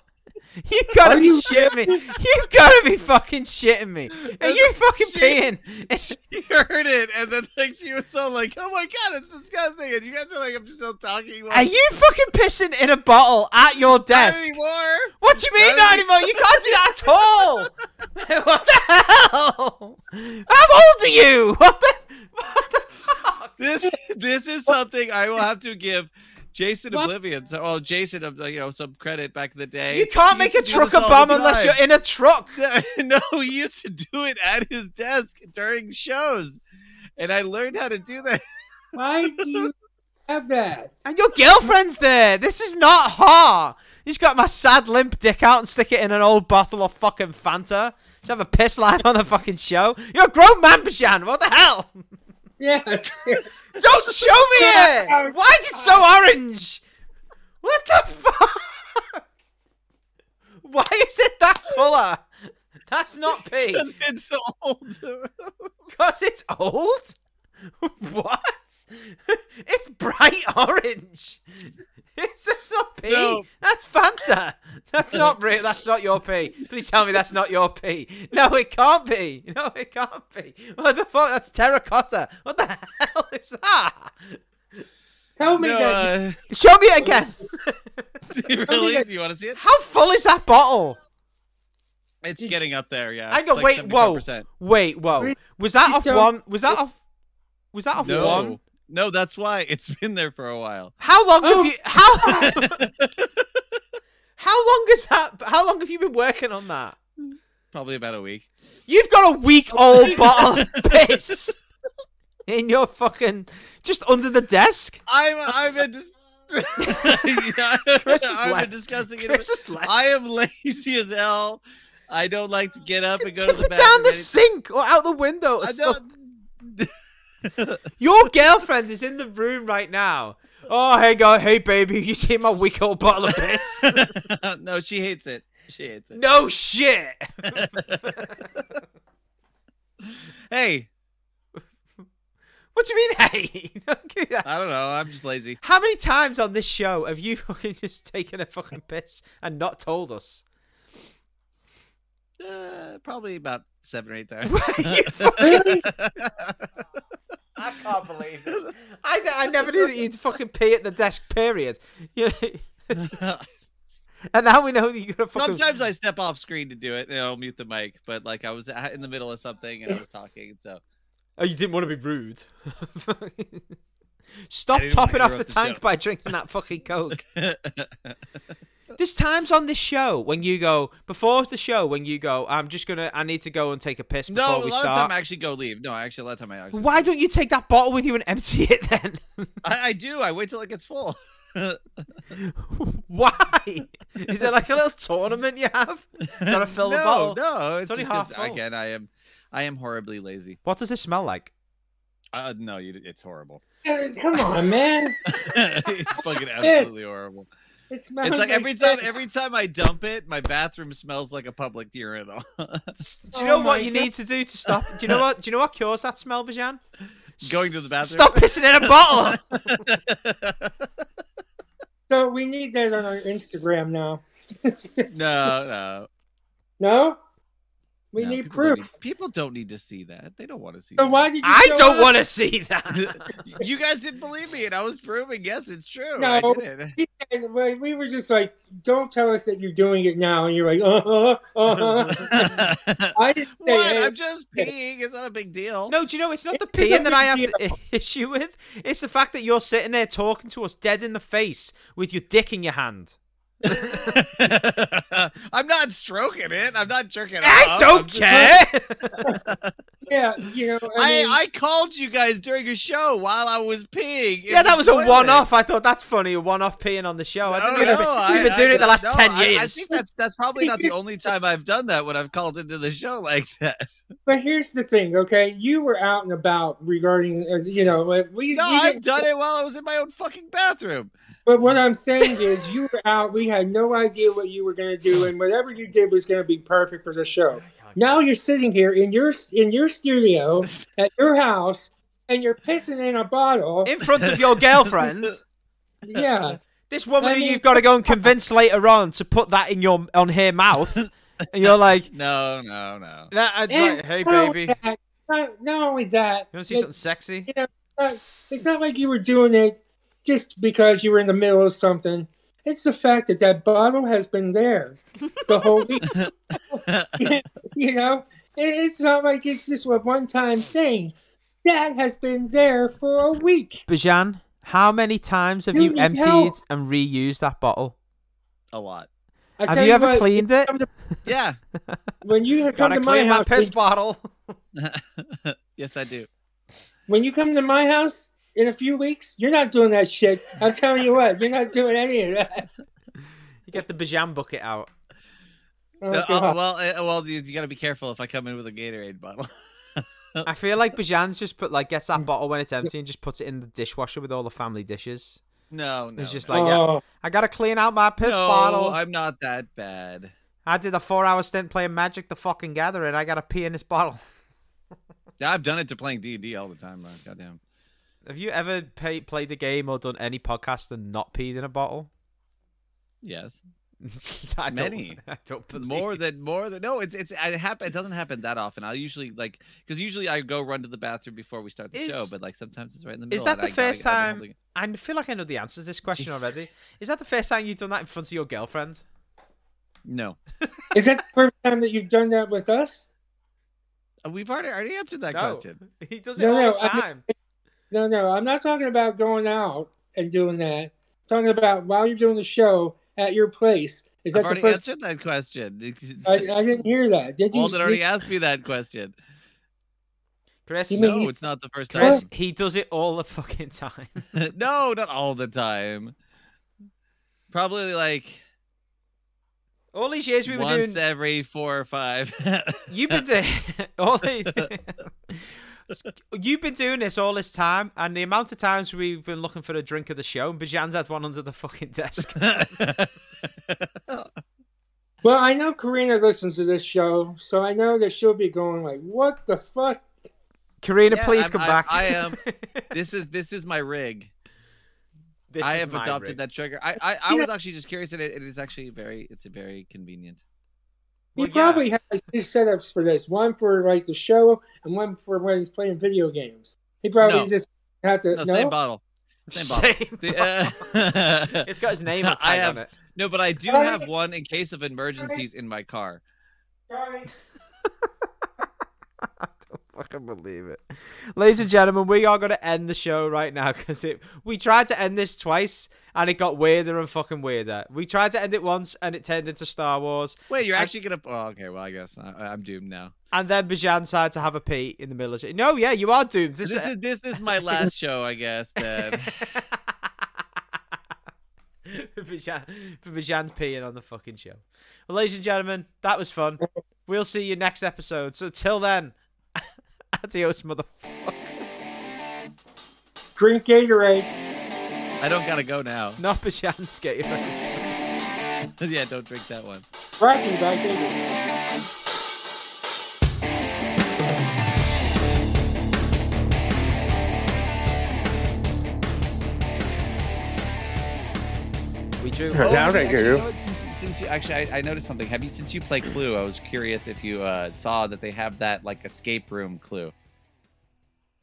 Speaker 1: You gotta
Speaker 3: Are
Speaker 1: be
Speaker 3: you
Speaker 1: shitting me. You gotta be fucking shitting me. Are you fucking
Speaker 4: Shit.
Speaker 1: peeing?
Speaker 4: She heard it, and then like she was so like, "Oh my god, it's disgusting!" And you guys are like, "I'm still talking."
Speaker 1: Are you fucking pissing in a bottle at your
Speaker 4: Not
Speaker 1: desk?
Speaker 4: anymore?
Speaker 1: What do you mean not
Speaker 4: Not
Speaker 1: anymore? You can't do that at all. what the hell? How old are you? What the? What the fuck?
Speaker 4: This this is something I will have to give Jason
Speaker 3: What?
Speaker 4: Oblivion. So, well, Jason, uh, you know, some credit back in the day.
Speaker 1: You can't
Speaker 4: He
Speaker 1: make a
Speaker 4: used to do
Speaker 1: truck a
Speaker 4: this all
Speaker 1: bomb
Speaker 4: the
Speaker 1: unless
Speaker 4: time.
Speaker 1: you're in a truck.
Speaker 4: no, he used to do it at his desk during shows, and I learned how to do that.
Speaker 3: Why do you have that?
Speaker 1: And your girlfriend's there. This is not hard. You just got my sad limp dick out and stick it in an old bottle of fucking Fanta. Just have a piss live on the fucking show. You're a grown man, Bashan. What the hell?
Speaker 3: Yeah. seriously.
Speaker 1: Don't show me it. Why is it so orange? What the fuck? Why is it that color? That's not pink.
Speaker 4: it's old.
Speaker 1: Because it's old? What? It's bright orange. It's that's not pee.
Speaker 4: No.
Speaker 1: That's Fanta. That's not real. That's not your pee. Please tell me that's not your pee. No, it can't be. No, it can't be. What the fuck? That's terracotta. What the hell is that?
Speaker 3: Tell me
Speaker 4: no,
Speaker 3: that.
Speaker 4: uh,
Speaker 1: Show me it again.
Speaker 4: really? Do you want to see it?
Speaker 1: How full is that bottle?
Speaker 4: It's getting up there. Yeah.
Speaker 1: Hang
Speaker 4: It's
Speaker 1: on.
Speaker 4: like
Speaker 1: wait. Whoa.
Speaker 4: 75%.
Speaker 1: Wait. Whoa. Was that
Speaker 3: Please
Speaker 1: off
Speaker 3: don't-
Speaker 1: one? Was that off? Was that off
Speaker 4: No.
Speaker 1: one?
Speaker 4: No, that's why it's been there for a while.
Speaker 1: How long
Speaker 3: Oh.
Speaker 1: have you how How long is that how long have you been working on that?
Speaker 4: Probably about a week.
Speaker 1: You've got a week old bottle of piss in your fucking just under the desk.
Speaker 4: I'm I'm a dis-
Speaker 1: Chris has
Speaker 4: I'm a
Speaker 1: left.
Speaker 4: disgusting.
Speaker 1: Chris just left.
Speaker 4: I am lazy as hell. I don't like to get up and go to
Speaker 1: Tip
Speaker 4: the
Speaker 1: it
Speaker 4: bathroom.
Speaker 1: down the
Speaker 4: any-
Speaker 1: sink or out the window. or
Speaker 4: I
Speaker 1: something.
Speaker 4: don't-
Speaker 1: Your girlfriend is in the room right now. Oh hey go hey baby, you see my week old bottle of piss?
Speaker 4: no, she hates it. She hates it.
Speaker 1: no shit.
Speaker 4: Hey,
Speaker 1: What do you mean, hey? Don't give me that
Speaker 4: I don't know. I'm just lazy.
Speaker 1: How many times on this show have you fucking just taken a fucking piss and not told us?
Speaker 4: Uh, probably about seven or eight times.
Speaker 1: you fucking... I can't believe this. I, d- I never knew that you'd fucking pee at the desk, period. You- and now we know that you're gonna fucking.
Speaker 4: Sometimes I step off screen to do it, and I'll mute the mic. But like I was in the middle of something and I was talking, so
Speaker 1: Oh, you didn't want to be rude. Stop
Speaker 4: didn't wanna
Speaker 1: topping off the
Speaker 4: interrupt the
Speaker 1: tank
Speaker 4: show.
Speaker 1: by drinking that fucking coke. There's times on this show when you go before the show when you go. I'm just gonna. I need to go and take a piss before
Speaker 4: no. A
Speaker 1: we
Speaker 4: lot
Speaker 1: start.
Speaker 4: of time I actually go leave. No, actually a lot of time I actually.
Speaker 1: Why don't you take that bottle with you and empty it then?
Speaker 4: I, I do. I wait till it gets full.
Speaker 1: Why? Is it like a little tournament you have? Gotta fill the
Speaker 4: no,
Speaker 1: bottle.
Speaker 4: no,
Speaker 1: It's
Speaker 4: it's,
Speaker 1: only
Speaker 4: just 'cause,
Speaker 1: half full.
Speaker 4: again. I am, I am horribly lazy.
Speaker 1: What does this smell like?
Speaker 4: Uh, no, you, it's horrible.
Speaker 3: Uh, Come on, man.
Speaker 4: it's fucking absolutely horrible.
Speaker 3: It smells
Speaker 4: It's like every time, every time I dump it, my bathroom smells like a public urinal.
Speaker 1: Do you know
Speaker 3: Oh
Speaker 1: what
Speaker 3: my
Speaker 1: you need to do to stop? Do you know what? Do you know what cures that smell, Bajan?
Speaker 4: Going to the bathroom.
Speaker 1: Stop pissing in a bottle.
Speaker 3: So we need that on our Instagram now.
Speaker 4: no, no.
Speaker 3: No? We
Speaker 4: no,
Speaker 3: need
Speaker 4: people don't
Speaker 3: proof.
Speaker 4: need- people don't need to see that. They don't want to see.
Speaker 3: So
Speaker 4: that.
Speaker 3: why did you
Speaker 1: I
Speaker 3: show
Speaker 1: don't
Speaker 3: up?
Speaker 1: want to see that.
Speaker 4: you guys didn't believe me, and I was proving. Yes, it's true. I
Speaker 3: No.
Speaker 4: did it.
Speaker 3: These guys, we- We were just like, don't tell us that you're doing it now. And you're like, uh huh, uh huh. I didn't say
Speaker 4: what?
Speaker 3: hey,
Speaker 4: I'm just peeing. It's not a big deal.
Speaker 1: No, do you know it's not the
Speaker 3: It's
Speaker 1: peeing
Speaker 3: a
Speaker 1: that I have
Speaker 3: big
Speaker 1: the issue with. It's the fact that you're sitting there talking to us dead in the face with your dick in your hand.
Speaker 4: I'm not stroking it. I'm not
Speaker 1: I
Speaker 4: jerking. off. I'm
Speaker 1: don't
Speaker 4: just-
Speaker 1: care.
Speaker 3: Yeah, you know, I,
Speaker 4: I,
Speaker 3: mean,
Speaker 4: I called you guys during a show while I was peeing. in
Speaker 1: yeah,
Speaker 4: the
Speaker 1: that was a
Speaker 4: toilet.
Speaker 1: one-off. I thought that's funny, a one-off peeing on the show. I
Speaker 4: No,
Speaker 1: didn't even,
Speaker 4: no, I-
Speaker 1: we've been doing
Speaker 4: I-
Speaker 1: it the last
Speaker 4: no,
Speaker 1: ten
Speaker 4: I-
Speaker 1: years.
Speaker 4: I, think that's that's probably not the only time I've done that when I've called into the show like that.
Speaker 3: but here's the thing, okay? You were out and about regarding, uh, you know, uh, we,
Speaker 4: No,
Speaker 3: we
Speaker 4: I've
Speaker 3: didn't-
Speaker 4: done it while I was in my own fucking bathroom.
Speaker 3: But what I'm saying is, you were out. We had no idea what you were going to do, and whatever you did was going to be perfect for the show. Now you're sitting here in your in your studio at your house, and you're pissing in a bottle.
Speaker 1: in front of your girlfriend,
Speaker 3: yeah,
Speaker 1: this woman
Speaker 3: I
Speaker 1: who
Speaker 3: mean-
Speaker 1: you've got to go and convince later on to put that in your on her mouth, and you're like,
Speaker 4: No, no, no.
Speaker 1: nah, I'd
Speaker 3: And
Speaker 1: like, "Hey,
Speaker 3: not only
Speaker 1: baby, you
Speaker 3: that- Not, not only that,
Speaker 1: want to see
Speaker 3: it-
Speaker 1: something sexy?"
Speaker 3: not- it's not like you were doing it just because you were in the middle of something. It's the fact that that bottle has been there the whole week. you know, It- it's not like it's just a one-time thing. That has been there for a week.
Speaker 1: Bajan, how many times have
Speaker 3: You
Speaker 1: you
Speaker 3: need
Speaker 1: emptied
Speaker 3: help.
Speaker 1: and reused that bottle?
Speaker 4: A lot.
Speaker 3: I
Speaker 1: Have
Speaker 3: tell
Speaker 1: you ever
Speaker 3: what,
Speaker 1: cleaned it?
Speaker 3: come to-
Speaker 4: Yeah.
Speaker 3: When you come to my house,
Speaker 1: bottle.
Speaker 4: yes, I do.
Speaker 3: when you come to my house in a few weeks, you're not doing that shit. I'm telling you what, you're not doing any of that.
Speaker 1: You get the Bajan bucket out.
Speaker 3: Oh,
Speaker 4: No, oh,
Speaker 3: God.
Speaker 4: well, uh, well, you, you got to be careful if I come in with a Gatorade bottle.
Speaker 1: I feel like Bajan's just put like gets that bottle when it's empty and just puts it in the dishwasher with all the family dishes.
Speaker 4: No, no.
Speaker 1: It's just
Speaker 4: no.
Speaker 1: like, yeah,
Speaker 3: Oh,
Speaker 1: I gotta clean out my piss
Speaker 4: no,
Speaker 1: bottle. I...
Speaker 4: I'm not that bad.
Speaker 1: did a four-hour stint playing Magic: The Fucking Gathering. I gotta pee in this bottle.
Speaker 4: Yeah, I've done it to playing D and D all the time, man. Goddamn.
Speaker 1: Have you ever pay- played a game or done any podcast and not peed in a bottle?
Speaker 4: Yes.
Speaker 1: I don't-
Speaker 4: Many.
Speaker 1: I don't believe.
Speaker 4: more than more than no it's it's it happen it doesn't happen that often i usually like because usually i go run to the bathroom before we start the show
Speaker 1: Is-
Speaker 4: but like sometimes it's right in the middle
Speaker 1: Is that
Speaker 4: and
Speaker 1: the
Speaker 4: I- I-
Speaker 1: first
Speaker 4: I've been
Speaker 1: time?
Speaker 4: holding-
Speaker 1: I feel like I know the answer to this question
Speaker 4: Jesus
Speaker 1: already. Is that the first time you've done that in front of your girlfriend?
Speaker 4: no
Speaker 3: is that the first time that you've done that with us?
Speaker 4: Uh, we've already already answered that
Speaker 1: No.
Speaker 4: question
Speaker 1: He does it
Speaker 3: No,
Speaker 1: all
Speaker 3: no,
Speaker 1: the
Speaker 3: I mean-
Speaker 1: time.
Speaker 3: No, no, I'm not talking about going out and doing that. I'm talking about while you're doing the show at your place. Is that
Speaker 4: i've
Speaker 3: the
Speaker 4: already
Speaker 3: first?
Speaker 4: answered that question
Speaker 3: I, I didn't hear that. Did you?
Speaker 4: Walden already asked me that question
Speaker 1: Chris,
Speaker 3: You mean
Speaker 4: no
Speaker 3: he's-
Speaker 4: it's not the first time
Speaker 1: Chris, he does it all the fucking time.
Speaker 4: no not all the time probably like
Speaker 1: All these years we were
Speaker 4: once
Speaker 1: doing,
Speaker 4: every four or five
Speaker 1: you've been doing all these. You've been doing this all this time, and the amount of times we've been looking for a drink of the show, and Bajan's had one under the fucking desk.
Speaker 3: Well, I know Karina listens to this show, so I know that she'll be going like, "What the fuck?"
Speaker 1: Karina,
Speaker 4: Yeah,
Speaker 1: please
Speaker 4: I'm-
Speaker 1: come
Speaker 4: I-
Speaker 1: back.
Speaker 4: I uh, am- this is this is my rig
Speaker 1: This
Speaker 4: I
Speaker 1: is
Speaker 4: have
Speaker 1: my
Speaker 4: adopted
Speaker 1: rig.
Speaker 4: that trigger. I, I, I
Speaker 3: You know-
Speaker 4: was actually just curious, and it, it is actually very, it's a very convenient.
Speaker 3: He
Speaker 1: Well, yeah.
Speaker 3: probably has two setups for this: one for like the show, and one for when he's playing video games. He probably
Speaker 4: No.
Speaker 3: just have to
Speaker 4: No,
Speaker 3: Uh, no.
Speaker 4: same bottle, same bottle.
Speaker 1: Same
Speaker 4: The,
Speaker 1: bottle.
Speaker 4: uh,
Speaker 1: It's got his name
Speaker 4: I
Speaker 1: tagged on
Speaker 4: have-
Speaker 1: it.
Speaker 4: no, but I do
Speaker 3: Sorry.
Speaker 4: have one in case of emergencies in my car.
Speaker 3: Sorry.
Speaker 1: Fucking believe it. Ladies and gentlemen, we are going to end the show right now because it. We tried to end this twice and it got weirder and fucking weirder. We tried to end it once and it turned into Star Wars,
Speaker 4: Wait, you're
Speaker 1: I-
Speaker 4: actually gonna? Oh, okay. Well, I guess I, I'm doomed now.
Speaker 1: and then Bajan decided to have a pee in the middle of it. No, yeah, you are doomed. This,
Speaker 4: This is this is my last show, I guess. Then
Speaker 1: Bijan, for Bijan's peeing on the fucking show. Well, ladies and gentlemen, that was fun. We'll see you next episode. So till then, adios, motherfuckers.
Speaker 3: Drink Gatorade.
Speaker 4: I don't gotta go now.
Speaker 1: Not Bijan's get your
Speaker 4: yeah, don't drink that one.
Speaker 3: Brought to you by Gatorade.
Speaker 1: We do.
Speaker 3: Yeah, now
Speaker 4: Oh, actually,
Speaker 3: they do.
Speaker 4: you know what, since, since you actually, I, I noticed something. Have you since you play Clue? I was curious if you uh, saw that they have that like escape room Clue.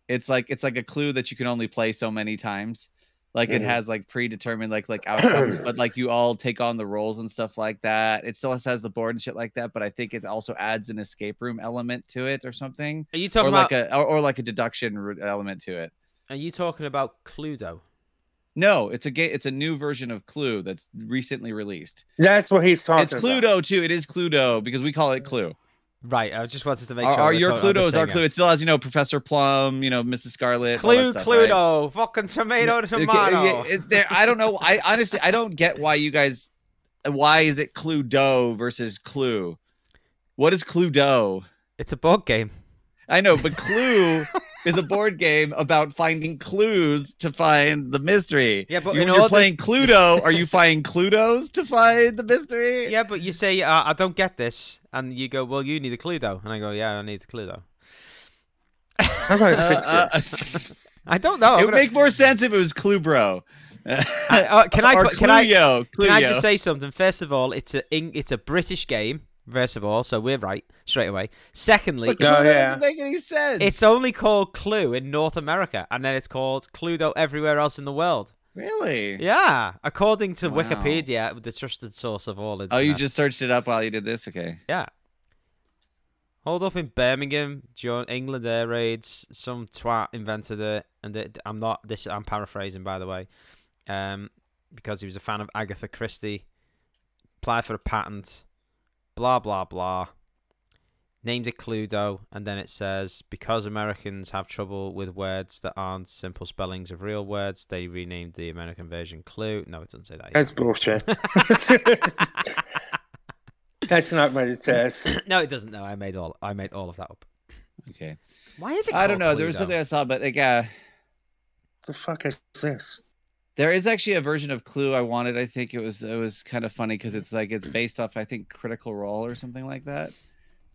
Speaker 4: It's like it's like a Clue that you can only play so many times. Like it
Speaker 3: Mhm.
Speaker 4: has like predetermined like like outcomes, but like you all take on the roles and stuff like that. It still has the board and shit like that, but I think it also adds an escape room element to it or something,
Speaker 1: Are you
Speaker 4: or
Speaker 1: talking about?
Speaker 4: like a or, or like a deduction ru- element to it.
Speaker 1: Are you talking about Cluedo?
Speaker 4: No, it's a ga- it's a new version of Clue that's recently released.
Speaker 3: That's what he's talking
Speaker 4: it's
Speaker 3: about.
Speaker 4: Cluedo too. It is Cluedo because we call it Clue.
Speaker 1: Right. I just wanted to make
Speaker 4: Our,
Speaker 1: sure.
Speaker 4: our-
Speaker 1: we're
Speaker 4: your
Speaker 1: talking- I'm
Speaker 4: Cluedo
Speaker 1: the
Speaker 4: is our
Speaker 1: same
Speaker 4: Clue.
Speaker 1: guy.
Speaker 4: It still has you know Professor Plum, you know Mrs. Scarlet. all that
Speaker 1: Clue,
Speaker 4: stuff, right?
Speaker 1: Cluedo, fucking tomato,
Speaker 4: Okay,
Speaker 1: tomato.
Speaker 4: yeah, it- there- I don't know. I honestly I don't get why you guys. Why is it Cluedo versus Clue? What is Cluedo?
Speaker 1: It's a board game.
Speaker 4: I know, but Clue is a board game about finding clues to find the mystery.
Speaker 1: Yeah, but
Speaker 4: you,
Speaker 1: in
Speaker 4: when you're
Speaker 1: order-
Speaker 4: playing Cluedo, are you finding Cluedos to find the mystery?
Speaker 1: Yeah, but you say uh, I don't get this, and you go, "Well, you need a Cluedo," and I go, "Yeah, I need a Cluedo."
Speaker 3: I'm gonna
Speaker 4: Uh,
Speaker 3: fix
Speaker 4: uh,
Speaker 3: this.
Speaker 1: I don't know. I'm
Speaker 4: it would
Speaker 1: gonna-
Speaker 4: make more sense if it was Clue Bro.
Speaker 1: Oh, I- uh, can I?
Speaker 4: or
Speaker 1: put- Can I?
Speaker 4: Clueyo,
Speaker 1: Can I
Speaker 4: Clueyo.
Speaker 1: just say something? First of all, it's a Eng- it's a British game. First of all, so we're right straight away. Secondly,
Speaker 4: But
Speaker 3: No,
Speaker 4: Clue
Speaker 3: yeah.
Speaker 4: doesn't make any sense.
Speaker 1: Oh, it's only called Clue in North America, and then it's called Cluedo everywhere else in the world.
Speaker 4: really.
Speaker 1: Yeah, according to
Speaker 4: Eh. Wow.
Speaker 1: Wikipedia, the trusted source of all.
Speaker 4: Oh, you
Speaker 1: internet.
Speaker 4: just searched it up while you did this. Okay.
Speaker 1: Yeah. Hold up in Birmingham, during England air raids. Some twat invented it, and it, I'm not. This I'm paraphrasing, by the way, um, because he was a fan of Agatha Christie. Applied for a patent, blah blah blah. Named it Cluedo, and then it says because Americans have trouble with words that aren't simple spellings of real words, they renamed the American version Clue. No, it doesn't say that.
Speaker 3: That's bullshit. That's not what it says.
Speaker 1: Yet. No, it doesn't. No, I made all. I made all of that up.
Speaker 4: Okay.
Speaker 1: Why is it?
Speaker 4: I
Speaker 1: called
Speaker 4: don't know. There was
Speaker 1: Cluedo?
Speaker 4: something I saw, but like, uh,
Speaker 3: The fuck is this?
Speaker 4: there is actually a version of Clue I wanted. I think it was it was kind of funny because it's like it's based off I think Critical Role or something like that.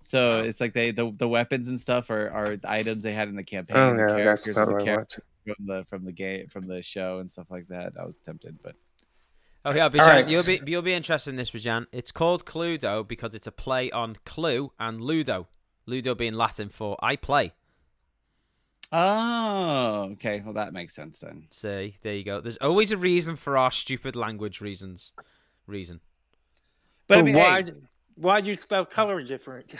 Speaker 4: So it's like they the, the weapons and stuff are, are items they had in the campaign.
Speaker 3: Oh
Speaker 4: the
Speaker 3: no, that's
Speaker 4: characters
Speaker 3: not
Speaker 4: and the
Speaker 3: what I
Speaker 4: char-
Speaker 3: want.
Speaker 4: from the from the game from the show and stuff like that. I was tempted, but
Speaker 1: Oh yeah, Bijan,
Speaker 3: All right.
Speaker 1: you'll be you'll be interested in this, Bijan. It's called Cluedo because it's a play on Clue and Ludo. Ludo being Latin for I play.
Speaker 4: oh, okay. Well, that makes sense then.
Speaker 1: See, there you go. There's always a reason for our stupid language reasons. Reason.
Speaker 4: But, I mean, hey,
Speaker 3: why? Why do you spell color different?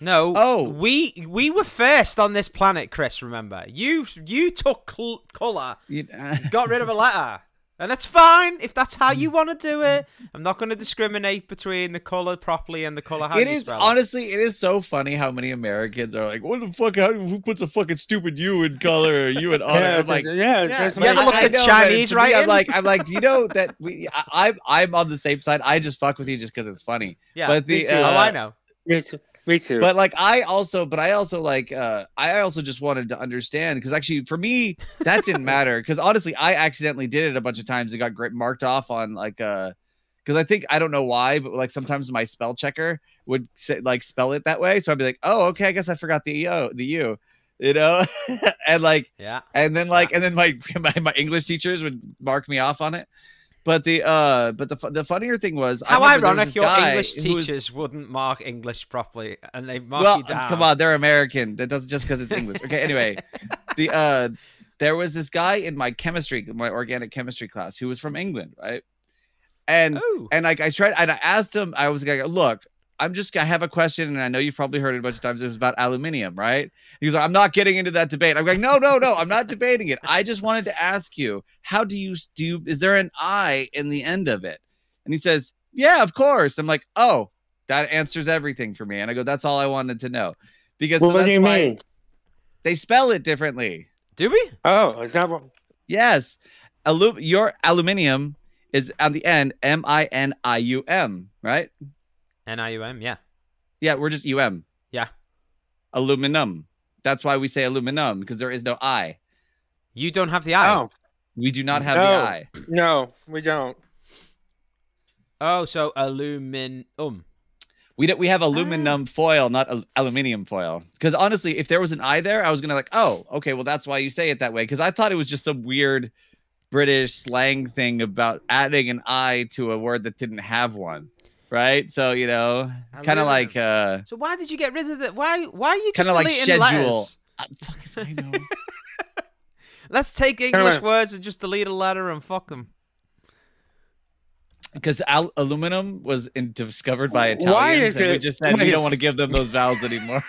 Speaker 1: No.
Speaker 4: Oh.
Speaker 1: we we were first on this planet, Chris. Remember, you you took cl- color,
Speaker 4: you-
Speaker 1: got rid of a letter, and that's fine if that's how you want to do it. I'm not going to discriminate between the color properly and the color how
Speaker 4: it
Speaker 1: you
Speaker 4: is
Speaker 1: spell
Speaker 4: honestly, it is so funny how many Americans are like, "What the fuck? How, who puts a fucking stupid U in color? Or U in honor?"
Speaker 3: yeah,
Speaker 4: I'm Oh, like,
Speaker 3: it- yeah, it
Speaker 1: yeah,
Speaker 3: doesn't
Speaker 1: you
Speaker 3: make
Speaker 1: ever looked
Speaker 4: I- I
Speaker 1: at
Speaker 4: know, but
Speaker 1: Chinese
Speaker 4: to me, I'm
Speaker 1: writing?
Speaker 4: like, I'm like, do you know that we? I, I'm I'm on the same side. I just fuck with you just because it's funny.
Speaker 1: Yeah.
Speaker 4: but the,
Speaker 1: me too. oh, I
Speaker 4: uh,
Speaker 1: know.
Speaker 3: Me too. Me too.
Speaker 4: But like, I also, but I also like, uh I also just wanted to understand because actually, for me, that didn't matter because honestly, I accidentally did it a bunch of times. It got great marked off on like, uh because I think I don't know why, but like sometimes my spell checker would say, like spell it that way, so I'd be like, oh, okay, I guess I forgot the o, the u, you know, and like.
Speaker 1: Yeah.
Speaker 4: and then like and then my, my my english teachers would mark me off on it but the uh but the fu- the funnier thing was
Speaker 1: How
Speaker 4: I remember
Speaker 1: ironic
Speaker 4: there was this
Speaker 1: your
Speaker 4: guy
Speaker 1: English
Speaker 4: who was-
Speaker 1: teachers wouldn't mark English properly and they mark
Speaker 4: well um,
Speaker 1: you down.
Speaker 4: come on they're american that doesn't just because it's english okay anyway the uh there was this guy in my chemistry my organic chemistry class who was from england right and
Speaker 1: Oh,
Speaker 4: and like I tried and I asked him, I was like, look, I'm just I have a question, and I know you've probably heard it a bunch of times. It was about aluminium, right? He was like, I'm not getting into that debate. I'm like, no, no, no, I'm not debating it. I just wanted to ask you, how do you do is there an I in the end of it? And he says, Yeah, of course. I'm like, oh, that answers everything for me. And I go, that's all I wanted to know. Because
Speaker 3: well,
Speaker 4: so
Speaker 3: what
Speaker 4: that's
Speaker 3: do you
Speaker 4: why
Speaker 3: mean?
Speaker 4: they spell it differently.
Speaker 1: do we?
Speaker 3: Oh, is that what?
Speaker 4: Yes. Alu- your aluminium is on the end M I N I U M, right?
Speaker 1: N I U M, yeah.
Speaker 4: Yeah, we're just UM.
Speaker 1: Yeah.
Speaker 4: Aluminum. That's why we say aluminum because there is no I.
Speaker 1: You don't have the I.
Speaker 3: Oh
Speaker 4: We do not have
Speaker 3: No.
Speaker 4: the I.
Speaker 3: no, we don't.
Speaker 1: Oh, so aluminum.
Speaker 4: We do, we have aluminum foil, not al- aluminium foil. Because honestly, if there was an I there, I was gonna like, oh, okay, well that's why you say it that way. Because I thought it was just some weird British slang thing about adding an I to a word that didn't have one, right? So you know, kind
Speaker 1: Aluminum.
Speaker 4: of like uh,
Speaker 1: So why did you get rid of the? Why? Why are you just
Speaker 4: Kinda like
Speaker 1: deleting
Speaker 4: schedule.
Speaker 1: letters?
Speaker 4: I, Uh, fuck if I know.
Speaker 1: Let's take
Speaker 3: on.
Speaker 1: English words and just delete a letter and fuck them.
Speaker 4: because al- aluminum was in- discovered by Italians,
Speaker 3: Why is
Speaker 4: and we
Speaker 3: it-
Speaker 4: just said
Speaker 3: why
Speaker 4: we
Speaker 3: is-
Speaker 4: don't want to give them those vowels anymore.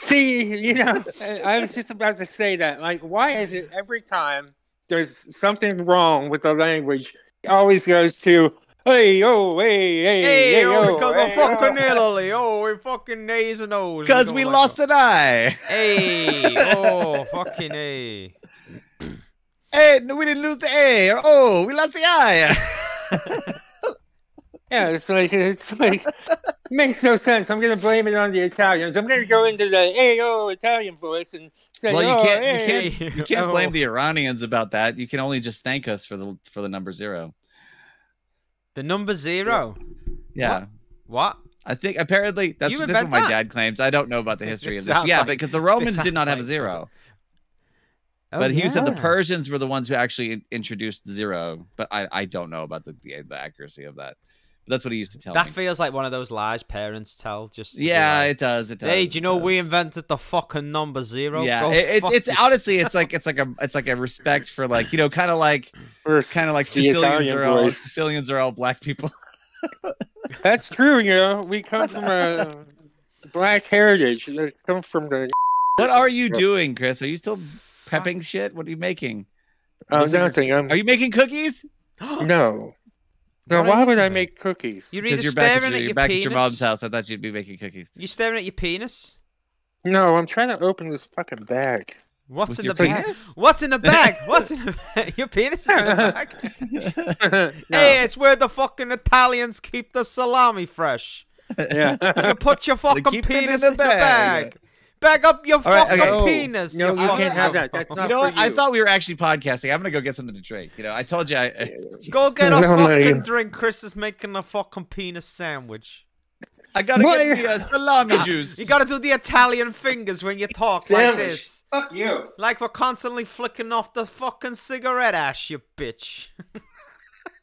Speaker 3: See, you know, I I was just about to say that. Like, why is it every time there's something wrong with the language, it always goes to hey yo hey hey
Speaker 1: Hey,
Speaker 3: hey,
Speaker 1: oh,
Speaker 3: yo,
Speaker 1: because
Speaker 3: hey,
Speaker 1: of
Speaker 3: yo."
Speaker 1: fucking Italy. Oh, we fucking A's and O's. and
Speaker 4: Because we
Speaker 1: going like
Speaker 4: lost
Speaker 1: that.
Speaker 4: an eye.
Speaker 1: Hey, oh, fucking A.
Speaker 4: Hey, no, we didn't lose the A. Or, oh, we lost the I.
Speaker 3: Yeah, it's like it's like makes no sense. I'm gonna blame it on the Italians. I'm gonna go into the hey yo Italian voice and say,
Speaker 4: Well, you
Speaker 3: "Oh,
Speaker 4: can't- you
Speaker 3: hey."
Speaker 4: can't- You can't blame
Speaker 1: Oh.
Speaker 4: the Iranians about that. You can only just thank us for the for the number zero.
Speaker 1: oh. The number zero.
Speaker 4: Yeah.
Speaker 1: What?
Speaker 4: I think apparently that's,
Speaker 1: You
Speaker 4: that's what
Speaker 1: invent
Speaker 4: my
Speaker 1: that?
Speaker 4: dad claims. I don't know about the history of this.
Speaker 1: sounds
Speaker 4: Yeah,
Speaker 1: like-
Speaker 4: because the
Speaker 1: it
Speaker 4: Romans
Speaker 1: sounds
Speaker 4: did not have a
Speaker 1: like-
Speaker 4: zero.
Speaker 1: Oh,
Speaker 4: but he said the
Speaker 1: yeah.
Speaker 4: Persians were the ones who actually in- introduced zero. But I, I don't know about the, the, the accuracy of that. But that's what he used to tell
Speaker 1: That
Speaker 4: me.
Speaker 1: feels like one of those lies parents tell. Just to be
Speaker 4: yeah,
Speaker 1: like,
Speaker 4: it does. It does.
Speaker 1: Hey, do you
Speaker 4: it
Speaker 1: know
Speaker 4: does.
Speaker 1: we invented the fucking number zero?
Speaker 4: Yeah,
Speaker 1: Go
Speaker 4: it- it's
Speaker 1: fuck
Speaker 4: it's
Speaker 1: yourself.
Speaker 4: honestly it's like it's like a it's like a respect for like you know kind of like
Speaker 3: Or-
Speaker 4: kind of like
Speaker 3: The
Speaker 4: Sicilians
Speaker 3: Italian
Speaker 4: are all
Speaker 3: voice.
Speaker 4: Sicilians are all black people.
Speaker 3: That's true. You know, we come from a black heritage. We come from the.
Speaker 4: What are you doing, Chris? Are you still prepping shit? What are you making?
Speaker 3: Oh,
Speaker 4: Looks like you're-
Speaker 3: nothing. I'm
Speaker 4: Are you making cookies?
Speaker 3: no. No,
Speaker 1: What are
Speaker 3: why
Speaker 1: you
Speaker 3: would I
Speaker 1: doing?
Speaker 3: make cookies?
Speaker 1: You're either
Speaker 4: Because you're back,
Speaker 1: staring
Speaker 4: at your,
Speaker 1: your
Speaker 4: you're back at
Speaker 1: penis.
Speaker 4: your mom's house. I thought you'd be making cookies.
Speaker 1: You're staring at your penis.
Speaker 3: No, I'm trying to open this fucking bag.
Speaker 1: What's
Speaker 4: With
Speaker 1: in
Speaker 4: your
Speaker 1: the bag?
Speaker 4: penis?
Speaker 1: What's in the bag? What's in the bag? Your penis is in the bag.
Speaker 3: No,
Speaker 1: Hey, it's where the fucking Italians keep the salami fresh.
Speaker 3: yeah.
Speaker 1: You put your fucking
Speaker 4: keep it in
Speaker 1: penis
Speaker 4: the
Speaker 1: in the bag.
Speaker 4: bag.
Speaker 1: Back up your
Speaker 4: right,
Speaker 1: fucking
Speaker 4: okay.
Speaker 3: No,
Speaker 1: penis.
Speaker 3: no, you
Speaker 1: fucking-
Speaker 3: can't have that. That's not
Speaker 4: you know
Speaker 3: for
Speaker 4: what? I
Speaker 3: you.
Speaker 4: thought we were actually podcasting. I'm gonna go get something to drink. You know, I told you. I,
Speaker 1: Go get a
Speaker 3: No,
Speaker 1: fucking
Speaker 3: Megan.
Speaker 1: drink. Chris is making a fucking penis sandwich.
Speaker 4: I gotta
Speaker 3: What?
Speaker 4: get the uh, salami juice.
Speaker 1: You gotta do the Italian fingers when you talk like
Speaker 3: Sandwich.
Speaker 1: this.
Speaker 3: Fuck you.
Speaker 1: Like we're constantly flicking off the fucking cigarette ash, you bitch.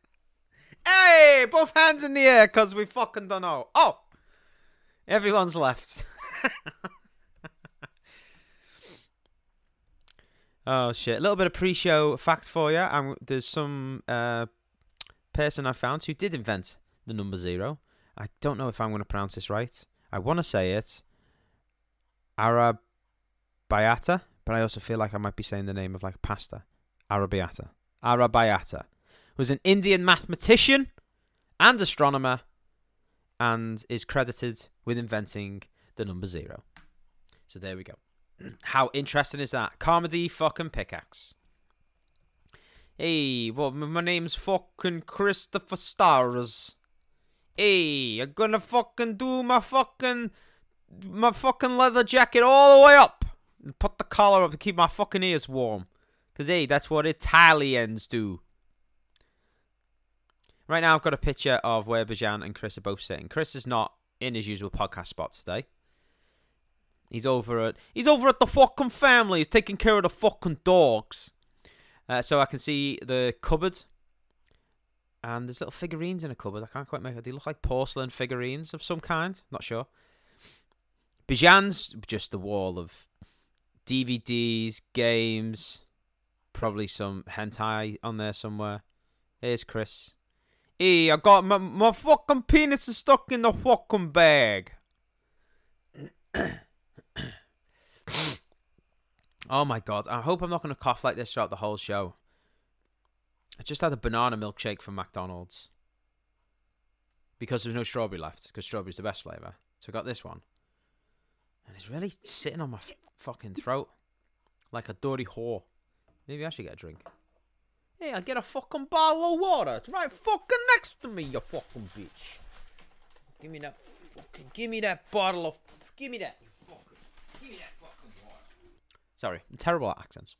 Speaker 1: hey, both hands in the air, cause we fucking don't know. Oh, everyone's left. oh shit! A little bit of pre-show fact for you. Um, there's some uh, person I found who did invent the number zero. I don't know if I'm going to pronounce this right. I want to say it. Arab. Arabiata, but I also feel like I might be saying the name of like pasta. Arabiata. Arabiata was an Indian mathematician and astronomer and is credited with inventing the number zero. So there we go. How interesting is that? Comedy fucking pickaxe. Hey, well, m- my name's fucking Christopher Stars. Hey, I'm gonna fucking do my fucking my fucking leather jacket all the way up and put the collar up to keep my fucking ears warm. Because, hey, that's what Italians do. Right now, I've got a picture of where Bajan and Chris are both sitting. Chris is not in his usual podcast spot today. He's over at he's over at the fucking family. He's taking care of the fucking dogs. Uh, so I can see the cupboard, and there's little figurines in a cupboard. I can't quite make out. They look like porcelain figurines of some kind. Not sure. Bijan's just the wall of DVDs, games, probably some hentai on there somewhere. Here's Chris. Hey, I got my, my fucking penis is stuck in the fucking bag. oh my god, I hope I'm not going to cough like this throughout the whole show. I just had a banana milkshake from McDonald's. Because there's no strawberry left, because strawberry's the best flavour. So I got this one and it's really sitting on my f- fucking throat like a dirty whore. Maybe I should get a drink. Hey, I get a fucking bottle of water. It's right fucking next to me, you fucking bitch. Give me that fucking. Give me that bottle of. Give me that. You fucking. Give me that fucking water. Sorry, I'm terrible at accents.